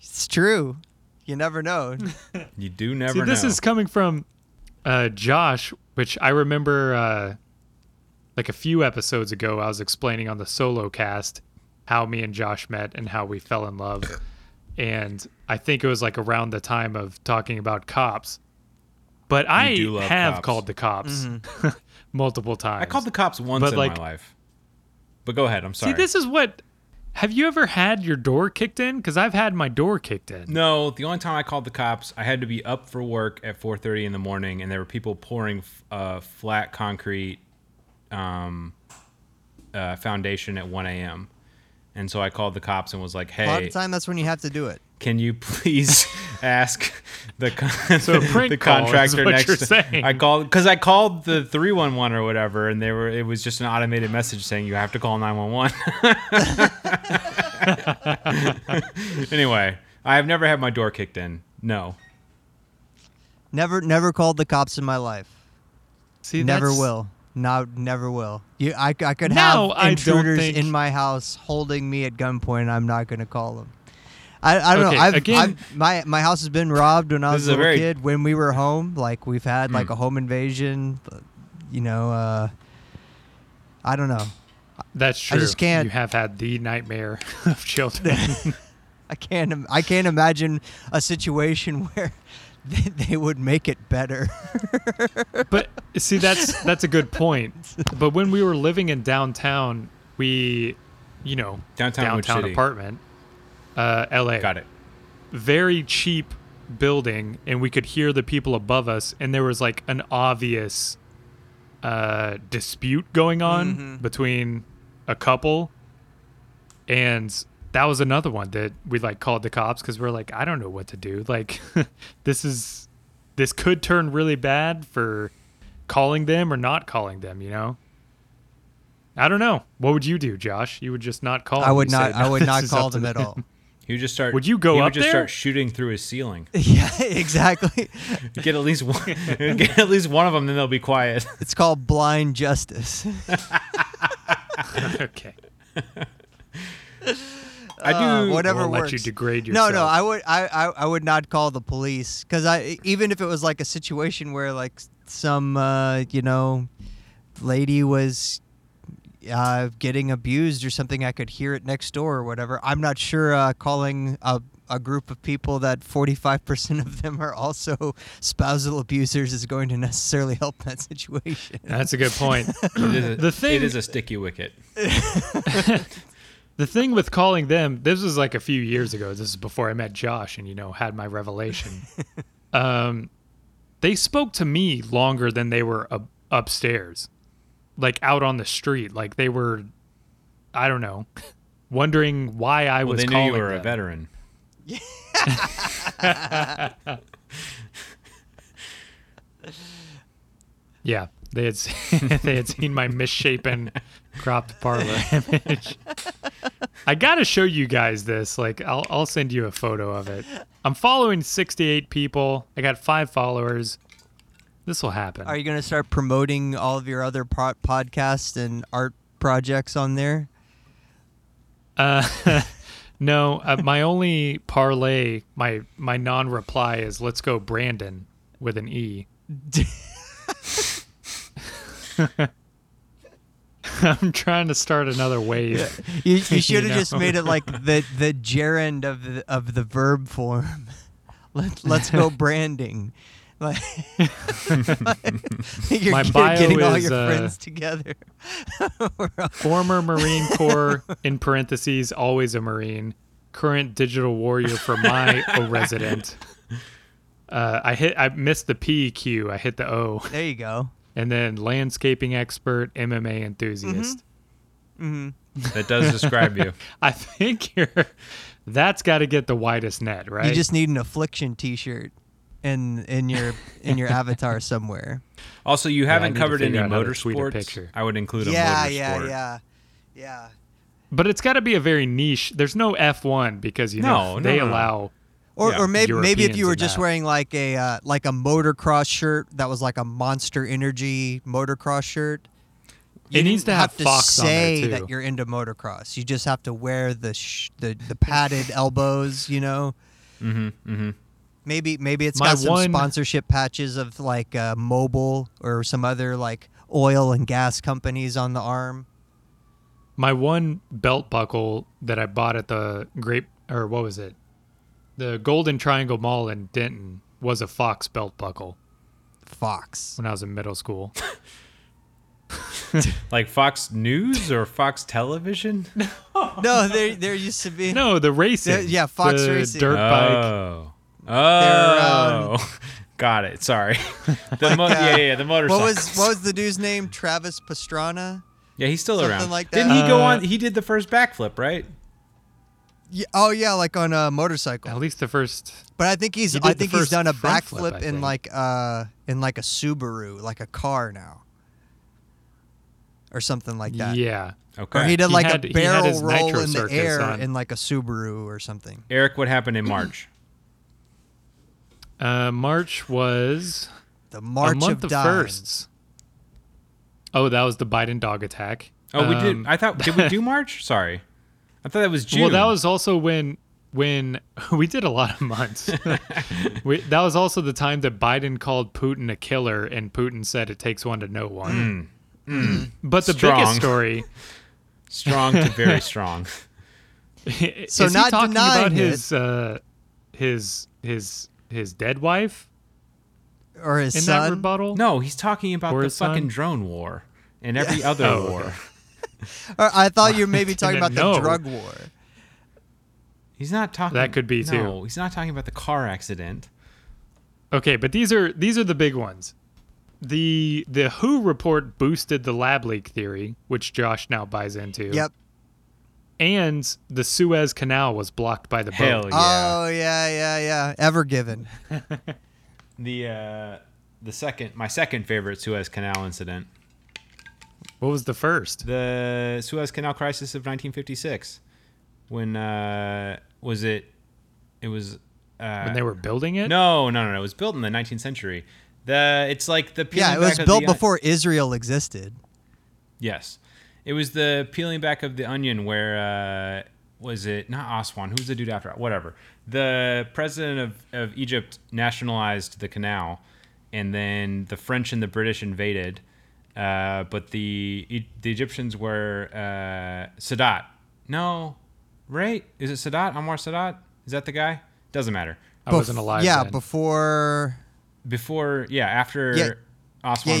Speaker 1: it's true. You never know.
Speaker 3: You do never
Speaker 2: See,
Speaker 3: know.
Speaker 2: this is coming from uh, Josh, which I remember uh, like a few episodes ago. I was explaining on the solo cast how me and Josh met and how we fell in love. and I think it was like around the time of talking about cops. But I
Speaker 3: do love
Speaker 2: have
Speaker 3: cops.
Speaker 2: called the cops multiple times.
Speaker 3: I called the cops once
Speaker 2: But,
Speaker 3: in
Speaker 2: like-
Speaker 3: my life. But go ahead. I'm
Speaker 2: See,
Speaker 3: sorry.
Speaker 2: this is what. Have you ever had your door kicked in? Because I've had my door kicked in.
Speaker 3: No, the only time I called the cops, I had to be up for work at 4:30 in the morning, and there were people pouring f- uh, flat concrete um, uh, foundation at 1 a.m. And so I called the cops and was like,
Speaker 1: A lot of
Speaker 3: "Hey,
Speaker 1: time, that's when you have to do it.
Speaker 3: can you please ask the con-
Speaker 2: So a prank
Speaker 3: the
Speaker 2: call is
Speaker 3: contractor
Speaker 2: what
Speaker 3: next?"
Speaker 2: you're saying.
Speaker 3: I called because I called the 311 or whatever, and they were it was just an automated message saying you have to call 911. anyway, I have never had my door kicked in. No.
Speaker 1: Never, never called the cops in my life.
Speaker 2: See,
Speaker 1: never
Speaker 2: that's-
Speaker 1: will. No, never will. You, I, I could
Speaker 2: No, I
Speaker 1: have
Speaker 2: don't
Speaker 1: intruders
Speaker 2: think-
Speaker 1: in my house holding me at gunpoint. I'm not going to call them. I, I don't
Speaker 2: Okay,
Speaker 1: know. I've,
Speaker 2: again-
Speaker 1: I've, my my house has been robbed when I
Speaker 3: This
Speaker 1: was
Speaker 3: is
Speaker 1: a
Speaker 3: a
Speaker 1: little
Speaker 3: very- Hmm.
Speaker 1: kid. When we were home, like we've had like a home invasion. but, You know, uh, I don't know.
Speaker 2: That's
Speaker 1: I
Speaker 2: true.
Speaker 1: just can't-
Speaker 2: You have had the nightmare of children.
Speaker 1: I can't. im- I can't imagine a situation where they, they would make it better.
Speaker 2: but see, that's that's a good point. But when we were living in downtown, we, you know,
Speaker 3: Downtown which city?
Speaker 2: apartment, uh, L.A.
Speaker 3: Got it.
Speaker 2: very cheap building and we could hear the people above us and there was like an obvious uh dispute going on between a couple and that was another one that we like called the cops because we're like i don't know what to do like this is this could turn really bad for calling them or not calling them you know i don't know what would you do josh you would just not call
Speaker 1: I
Speaker 2: them.
Speaker 1: would
Speaker 2: You say,
Speaker 1: not. I
Speaker 2: "No,
Speaker 1: would
Speaker 2: this
Speaker 1: not
Speaker 2: is up
Speaker 1: call
Speaker 2: to
Speaker 1: them at all.
Speaker 3: You just start.
Speaker 2: Would you go
Speaker 3: he
Speaker 2: up
Speaker 3: would just
Speaker 2: there?
Speaker 3: start shooting through his ceiling.
Speaker 1: Yeah, exactly.
Speaker 3: Get at least one. get at least one of them, then they'll be quiet.
Speaker 1: It's called blind justice.
Speaker 2: okay
Speaker 3: I do
Speaker 1: Uh, whatever
Speaker 2: won't
Speaker 1: works.
Speaker 2: let you degrade
Speaker 1: no,
Speaker 2: yourself.
Speaker 1: no, I would, I, I, I would not call the police because I, even if it was like a situation where like s- some, uh, you know, lady was uh, getting abused or something, I could hear it next door or whatever. I'm not sure uh, calling a, a group of people that 45% of them are also spousal abusers is going to necessarily help that situation.
Speaker 2: That's a good point.
Speaker 3: It is a,
Speaker 2: The thing-
Speaker 3: It is a sticky wicket.
Speaker 2: the thing with calling them, this was like a few years ago. This is before I met Josh and you know had my revelation. um, they spoke to me longer than they were up upstairs, like out on the street. Like they were, I don't know, wondering why I
Speaker 3: Well,
Speaker 2: was
Speaker 3: they knew
Speaker 2: calling
Speaker 3: you were
Speaker 2: them.
Speaker 3: a veteran.
Speaker 2: Yeah, they had seen, they had seen my misshapen cropped parlor image. I gotta show you guys this. Like, I'll I'll send you a photo of it. I'm following 68 people. I got five followers. This will happen.
Speaker 1: Are you going to start promoting all of your other pro- podcasts and art projects on there?
Speaker 2: Uh, No, uh, my only parlay, my my non-reply is let's go Brandon with an E. I'm trying to start another wave.
Speaker 1: You, you should have
Speaker 2: know?
Speaker 1: just made it like the the gerund of the, of the verb form. Let Let's go branding. Like, you're,
Speaker 2: My
Speaker 1: you're
Speaker 2: bio
Speaker 1: getting all
Speaker 2: is,
Speaker 1: your
Speaker 2: uh,
Speaker 1: friends together. We're all-
Speaker 2: Former Marine Corps in parentheses, always a Marine. Current digital warrior for my O resident. Uh, I hit. I missed the P Q. I hit the O,
Speaker 1: there you go.
Speaker 2: and then landscaping expert, MMA enthusiast.
Speaker 3: Mm-hmm.
Speaker 1: Mm-hmm.
Speaker 3: That does describe you.
Speaker 2: I think you're. That's got to get the widest net, right?
Speaker 1: You just need an affliction T-shirt in in your in your avatar somewhere.
Speaker 3: Also, you
Speaker 2: I
Speaker 3: haven't
Speaker 2: need to
Speaker 3: covered any
Speaker 2: figure out how to tweet a
Speaker 3: motorsports.
Speaker 2: picture.
Speaker 3: I would include a
Speaker 1: Yeah,
Speaker 3: motorsport.
Speaker 1: yeah, yeah, yeah.
Speaker 2: But it's got to be a very niche. There's no F1 because you know
Speaker 3: No, no,
Speaker 2: they
Speaker 3: no, no.
Speaker 2: allow.
Speaker 1: Or,
Speaker 3: Yeah,
Speaker 1: or maybe maybe if
Speaker 2: Europeans
Speaker 1: you were
Speaker 2: and
Speaker 1: just
Speaker 2: that.
Speaker 1: wearing like a uh, like a motocross shirt that was like a Monster Energy motocross shirt. You
Speaker 2: It needs
Speaker 1: didn't
Speaker 2: to have
Speaker 1: to
Speaker 2: Fox on there,
Speaker 1: say
Speaker 2: too.
Speaker 1: that you're into motocross. You just have to wear the sh- the, the padded elbows. You know.
Speaker 3: Mm-hmm, mm-hmm.
Speaker 1: Maybe maybe it's
Speaker 2: My
Speaker 1: got some
Speaker 2: one-
Speaker 1: sponsorship patches of like uh, mobile or some other like oil and gas companies on the arm.
Speaker 2: My one belt buckle that I bought at the Great or what was it? The Golden Triangle Mall in Denton was a Fox belt buckle
Speaker 1: Fox.
Speaker 2: when I was in middle school.
Speaker 3: Like Fox News or Fox Television?
Speaker 1: No, there there used to be.
Speaker 2: no, the racing.
Speaker 1: Yeah, yeah, Fox
Speaker 2: the
Speaker 1: racing.
Speaker 2: dirt bike.
Speaker 3: Oh. Oh. Got it. Sorry. The mo- yeah, yeah, yeah, the
Speaker 1: um,
Speaker 3: motorcycle.
Speaker 1: uh, What was what was the dude's name? Travis Pastrana.
Speaker 3: Yeah, he's still
Speaker 1: something
Speaker 3: around.
Speaker 1: like
Speaker 3: Didn't
Speaker 1: that?
Speaker 3: he go
Speaker 2: Uh,
Speaker 3: on? He did the first backflip, right?
Speaker 1: Yeah, oh yeah, like on a motorcycle.
Speaker 2: At least the first.
Speaker 1: But I think he's
Speaker 2: He did
Speaker 1: I
Speaker 2: the
Speaker 1: think he's
Speaker 2: first
Speaker 1: done a
Speaker 2: front flip,
Speaker 1: backflip
Speaker 2: I
Speaker 1: in
Speaker 2: think.
Speaker 1: like uh in like a Subaru, like a car now. Or something like that.
Speaker 2: Yeah.
Speaker 3: Okay.
Speaker 1: Or he did like
Speaker 2: had-
Speaker 1: a
Speaker 2: he had
Speaker 1: barrel
Speaker 2: his
Speaker 1: roll
Speaker 2: nitro
Speaker 1: in the
Speaker 2: circus
Speaker 1: air
Speaker 2: on.
Speaker 1: in like a Subaru or something.
Speaker 3: Eric, what happened in March?
Speaker 2: Uh, March was
Speaker 1: The March
Speaker 2: a month
Speaker 1: of
Speaker 2: of
Speaker 1: Dimes.
Speaker 2: firsts. Oh, that was the Biden dog attack.
Speaker 3: Oh, we
Speaker 2: Um,
Speaker 3: did. I thought. Did we do March? Sorry. I thought that was June.
Speaker 2: Well, that was also when when we did a lot of months. we, that was also the time that Biden called Putin a killer, and Putin said it takes one to know one.
Speaker 1: Mm.
Speaker 2: But the biggest
Speaker 3: Mm. Strong.
Speaker 2: story.
Speaker 3: strong to very strong.
Speaker 1: So
Speaker 2: is
Speaker 1: not
Speaker 2: he talking about
Speaker 1: denying it.
Speaker 2: his uh, his his his dead wife
Speaker 1: Or his
Speaker 2: in that
Speaker 1: son.
Speaker 2: rebuttal.
Speaker 3: No, he's talking about
Speaker 2: Or
Speaker 3: the
Speaker 2: his son?
Speaker 3: fucking drone war and every other
Speaker 2: Oh,
Speaker 3: war.
Speaker 2: okay.
Speaker 1: Or I thought you were maybe talking about the
Speaker 2: No.
Speaker 1: drug war.
Speaker 3: He's not talking.
Speaker 2: That could be,
Speaker 3: no,
Speaker 2: too.
Speaker 3: he's not talking about the car accident.
Speaker 2: Okay, but these are these are the big ones. The the WHO report boosted the lab leak theory, which Josh now buys into.
Speaker 1: Yep.
Speaker 2: And the Suez Canal was blocked by the boat.
Speaker 3: Hell yeah.
Speaker 1: Oh yeah, yeah, yeah. Ever given.
Speaker 3: The uh, the second, my second favorite Suez Canal incident,
Speaker 2: What was the first?
Speaker 3: the Suez Canal crisis of 1956, when uh, was it? It was. Uh,
Speaker 2: when they were building it?
Speaker 3: no, no, no, no. It was built in the 19th century. The it's like the
Speaker 1: Yeah,
Speaker 3: peeling
Speaker 1: it was
Speaker 3: back of
Speaker 1: built
Speaker 3: the-
Speaker 1: before Israel existed.
Speaker 3: Yes, it was the peeling back of the onion where uh, was it not Oswan? Who's the dude after? Whatever. The president of, of Egypt nationalized the canal, and then the French and the British invaded. Uh, but the E- the Egyptians were uh, Sadat. No, right? Is it Sadat? Anwar Sadat? Is that the guy? Doesn't matter.
Speaker 2: I wasn't
Speaker 1: Bef-
Speaker 2: alive.
Speaker 1: Yeah,
Speaker 2: then.
Speaker 1: before
Speaker 3: before yeah after
Speaker 1: Yeah.
Speaker 3: Osman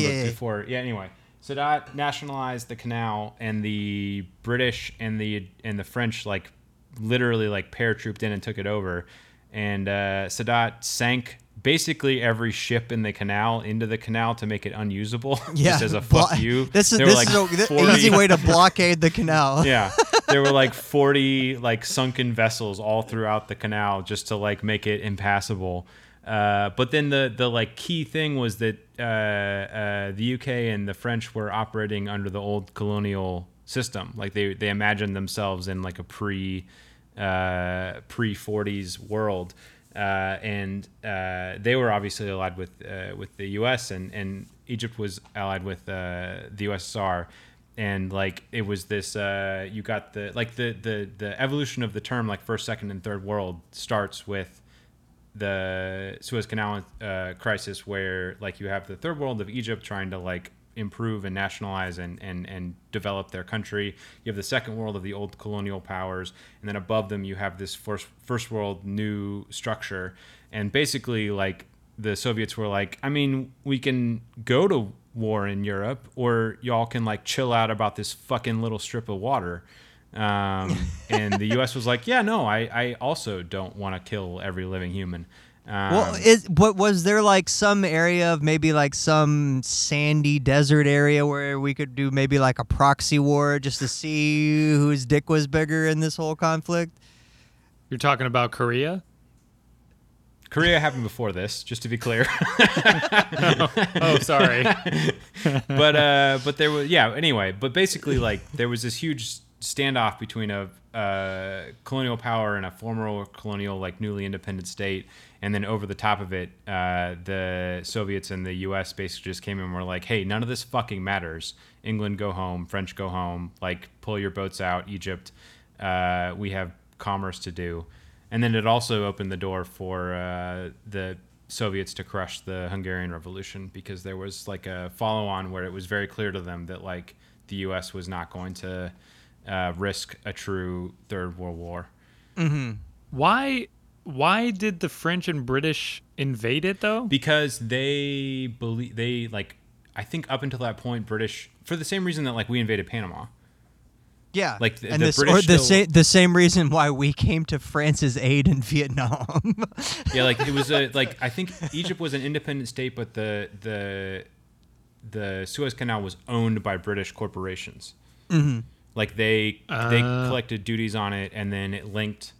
Speaker 1: Yeah, yeah,
Speaker 3: but
Speaker 1: yeah.
Speaker 3: before yeah anyway Sadat nationalized the canal and the British and the and the French like literally like paratrooped in and took it over and uh, Sadat sank basically every ship in the canal into the canal to make it unusable
Speaker 1: yeah.
Speaker 3: just as a
Speaker 1: blo-
Speaker 3: fuck you
Speaker 1: This is
Speaker 3: There were,
Speaker 1: this
Speaker 3: like,
Speaker 1: is a, th-
Speaker 3: 40
Speaker 1: easy way to blockade the canal.
Speaker 3: yeah there were like 40 like sunken vessels all throughout the canal just to like make it impassable uh, but then the the like key thing was that uh, uh, the UK and the French were operating under the old colonial system like they they imagined themselves in like a pre uh, pre 40s world uh, and uh, they were obviously allied with uh, with the US and and Egypt was allied with uh, the USSR and like it was this uh, you got the like the the the evolution of the term like first second and third world starts with the Suez Canal uh, crisis where like you have the third world of Egypt trying to like improve and nationalize and, and and develop their country you have the second world of the old colonial powers and then above them you have this first first world new structure and basically like the Soviets were like, I mean, we can go to war in Europe, or y'all can like chill out about this fucking little strip of water. Um, and the U.S. was like, Yeah, no, I, I also don't want to kill every living human. Um,
Speaker 1: well, is what was there like some area of maybe like some sandy desert area where we could do maybe like a proxy war just to see whose dick was bigger in this whole conflict?
Speaker 2: You're talking about Korea?
Speaker 3: Korea happened before this, just to be clear.
Speaker 2: oh, oh, sorry.
Speaker 3: but uh, but there was yeah. Anyway, but basically, like there was this huge standoff between a uh, colonial power and a former colonial, like newly independent state, and then over the top of it, uh, the Soviets and the U.S. basically just came in and were like, "Hey, none of this fucking matters. England, go home. French, go home. Like, pull your boats out. Egypt, uh, we have commerce to do." and then it also opened the door for uh, the Soviets to crush the Hungarian Revolution because there was like a follow-on where it was very clear to them that like the U.S. was not going to uh, risk a true Third World War.
Speaker 1: Mm-hmm.
Speaker 2: Why? Why did the French and British invade it though?
Speaker 3: Because they believe they like. I think up until that point, British for the same reason that like we invaded Panama.
Speaker 1: Yeah,
Speaker 3: like the,
Speaker 1: and
Speaker 3: the
Speaker 1: this,
Speaker 3: British
Speaker 1: or the,
Speaker 3: still-
Speaker 1: sa- the same reason why we came to France's aid in Vietnam.
Speaker 3: yeah like it was a like i think egypt was an independent state but the the the suez canal was owned by british corporations like they they
Speaker 2: Mm-hmm. Uh.
Speaker 3: collected duties on it and then it linked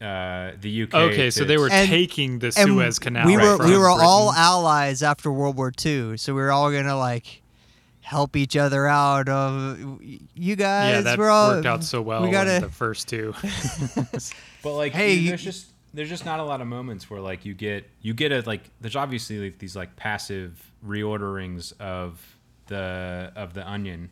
Speaker 3: uh, the UK.
Speaker 2: Okay, so
Speaker 3: to-
Speaker 2: they were
Speaker 1: And-
Speaker 2: taking the
Speaker 1: And
Speaker 2: Suez Canal.
Speaker 1: We were
Speaker 2: from
Speaker 1: we were all
Speaker 2: Britain.
Speaker 1: allies after World War II, so we were all gonna like help each other out. Of you guys,
Speaker 2: Yeah, that
Speaker 1: we're all
Speaker 2: worked out so well.
Speaker 1: We
Speaker 2: in
Speaker 1: gotta
Speaker 2: the first two.
Speaker 3: But like,
Speaker 1: Hey,
Speaker 3: you-
Speaker 1: you-
Speaker 3: there's just there's just not a lot of moments where like you get you get a like there's obviously like these like passive reorderings of the of the onion,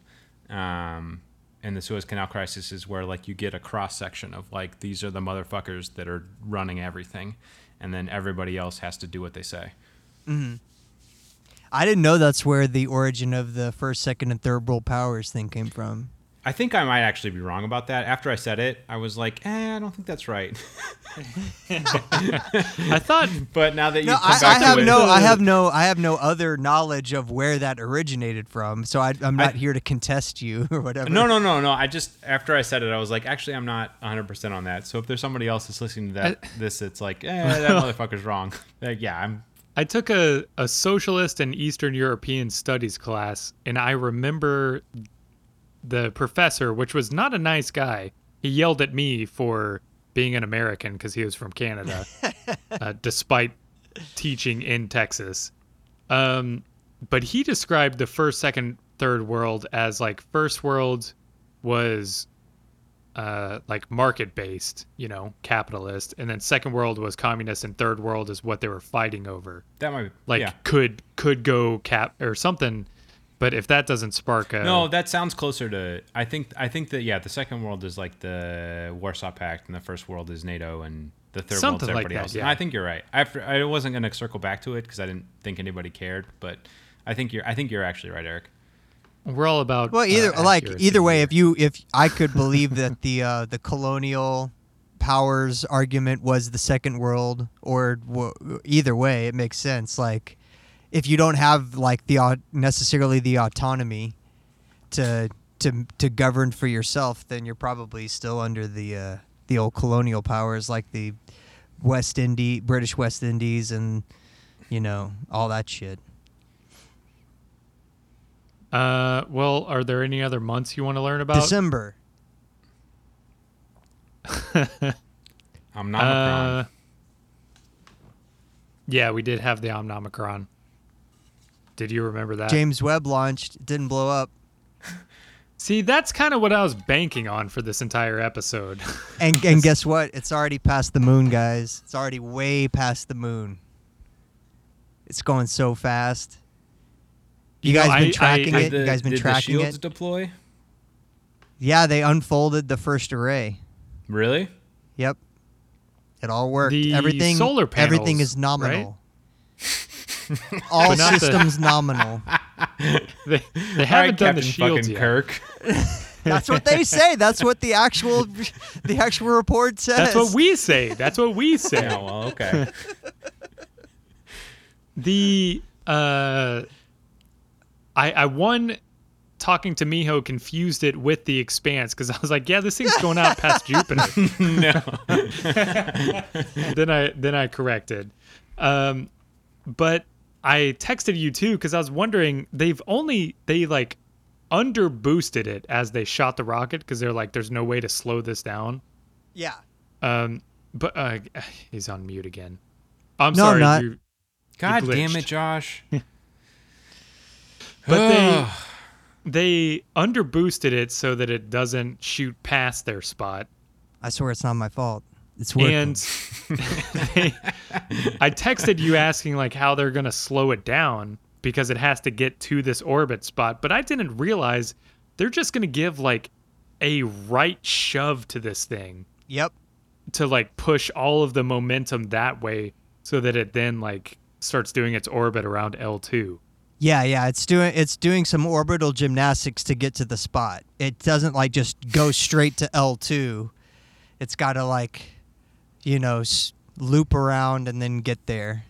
Speaker 3: um, and the Suez Canal crisis is where like you get a cross section of like these are the motherfuckers that are running everything, and then everybody else has to do what they say.
Speaker 1: I didn't know that's where the origin of the first, second, and third world powers thing came from.
Speaker 3: I think I might actually be wrong about that. After I said it, I was like, eh, I don't think that's right.
Speaker 2: I thought
Speaker 3: but now that you
Speaker 1: No,
Speaker 3: come
Speaker 1: I,
Speaker 3: back
Speaker 1: I
Speaker 3: to
Speaker 1: have
Speaker 3: it,
Speaker 1: no, I have no, I have no other knowledge of where that originated from. So I, I'm not
Speaker 3: I-
Speaker 1: here to contest you or whatever.
Speaker 3: No, no, no, no. I just after I said it, I was like, actually, I'm not 100 percent on that. So if there's somebody else that's listening to that, this, it's like, eh, that motherfucker's wrong. Like, yeah, I'm.
Speaker 2: I took a, a socialist and Eastern European studies class, and I remember the professor, which was not a nice guy, he yelled at me for being an American because he was from Canada, uh, despite teaching in Texas. Um, but he described the first, second, third world as like first world was uh, like market based, you know, capitalist, and then second world was communist, and third world is what they were fighting over.
Speaker 3: That might be
Speaker 2: Like
Speaker 3: yeah.
Speaker 2: could could go cap or something, but if that doesn't spark a
Speaker 3: No, that sounds closer to. I think. I think that yeah, the second world is like the Warsaw Pact, and the first world is NATO, and the third
Speaker 2: Something
Speaker 3: world is
Speaker 2: like
Speaker 3: everybody
Speaker 2: that,
Speaker 3: else.
Speaker 2: yeah.
Speaker 3: And I think you're right. After I wasn't gonna circle back to it because I didn't think anybody cared, but I think you're. I think you're actually right, Eric.
Speaker 2: We're all about
Speaker 1: Well,
Speaker 2: uh,
Speaker 1: either like
Speaker 2: accuracy
Speaker 1: either way,
Speaker 2: here.
Speaker 1: if you if I could believe that the uh, the colonial powers argument was the second world, or w- either way, it makes sense. Like if you don't have like the au- necessarily the autonomy to to to govern for yourself, then you're probably still under the uh, the old colonial powers, like the West Indies, British West Indies, and you know all that shit.
Speaker 2: Uh, well, are there any other months you want to learn about?
Speaker 1: December.
Speaker 3: I'm not.
Speaker 2: Uh, yeah, we did have the Omnomicron. Did you remember that?
Speaker 1: James Webb launched, didn't blow up.
Speaker 2: See, that's kind of what I was banking on for this entire episode.
Speaker 1: And and guess what? It's already past the moon, guys. It's already way past the moon. It's going so fast. You, guys
Speaker 2: know,
Speaker 1: been
Speaker 2: I- I-
Speaker 1: tracking
Speaker 2: I
Speaker 1: it? you guys been
Speaker 3: did
Speaker 1: tracking
Speaker 3: the shields
Speaker 1: it?
Speaker 3: deploy?
Speaker 1: Yeah, they unfolded the first array.
Speaker 3: Really?
Speaker 1: Yep. It all worked.
Speaker 2: The
Speaker 1: everything
Speaker 2: solar
Speaker 1: everything is
Speaker 2: panels, right?
Speaker 1: nominal. all
Speaker 2: But not the-
Speaker 1: systems nominal.
Speaker 2: They, they
Speaker 3: All right,
Speaker 2: haven't done
Speaker 3: Captain
Speaker 2: the shields
Speaker 3: fucking
Speaker 2: yet.
Speaker 3: Kirk.
Speaker 1: That's what they say. That's what the actual the actual report says.
Speaker 2: That's what we say. That's what we say.
Speaker 3: oh well, okay.
Speaker 2: The uh, I I won talking to Miho confused it with the Expanse because I was like, yeah, this thing's going out past Jupiter.
Speaker 3: no.
Speaker 2: then I then I corrected. Um, but I texted you too because I was wondering they've only they like under boosted it as they shot the rocket because they're like there's no way to slow this down.
Speaker 1: Yeah.
Speaker 2: Um, but uh, he's on mute again. I'm
Speaker 1: No, I'm
Speaker 2: sorry.
Speaker 1: not.
Speaker 2: You,
Speaker 3: God damn
Speaker 2: glitched.
Speaker 3: it, Josh.
Speaker 2: but they they under boosted it so that it doesn't shoot past their spot.
Speaker 1: I swear it's not my fault. It's working.
Speaker 2: and they, I texted you asking like how they're gonna slow it down because it has to get to this orbit spot, but I didn't realize they're just gonna give like a right shove to this thing
Speaker 1: yep.
Speaker 2: to like push all of the momentum that way so that it then like starts doing its orbit around L2.
Speaker 1: Yeah, yeah, it's doing it's doing some orbital gymnastics to get to the spot. It doesn't like just go straight to L2. It's got to like you know, s- loop around and then get there.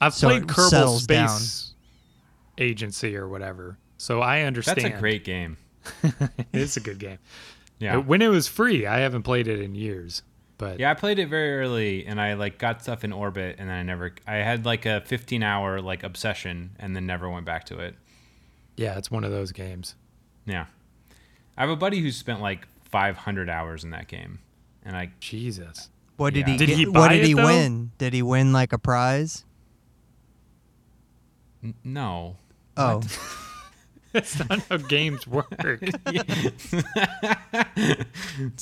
Speaker 2: I've
Speaker 1: So
Speaker 2: played
Speaker 1: it
Speaker 2: Kerbal
Speaker 1: settles
Speaker 2: Space
Speaker 1: down.
Speaker 2: Agency or whatever. So I understand.
Speaker 3: That's a great game.
Speaker 2: it's a good game.
Speaker 3: Yeah.
Speaker 2: When it was free, I haven't played it in years. But
Speaker 3: Yeah, I played it very early and I like got stuff in orbit and then I never I had like a 15 hour like obsession and then never went back to it.
Speaker 2: Yeah, it's one of those games.
Speaker 3: Yeah. I have a buddy who spent like 500 hours in that game. And I
Speaker 2: Jesus.
Speaker 1: What did he
Speaker 3: Yeah.
Speaker 2: Did
Speaker 1: get?
Speaker 2: he
Speaker 1: what
Speaker 2: buy
Speaker 1: did
Speaker 2: it,
Speaker 1: he
Speaker 2: though?
Speaker 1: win? Did he win like a prize?
Speaker 3: n- no.
Speaker 1: Oh.
Speaker 2: That's not how games work.
Speaker 3: It's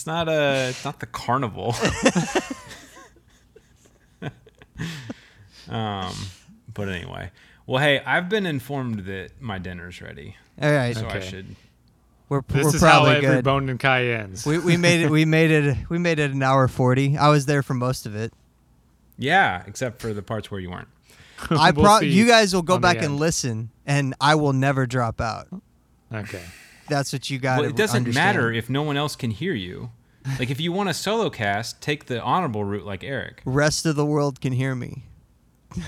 Speaker 3: not a it's not the carnival. um but anyway. Well, hey, I've been informed that my dinner's ready.
Speaker 1: All right.
Speaker 3: So I
Speaker 2: Okay.
Speaker 3: should
Speaker 1: We're
Speaker 2: This
Speaker 1: we're
Speaker 2: is how
Speaker 1: probably
Speaker 2: every
Speaker 1: good.
Speaker 2: bone and Kai ends.
Speaker 1: we, we made it we made it we made it an hour 40. I was there for most of it.
Speaker 3: Yeah, except for the parts where you weren't.
Speaker 1: I
Speaker 2: We'll
Speaker 1: pro-
Speaker 2: see
Speaker 1: you guys will go
Speaker 2: on the
Speaker 1: back and
Speaker 2: end.
Speaker 1: listen and I will never drop out.
Speaker 2: Okay.
Speaker 1: That's what you got
Speaker 3: Well, it doesn't matter if no one else can hear you. Like if you want a solo cast, take the honorable route like Eric.
Speaker 1: rest of the world can hear me.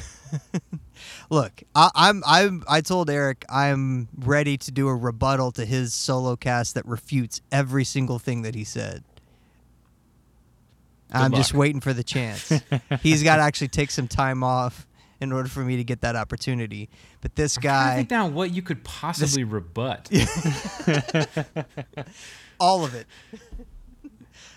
Speaker 1: Look, I, I'm I'm I told Eric I'm ready to do a rebuttal to his solo cast that refutes every single thing that he said. I'm just
Speaker 3: luck.
Speaker 1: waiting for the chance. He's got to actually take some time off in order for me to get that opportunity. But this
Speaker 3: I
Speaker 1: guy,
Speaker 3: think down what you could possibly rebut.
Speaker 1: all of it.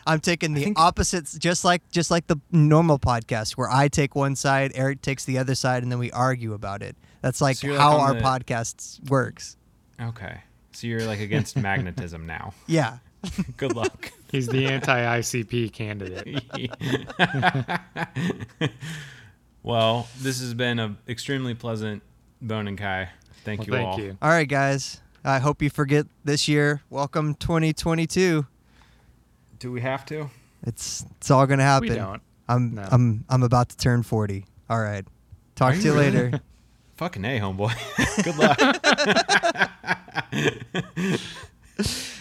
Speaker 1: I'm taking the
Speaker 3: think-
Speaker 1: opposites, just like just like the normal podcast where I take one side, Eric takes the other side, and then we argue about it. That's like
Speaker 3: So you're, like,
Speaker 1: how
Speaker 3: on
Speaker 1: our
Speaker 3: the-
Speaker 1: podcast works.
Speaker 3: Okay. So you're like against magnetism now.
Speaker 1: Yeah,
Speaker 3: Good luck.
Speaker 2: He's the anti ICP candidate.
Speaker 3: well, this has been an extremely pleasant Bone and Kai. Thank you
Speaker 2: Well, thank
Speaker 3: all.
Speaker 2: you.
Speaker 1: All right, guys. I hope you forget this year. Welcome 2022.
Speaker 3: Do we have to?
Speaker 1: It's it's all gonna happen.
Speaker 2: We don't.
Speaker 1: I'm
Speaker 2: No.
Speaker 1: I'm I'm about to turn 40. All right. Talk to you
Speaker 3: you really?
Speaker 1: later.
Speaker 3: Fucking A, homeboy. Good luck.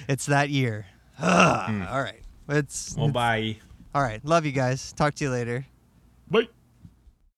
Speaker 1: it's that year. Ugh. All right. It's,
Speaker 3: Hmm. well,
Speaker 1: it's
Speaker 3: bye.
Speaker 1: all right. Love you guys. Talk to you later.
Speaker 2: Wait.